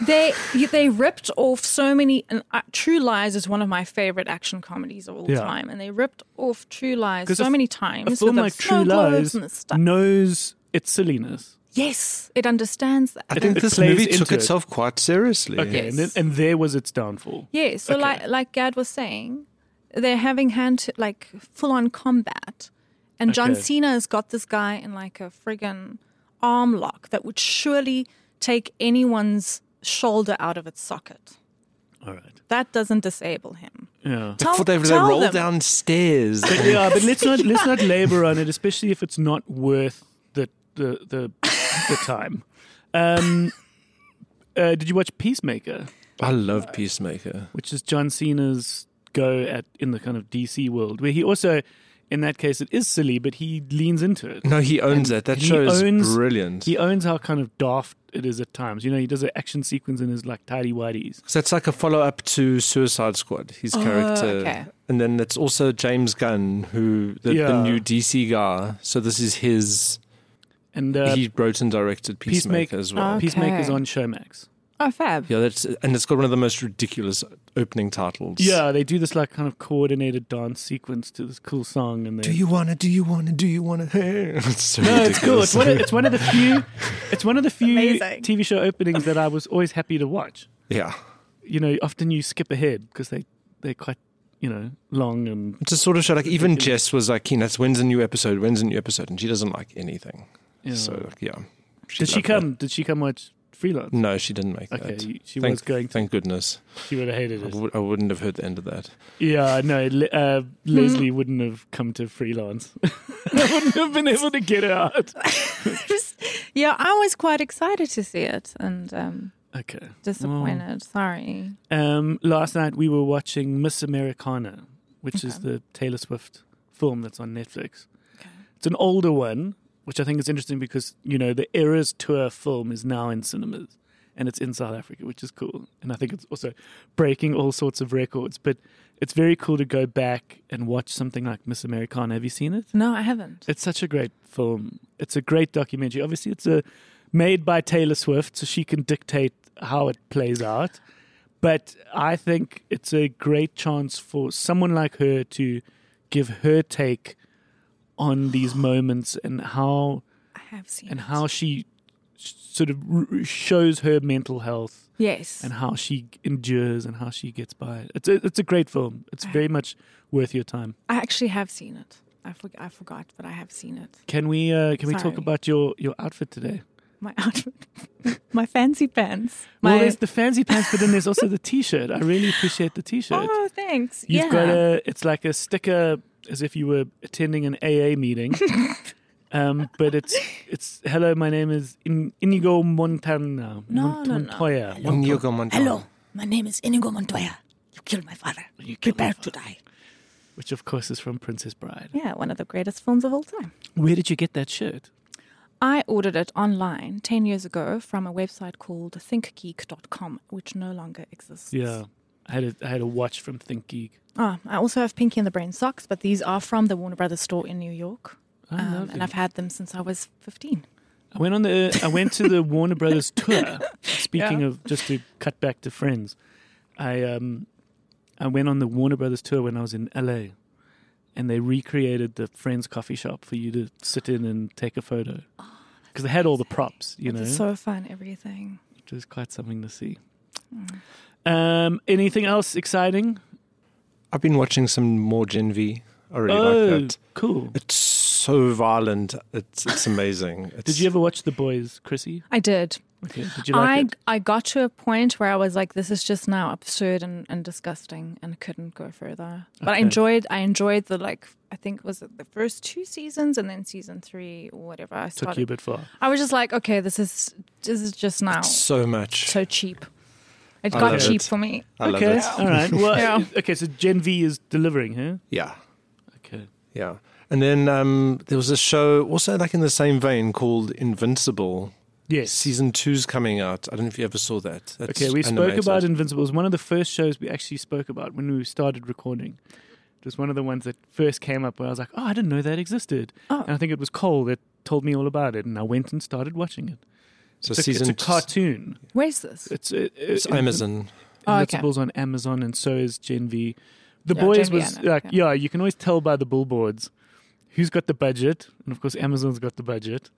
S4: they they ripped off so many. And uh, True Lies is one of my favorite action comedies of all
S1: Yeah.
S4: time, and they ripped off True Lies
S1: 'Cause
S4: so
S1: a f-
S4: many
S1: A
S4: times.
S1: film
S4: with
S1: like
S4: the snow
S1: True
S4: globes
S1: Lies
S4: and the stuff.
S1: knows its silliness.
S4: Yes, it understands that.
S3: I think
S1: it
S3: this
S1: plays
S3: movie
S1: into
S3: took
S1: it.
S3: itself quite seriously.
S1: Okay,
S4: Yes.
S1: and, then, and there was its downfall.
S4: Yeah, so
S1: Okay.
S4: like like Gad was saying, they're having hand to, like full on combat, and John
S1: Okay.
S4: Cena has got this guy in like a friggin' arm lock that would surely take anyone's shoulder out of its socket.
S1: All right.
S4: That doesn't disable him.
S1: Yeah.
S3: I thought they, they
S4: tell
S3: roll
S4: them.
S3: downstairs.
S1: But yeah, but let's not let's not labor on it, especially if it's not worth the the the, the time. Um, uh, did you watch Peacemaker,
S3: I love Peacemaker.
S1: which is John Cena's go at in the kind of DC world, where he also, in that case, it is silly, but he leans into it.
S3: No, he owns
S1: And
S3: it. That
S1: he
S3: show is
S1: owns-
S3: brilliant.
S1: He owns how kind of daft it is at times. You know, he does an action sequence in his like tidy whities.
S3: So it's like a follow up to Suicide Squad, his
S1: Oh,
S3: character.
S4: Oh, okay.
S3: And then it's also James Gunn, who the,
S1: Yeah.
S3: the new DC guy. So this is his.
S1: And uh,
S3: he wrote and directed Peacemaker,
S1: Peacemaker-
S3: as well.
S4: Okay.
S1: Peacemaker's on Showmax.
S4: Oh, fab!
S3: Yeah, that's and it's got one of the most ridiculous opening titles.
S1: Yeah, they do this like kind of coordinated dance sequence to this cool song, and
S3: Do
S1: they
S3: you wanna? Do you wanna? Do you wanna? it's so
S1: No, it's cool.
S3: ridiculous.
S1: It's one, of, it's one of the few. It's one of the few
S4: Amazing.
S1: TV show openings that I was always happy to watch.
S3: Yeah.
S1: You know, often you skip ahead because they they're quite you know long and
S3: It's a sort of show like even Jess was like, "Keen, that's when's a new episode? When's a new episode?" And she doesn't like anything.
S1: you know.
S3: So like, yeah.
S1: did she
S3: loved Mm.
S1: come? Did she come watch Freelance?
S3: That. No, she didn't make
S1: Okay,
S3: that.
S1: you- she
S3: thank,
S1: was going. To,
S3: Thank goodness.
S1: she would have hated
S3: I
S1: it.
S3: w- I wouldn't have heard the end of that.
S1: Yeah, no, Le- uh, Leslie wouldn't have come to Freelance. I wouldn't have been able to get her out.
S4: Just- yeah, I was quite excited to see it and um,
S1: Okay.
S4: disappointed. Sorry.
S1: Um, last night we were watching Miss Americana, which is the Taylor Swift film that's on Netflix. It's an older one, which I think is interesting because you know the Eras Tour film is now in cinemas and it's in South Africa, which is cool. And I think it's also breaking all sorts of records. But it's very cool to go back and watch something like Miss Americana. Have you seen it?
S4: No, I haven't.
S1: It's such a great film. It's a great documentary. Obviously, it's a made by Taylor Swift, so she can dictate how it plays out. But I think it's a great chance for someone like her to give her take on these moments and how
S4: I have seen.
S1: and
S4: it.
S1: how she s- sort of r- shows her mental health
S4: Yes.
S1: and how she endures and how she gets by. It's a, it's a great film. It's very much worth your time.
S4: I actually have seen it. I, forg I forgot, but I have seen it.
S1: Can we uh, can we
S4: Sorry.
S1: talk about your your outfit today?
S4: My outfit, my fancy pants. My
S1: Well, there's the fancy pants, but then there's also the T-shirt. I really appreciate the T-shirt.
S4: oh, thanks.
S1: You've
S4: yeah.
S1: got a, it's like a sticker, as if you were attending an AA meeting. um, but it's it's hello, my name is In- Inigo Montana
S4: No, no, no.
S1: Montoya.
S3: Inigo Montoya.
S6: Hello, my name is Inigo Montoya. You killed my father.
S1: You killed my
S6: Prepare
S1: father.
S6: to die.
S1: which of course is from Princess Bride.
S4: yeah, one of the greatest films of all time.
S1: Where did you get that shirt?
S4: I ordered it online 10 years ago from a website called thinkgeek.com, which no longer exists.
S1: Yeah, I had a, I had a watch from Think Geek.
S4: Ah, I also have Pinky and the Brain socks, but these are from the Warner Brothers store in New York.
S1: Oh,
S4: Um,
S1: lovely.
S4: and I've had them since I was 15.
S1: I went on the. uh, I went to the Warner Brothers tour. Speaking of, just to cut back to Friends, I um, I went on the Warner Brothers tour when I was in LA, and they recreated the Friends coffee shop for you to sit in and take a photo.
S4: Oh,
S1: Because they had all the props, you know,
S4: It's so fun, everything. Mm.
S1: which was quite something to see. Um, anything else exciting?
S3: I've been watching some more Gen V. I really
S1: oh,
S3: like that.
S1: cool!
S3: It's so violent. It's it's amazing. It's,
S1: Did you ever watch The Boys, Chrissy?
S4: I did.
S1: Okay. Did you like
S4: I
S1: it?
S4: I got to a point where I was like, this is just now absurd and, and disgusting, and couldn't go further. But I
S1: Okay.
S4: enjoyed I enjoyed the like I think was it the first two seasons and then season three or whatever. I
S1: Took you a
S4: started.
S1: bit far.
S4: I was just like, okay, this is this is just now
S3: so much?
S4: so cheap. It
S3: I
S4: got
S3: love
S4: cheap
S3: it.
S4: for me.
S3: I
S1: okay.
S3: love it.
S1: All right. Well,
S4: Yeah.
S1: okay. So Gen V is delivering, huh?
S3: Yeah.
S1: Okay.
S3: Yeah. And then um, there was a show also like in the same vein called Invincible.
S1: Yes.
S3: Season two's coming out. I don't know if you ever saw that. That's
S1: Okay, we
S3: animated.
S1: spoke about Invincible. It was one of the first shows we actually spoke about when we started recording. It was one of the ones that first came up where I was like, oh, I didn't know that existed.
S4: Oh.
S1: And I think it was Cole that told me all about it, and I went and started watching it. It's
S3: So
S1: a, it's
S3: season
S1: a cartoon.
S4: Where's this?
S1: It's, uh,
S3: It's
S1: uh,
S3: Amazon.
S4: Oh, okay.
S1: Invincible's on Amazon, and so is Gen V. The
S4: Yeah,
S1: boys
S4: Gen V, I
S1: was
S4: know,
S1: like,
S4: yeah.
S1: yeah. you can always tell by the billboards who's got the budget, and of course Amazon's got the budget,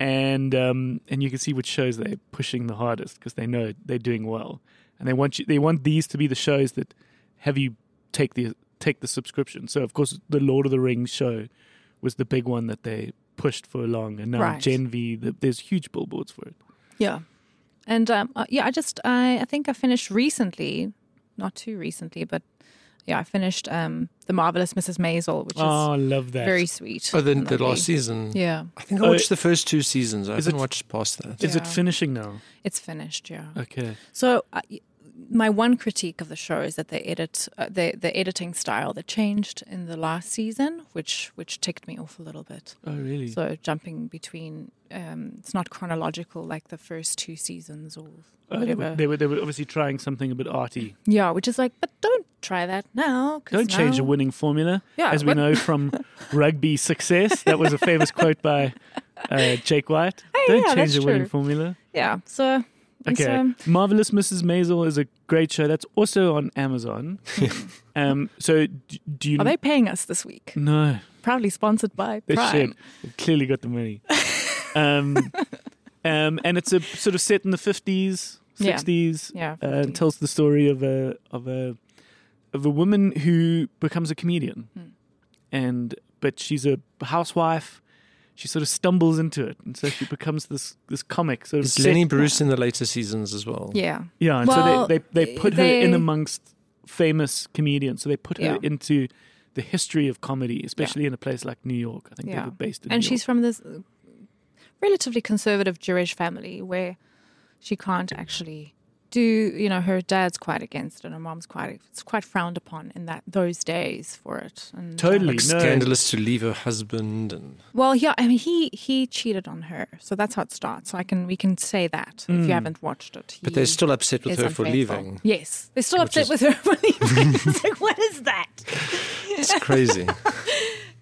S1: and um, and you can see which shows they're pushing the hardest because they know they're doing well, and they want you, they want these to be the shows that have you take the take the subscription. So of course the Lord of the Rings show was the big one that they pushed for long, and now
S4: Right.
S1: Gen V, the, there's huge billboards for it.
S4: Yeah. And um, uh, yeah, I just I, I think I finished recently, not too recently, but yeah, I finished um, the marvelous Mrs. Maisel, which
S1: Oh, I
S4: is
S1: love that.
S4: very sweet.
S3: Oh, the,
S4: and
S3: the
S4: lovely.
S3: last season.
S4: Yeah,
S3: I think I
S1: Oh,
S3: watched the first two seasons. I
S1: is
S3: haven't
S1: it-
S3: watched past that.
S1: Is it
S4: Yeah.
S1: finishing now?
S4: it's finished. Yeah.
S3: Uh,
S1: Okay.
S4: So I my one critique of the show is that they edit uh, the the editing style that changed in the last season, which which ticked me off a little bit.
S1: Oh, really?
S3: Mm.
S4: So jumping between, um, it's not chronological like the first two seasons or
S1: Oh, they,
S4: whatever.
S1: were, they were they were obviously trying something a bit arty.
S4: yeah, which is like, but don't try that now. 'cause
S1: Don't change
S4: now-
S1: a winning formula,
S4: Yeah,
S1: as we
S4: what-
S1: know from rugby success. That was a famous quote by uh, Jake White. Don't
S4: yeah,
S1: change
S4: that's
S1: a winning
S4: true. um,
S1: formula.
S4: Yeah. So
S1: Okay,
S4: So-
S1: marvelous Mrs. Maisel is a great show. That's also on Amazon. um, so d- do you?
S4: are they paying us this week?
S1: no,
S4: Proudly sponsored by
S1: Mm. they
S4: Prime.
S1: should. They clearly got the money. um, um, and it's a sort of set in the fifties,
S4: Yeah.
S1: sixties.
S4: Yeah.
S1: uh, and
S4: 50.
S1: tells the story of a of a of a woman who becomes a comedian,
S4: Hmm.
S1: and but she's a housewife. She sort of stumbles into it, and so she becomes this this comic. Sort of
S3: Is
S1: set-
S3: Lenny Bruce in the later seasons as well?
S4: yeah.
S1: yeah, and
S4: Well,
S1: so they, they they put her in
S4: they-
S1: amongst famous comedians. So they put her
S4: Yeah.
S1: into the history of comedy, especially in a place like New York. I think
S4: Yeah.
S1: they were based in.
S4: And
S1: New
S4: she's
S1: York.
S4: from this uh, relatively conservative Jewish family where she can't actually do, you know, her dad's quite against it and her mom's quite, it's quite frowned upon in that those days for it. And, uh,
S1: Totally.
S3: Like
S1: No.
S3: scandalous to leave her husband and
S4: well, yeah, I mean, he, he cheated on her. So that's how it starts. I can, we can say that if
S1: Mm.
S4: you haven't watched it.
S3: but
S4: He
S3: they're still upset with
S4: is
S3: her for
S4: unfaithful.
S3: leaving.
S4: Yes. They're still
S3: Which
S4: upset
S3: is-
S4: with her for leaving. It's like, what is that?
S3: It's crazy.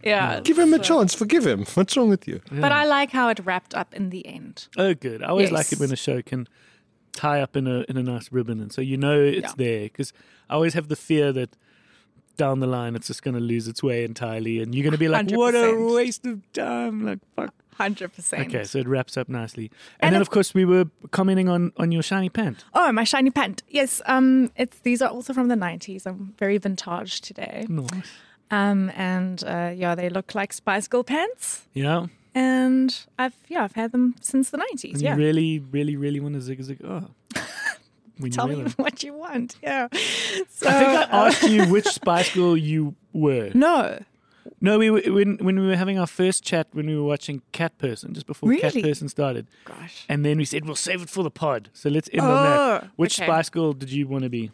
S4: Yeah.
S3: Give him a chance. Forgive him. What's wrong with you?
S4: But I like how it wrapped up in the end.
S1: Oh, good. I always like it
S4: Yes.
S1: when a show can tie up in a in a nice ribbon, and so you know it's
S4: Yeah.
S1: there. Because I always have the fear that down the line it's just going to lose its way entirely, and you're going to be like, "What a
S4: 100%.
S1: waste of time!" Like, fuck.
S4: Hundred percent.
S1: Okay, so it wraps up nicely, and, then
S4: it-
S1: of course we were commenting on on your shiny pant.
S4: Oh, my shiny pant. Yes. Um, it's these are also from the nineties. I'm very vintage today.
S1: Nice.
S4: Um, and uh, yeah, they look like Spice Girl pants.
S1: Yeah,
S4: And I've yeah, I've had them since the nineties.
S1: and
S4: Yeah.
S1: you really, really, really want to zig zig. Oh, when
S4: Tell
S1: you
S4: me
S1: wear them.
S4: what you want. Yeah. So uh,
S1: I think I asked you which Spice Girl you were.
S4: no.
S1: No, we were, when when we were having our first chat when we were watching Cat Person just before Cat
S4: Really?
S1: Person started.
S4: Gosh.
S1: And then we said, we'll save it for the pod. So let's end on that.
S4: Oh,
S1: Which
S4: okay.
S1: Spice Girl did you want to be?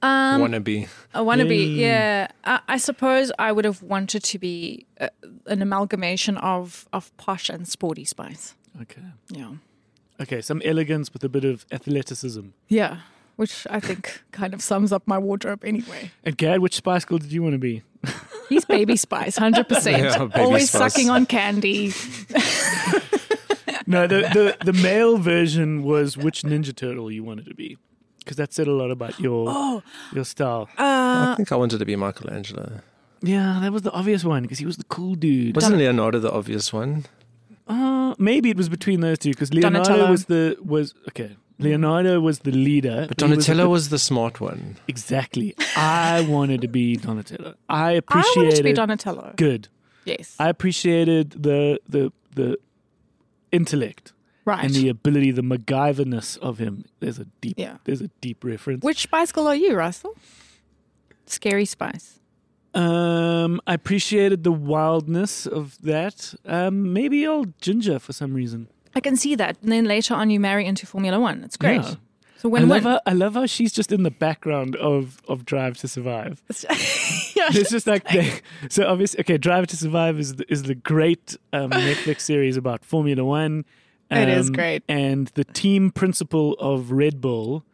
S4: Um,
S3: Wannabe.
S4: I want to be,
S1: Yeah.
S4: yeah. I, I suppose I would have wanted to be uh, an amalgamation of of posh and sporty spice.
S1: Okay.
S4: Yeah.
S1: Okay, some elegance with a bit of athleticism.
S4: Yeah, which I think kind of sums up my wardrobe anyway.
S1: And Gad, which Spice Girl did you want to be?
S4: He's baby spice, 100%.
S3: Yeah, baby
S4: Always
S3: spice.
S4: sucking on candy.
S1: No, the, the, the male version was which Ninja Turtle you wanted to be. Because that said a lot about your
S4: Oh.
S1: your style.
S4: Uh,
S3: I think I wanted to be Michelangelo.
S1: yeah, that was the obvious one because he was the cool dude.
S3: Wasn't Leonardo the obvious one?
S1: Uh, maybe it was between those two because Leonardo
S4: Donatello.
S1: was the was okay. Leonardo was the leader.
S3: But
S1: He was the-
S3: Donatello was the smart one.
S1: exactly. I wanted to be Donatello. I
S4: I wanted to be
S1: appreciated
S4: Donatello.
S1: good.
S4: Yes.
S1: I appreciated the the the intellect
S4: right.
S1: and the ability, the MacGyverness of him. There's a deep
S4: Yeah.
S1: there's a deep reference.
S4: Which spice girl are you, Russell? Scary spice.
S1: Um I appreciated the wildness of that. Um maybe old Ginger for some reason.
S4: I can see that. And then later on, you marry into Formula One. It's great.
S1: Yeah. I
S4: So when
S1: love
S4: when
S1: her. I love how she's just in the background of of Drive to Survive.
S4: yeah,
S1: It's just like they, so obviously okay. Drive to Survive is the, is the great um, Netflix series about Formula One.
S4: It is
S1: um,
S4: great.
S1: and the team principal of Red Bull.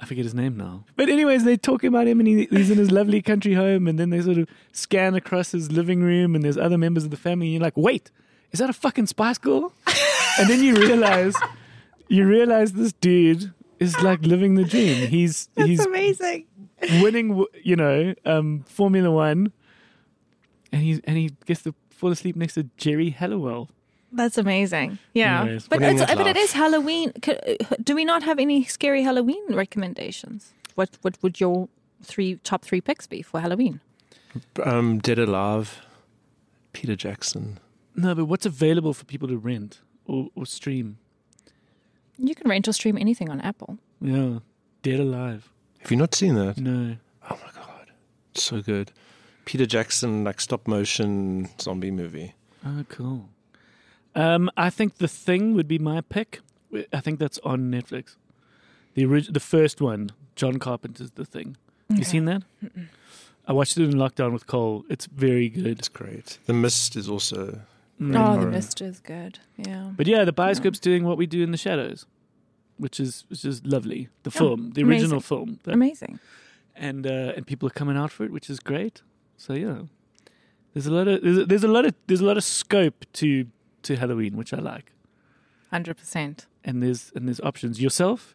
S1: I forget his name now. But anyways, they're talking about him, and he, he's in his lovely country home, and then they sort of scan across his living room, and there's other members of the family, and you're like, wait, is that a fucking Spice Girl? and then you realize, you realize this dude is like living the dream. He's he's
S4: amazing.
S1: winning, w- you know, um, Formula One, and he and he gets to fall asleep next to Jerry Halliwell.
S4: That's amazing. Yeah,
S1: Anyways,
S4: but
S3: winning
S4: it's,
S3: at
S4: but
S3: life.
S4: it is Halloween. C- Do we not have any scary Halloween recommendations? What what would your three top three picks be for Halloween?
S3: Um, Dead Alive, Peter Jackson.
S1: No, but what's available for people to rent or, or stream?
S4: You can rent or stream anything on Apple.
S1: Yeah, Dead Alive.
S3: Have you not seen that?
S1: No,
S3: Oh my god, it's so good. Peter Jackson, like stop motion zombie movie.
S1: oh cool. Um, I think The Thing would be my pick. I think that's on Netflix. The orig- the first one, John Carpenter's The Thing. You seen that? I watched it in lockdown with Cole. It's very good.
S3: It's great. The Mist is also.
S1: Mm.
S4: Oh,
S3: horror.
S4: the mist is good. Yeah,
S1: But yeah, the bioscope's doing what we do in the shadows, which is which is lovely. The film, the
S4: amazing.
S1: original film, That-
S4: amazing.
S1: and uh, and people are coming out for it, which is great. So yeah, there's a lot of there's a, there's a lot of there's a lot of scope to to Halloween, which I like.
S4: Hundred percent.
S1: And there's and there's options yourself.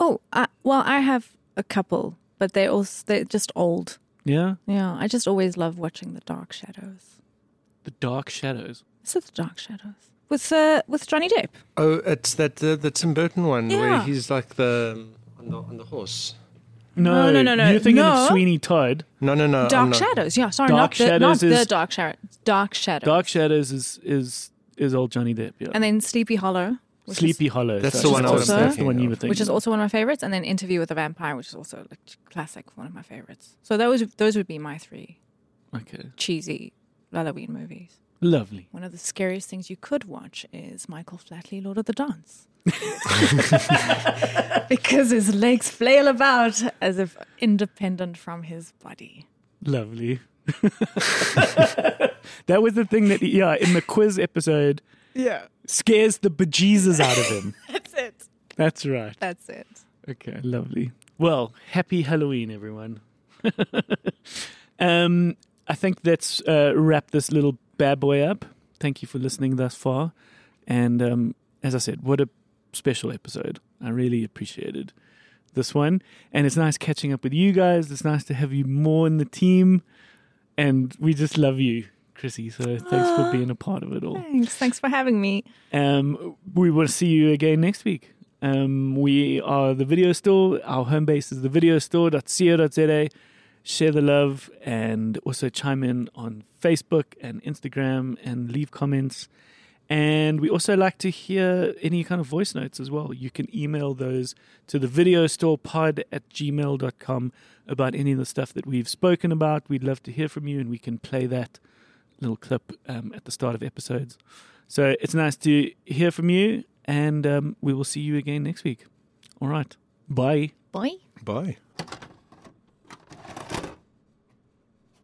S4: Oh, I, well, I have a couple, but they're also they're just old.
S1: Yeah,
S4: Yeah, I just always love watching the Dark Shadows.
S1: the dark shadows.
S4: Is it the Dark Shadows with uh, with Johnny Depp?
S3: Oh, it's that uh, the Tim Burton one where
S4: Yeah.
S3: he's like the um, on the on the horse.
S1: No,
S4: no, no, no,
S1: You're thinking
S4: no.
S1: of Sweeney Todd.
S3: No, no, no. I'm
S4: Dark
S3: not-
S4: Shadows. Yeah, sorry,
S1: Uh, Dark
S4: not the, not
S1: Shadows is-
S4: the Dark Shadows. Dark Shadows.
S1: Dark shadows is is is old Johnny Depp. Yeah,
S4: and then Sleepy Hollow. which is-
S1: Sleepy Hollow.
S3: That's
S1: sorry.
S3: the
S4: one I was
S1: That's the
S3: thinking
S1: one you
S3: of.
S1: were thinking.
S4: which is
S1: of.
S4: also one of my favorites, and then Interview with a Vampire, which is also like classic, one of my favorites. So those those would be my three
S1: okay.
S4: cheesy Halloween movies.
S1: Lovely.
S4: One of the scariest things you could watch is Michael Flatley, Lord of the Dance. because his legs flail about as if independent from his body.
S1: Lovely. that was the thing that, yeah, in the quiz episode,
S4: Yeah.
S1: scares the bejesus out of him.
S4: That's it.
S1: That's right.
S4: That's it.
S1: Okay, lovely. Well, happy Halloween, everyone. um, I think that's uh, wrap this little bad boy up. Thank you for listening thus far. And um, as I said, what a special episode. I really appreciated this one. And it's nice catching up with you guys. It's nice to have you more in the team. And we just love you, Chrissy. So thanks for
S4: Aw.
S1: being a part of it all.
S4: Thanks. Thanks for having me.
S1: Um, we will see you again next week. Um, we are the video store. Our home base is the video store.co.za. Share the love and also chime in on Facebook and Instagram and leave comments. And we also like to hear any kind of voice notes as well. You can email those to the video store pod at gmail.com about any of the stuff that we've spoken about. We'd love to hear from you and we can play that little clip um, at the start of episodes. So it's nice to hear from you, and um, we will see you again next week. All right. Bye.
S6: Boy.
S3: Bye.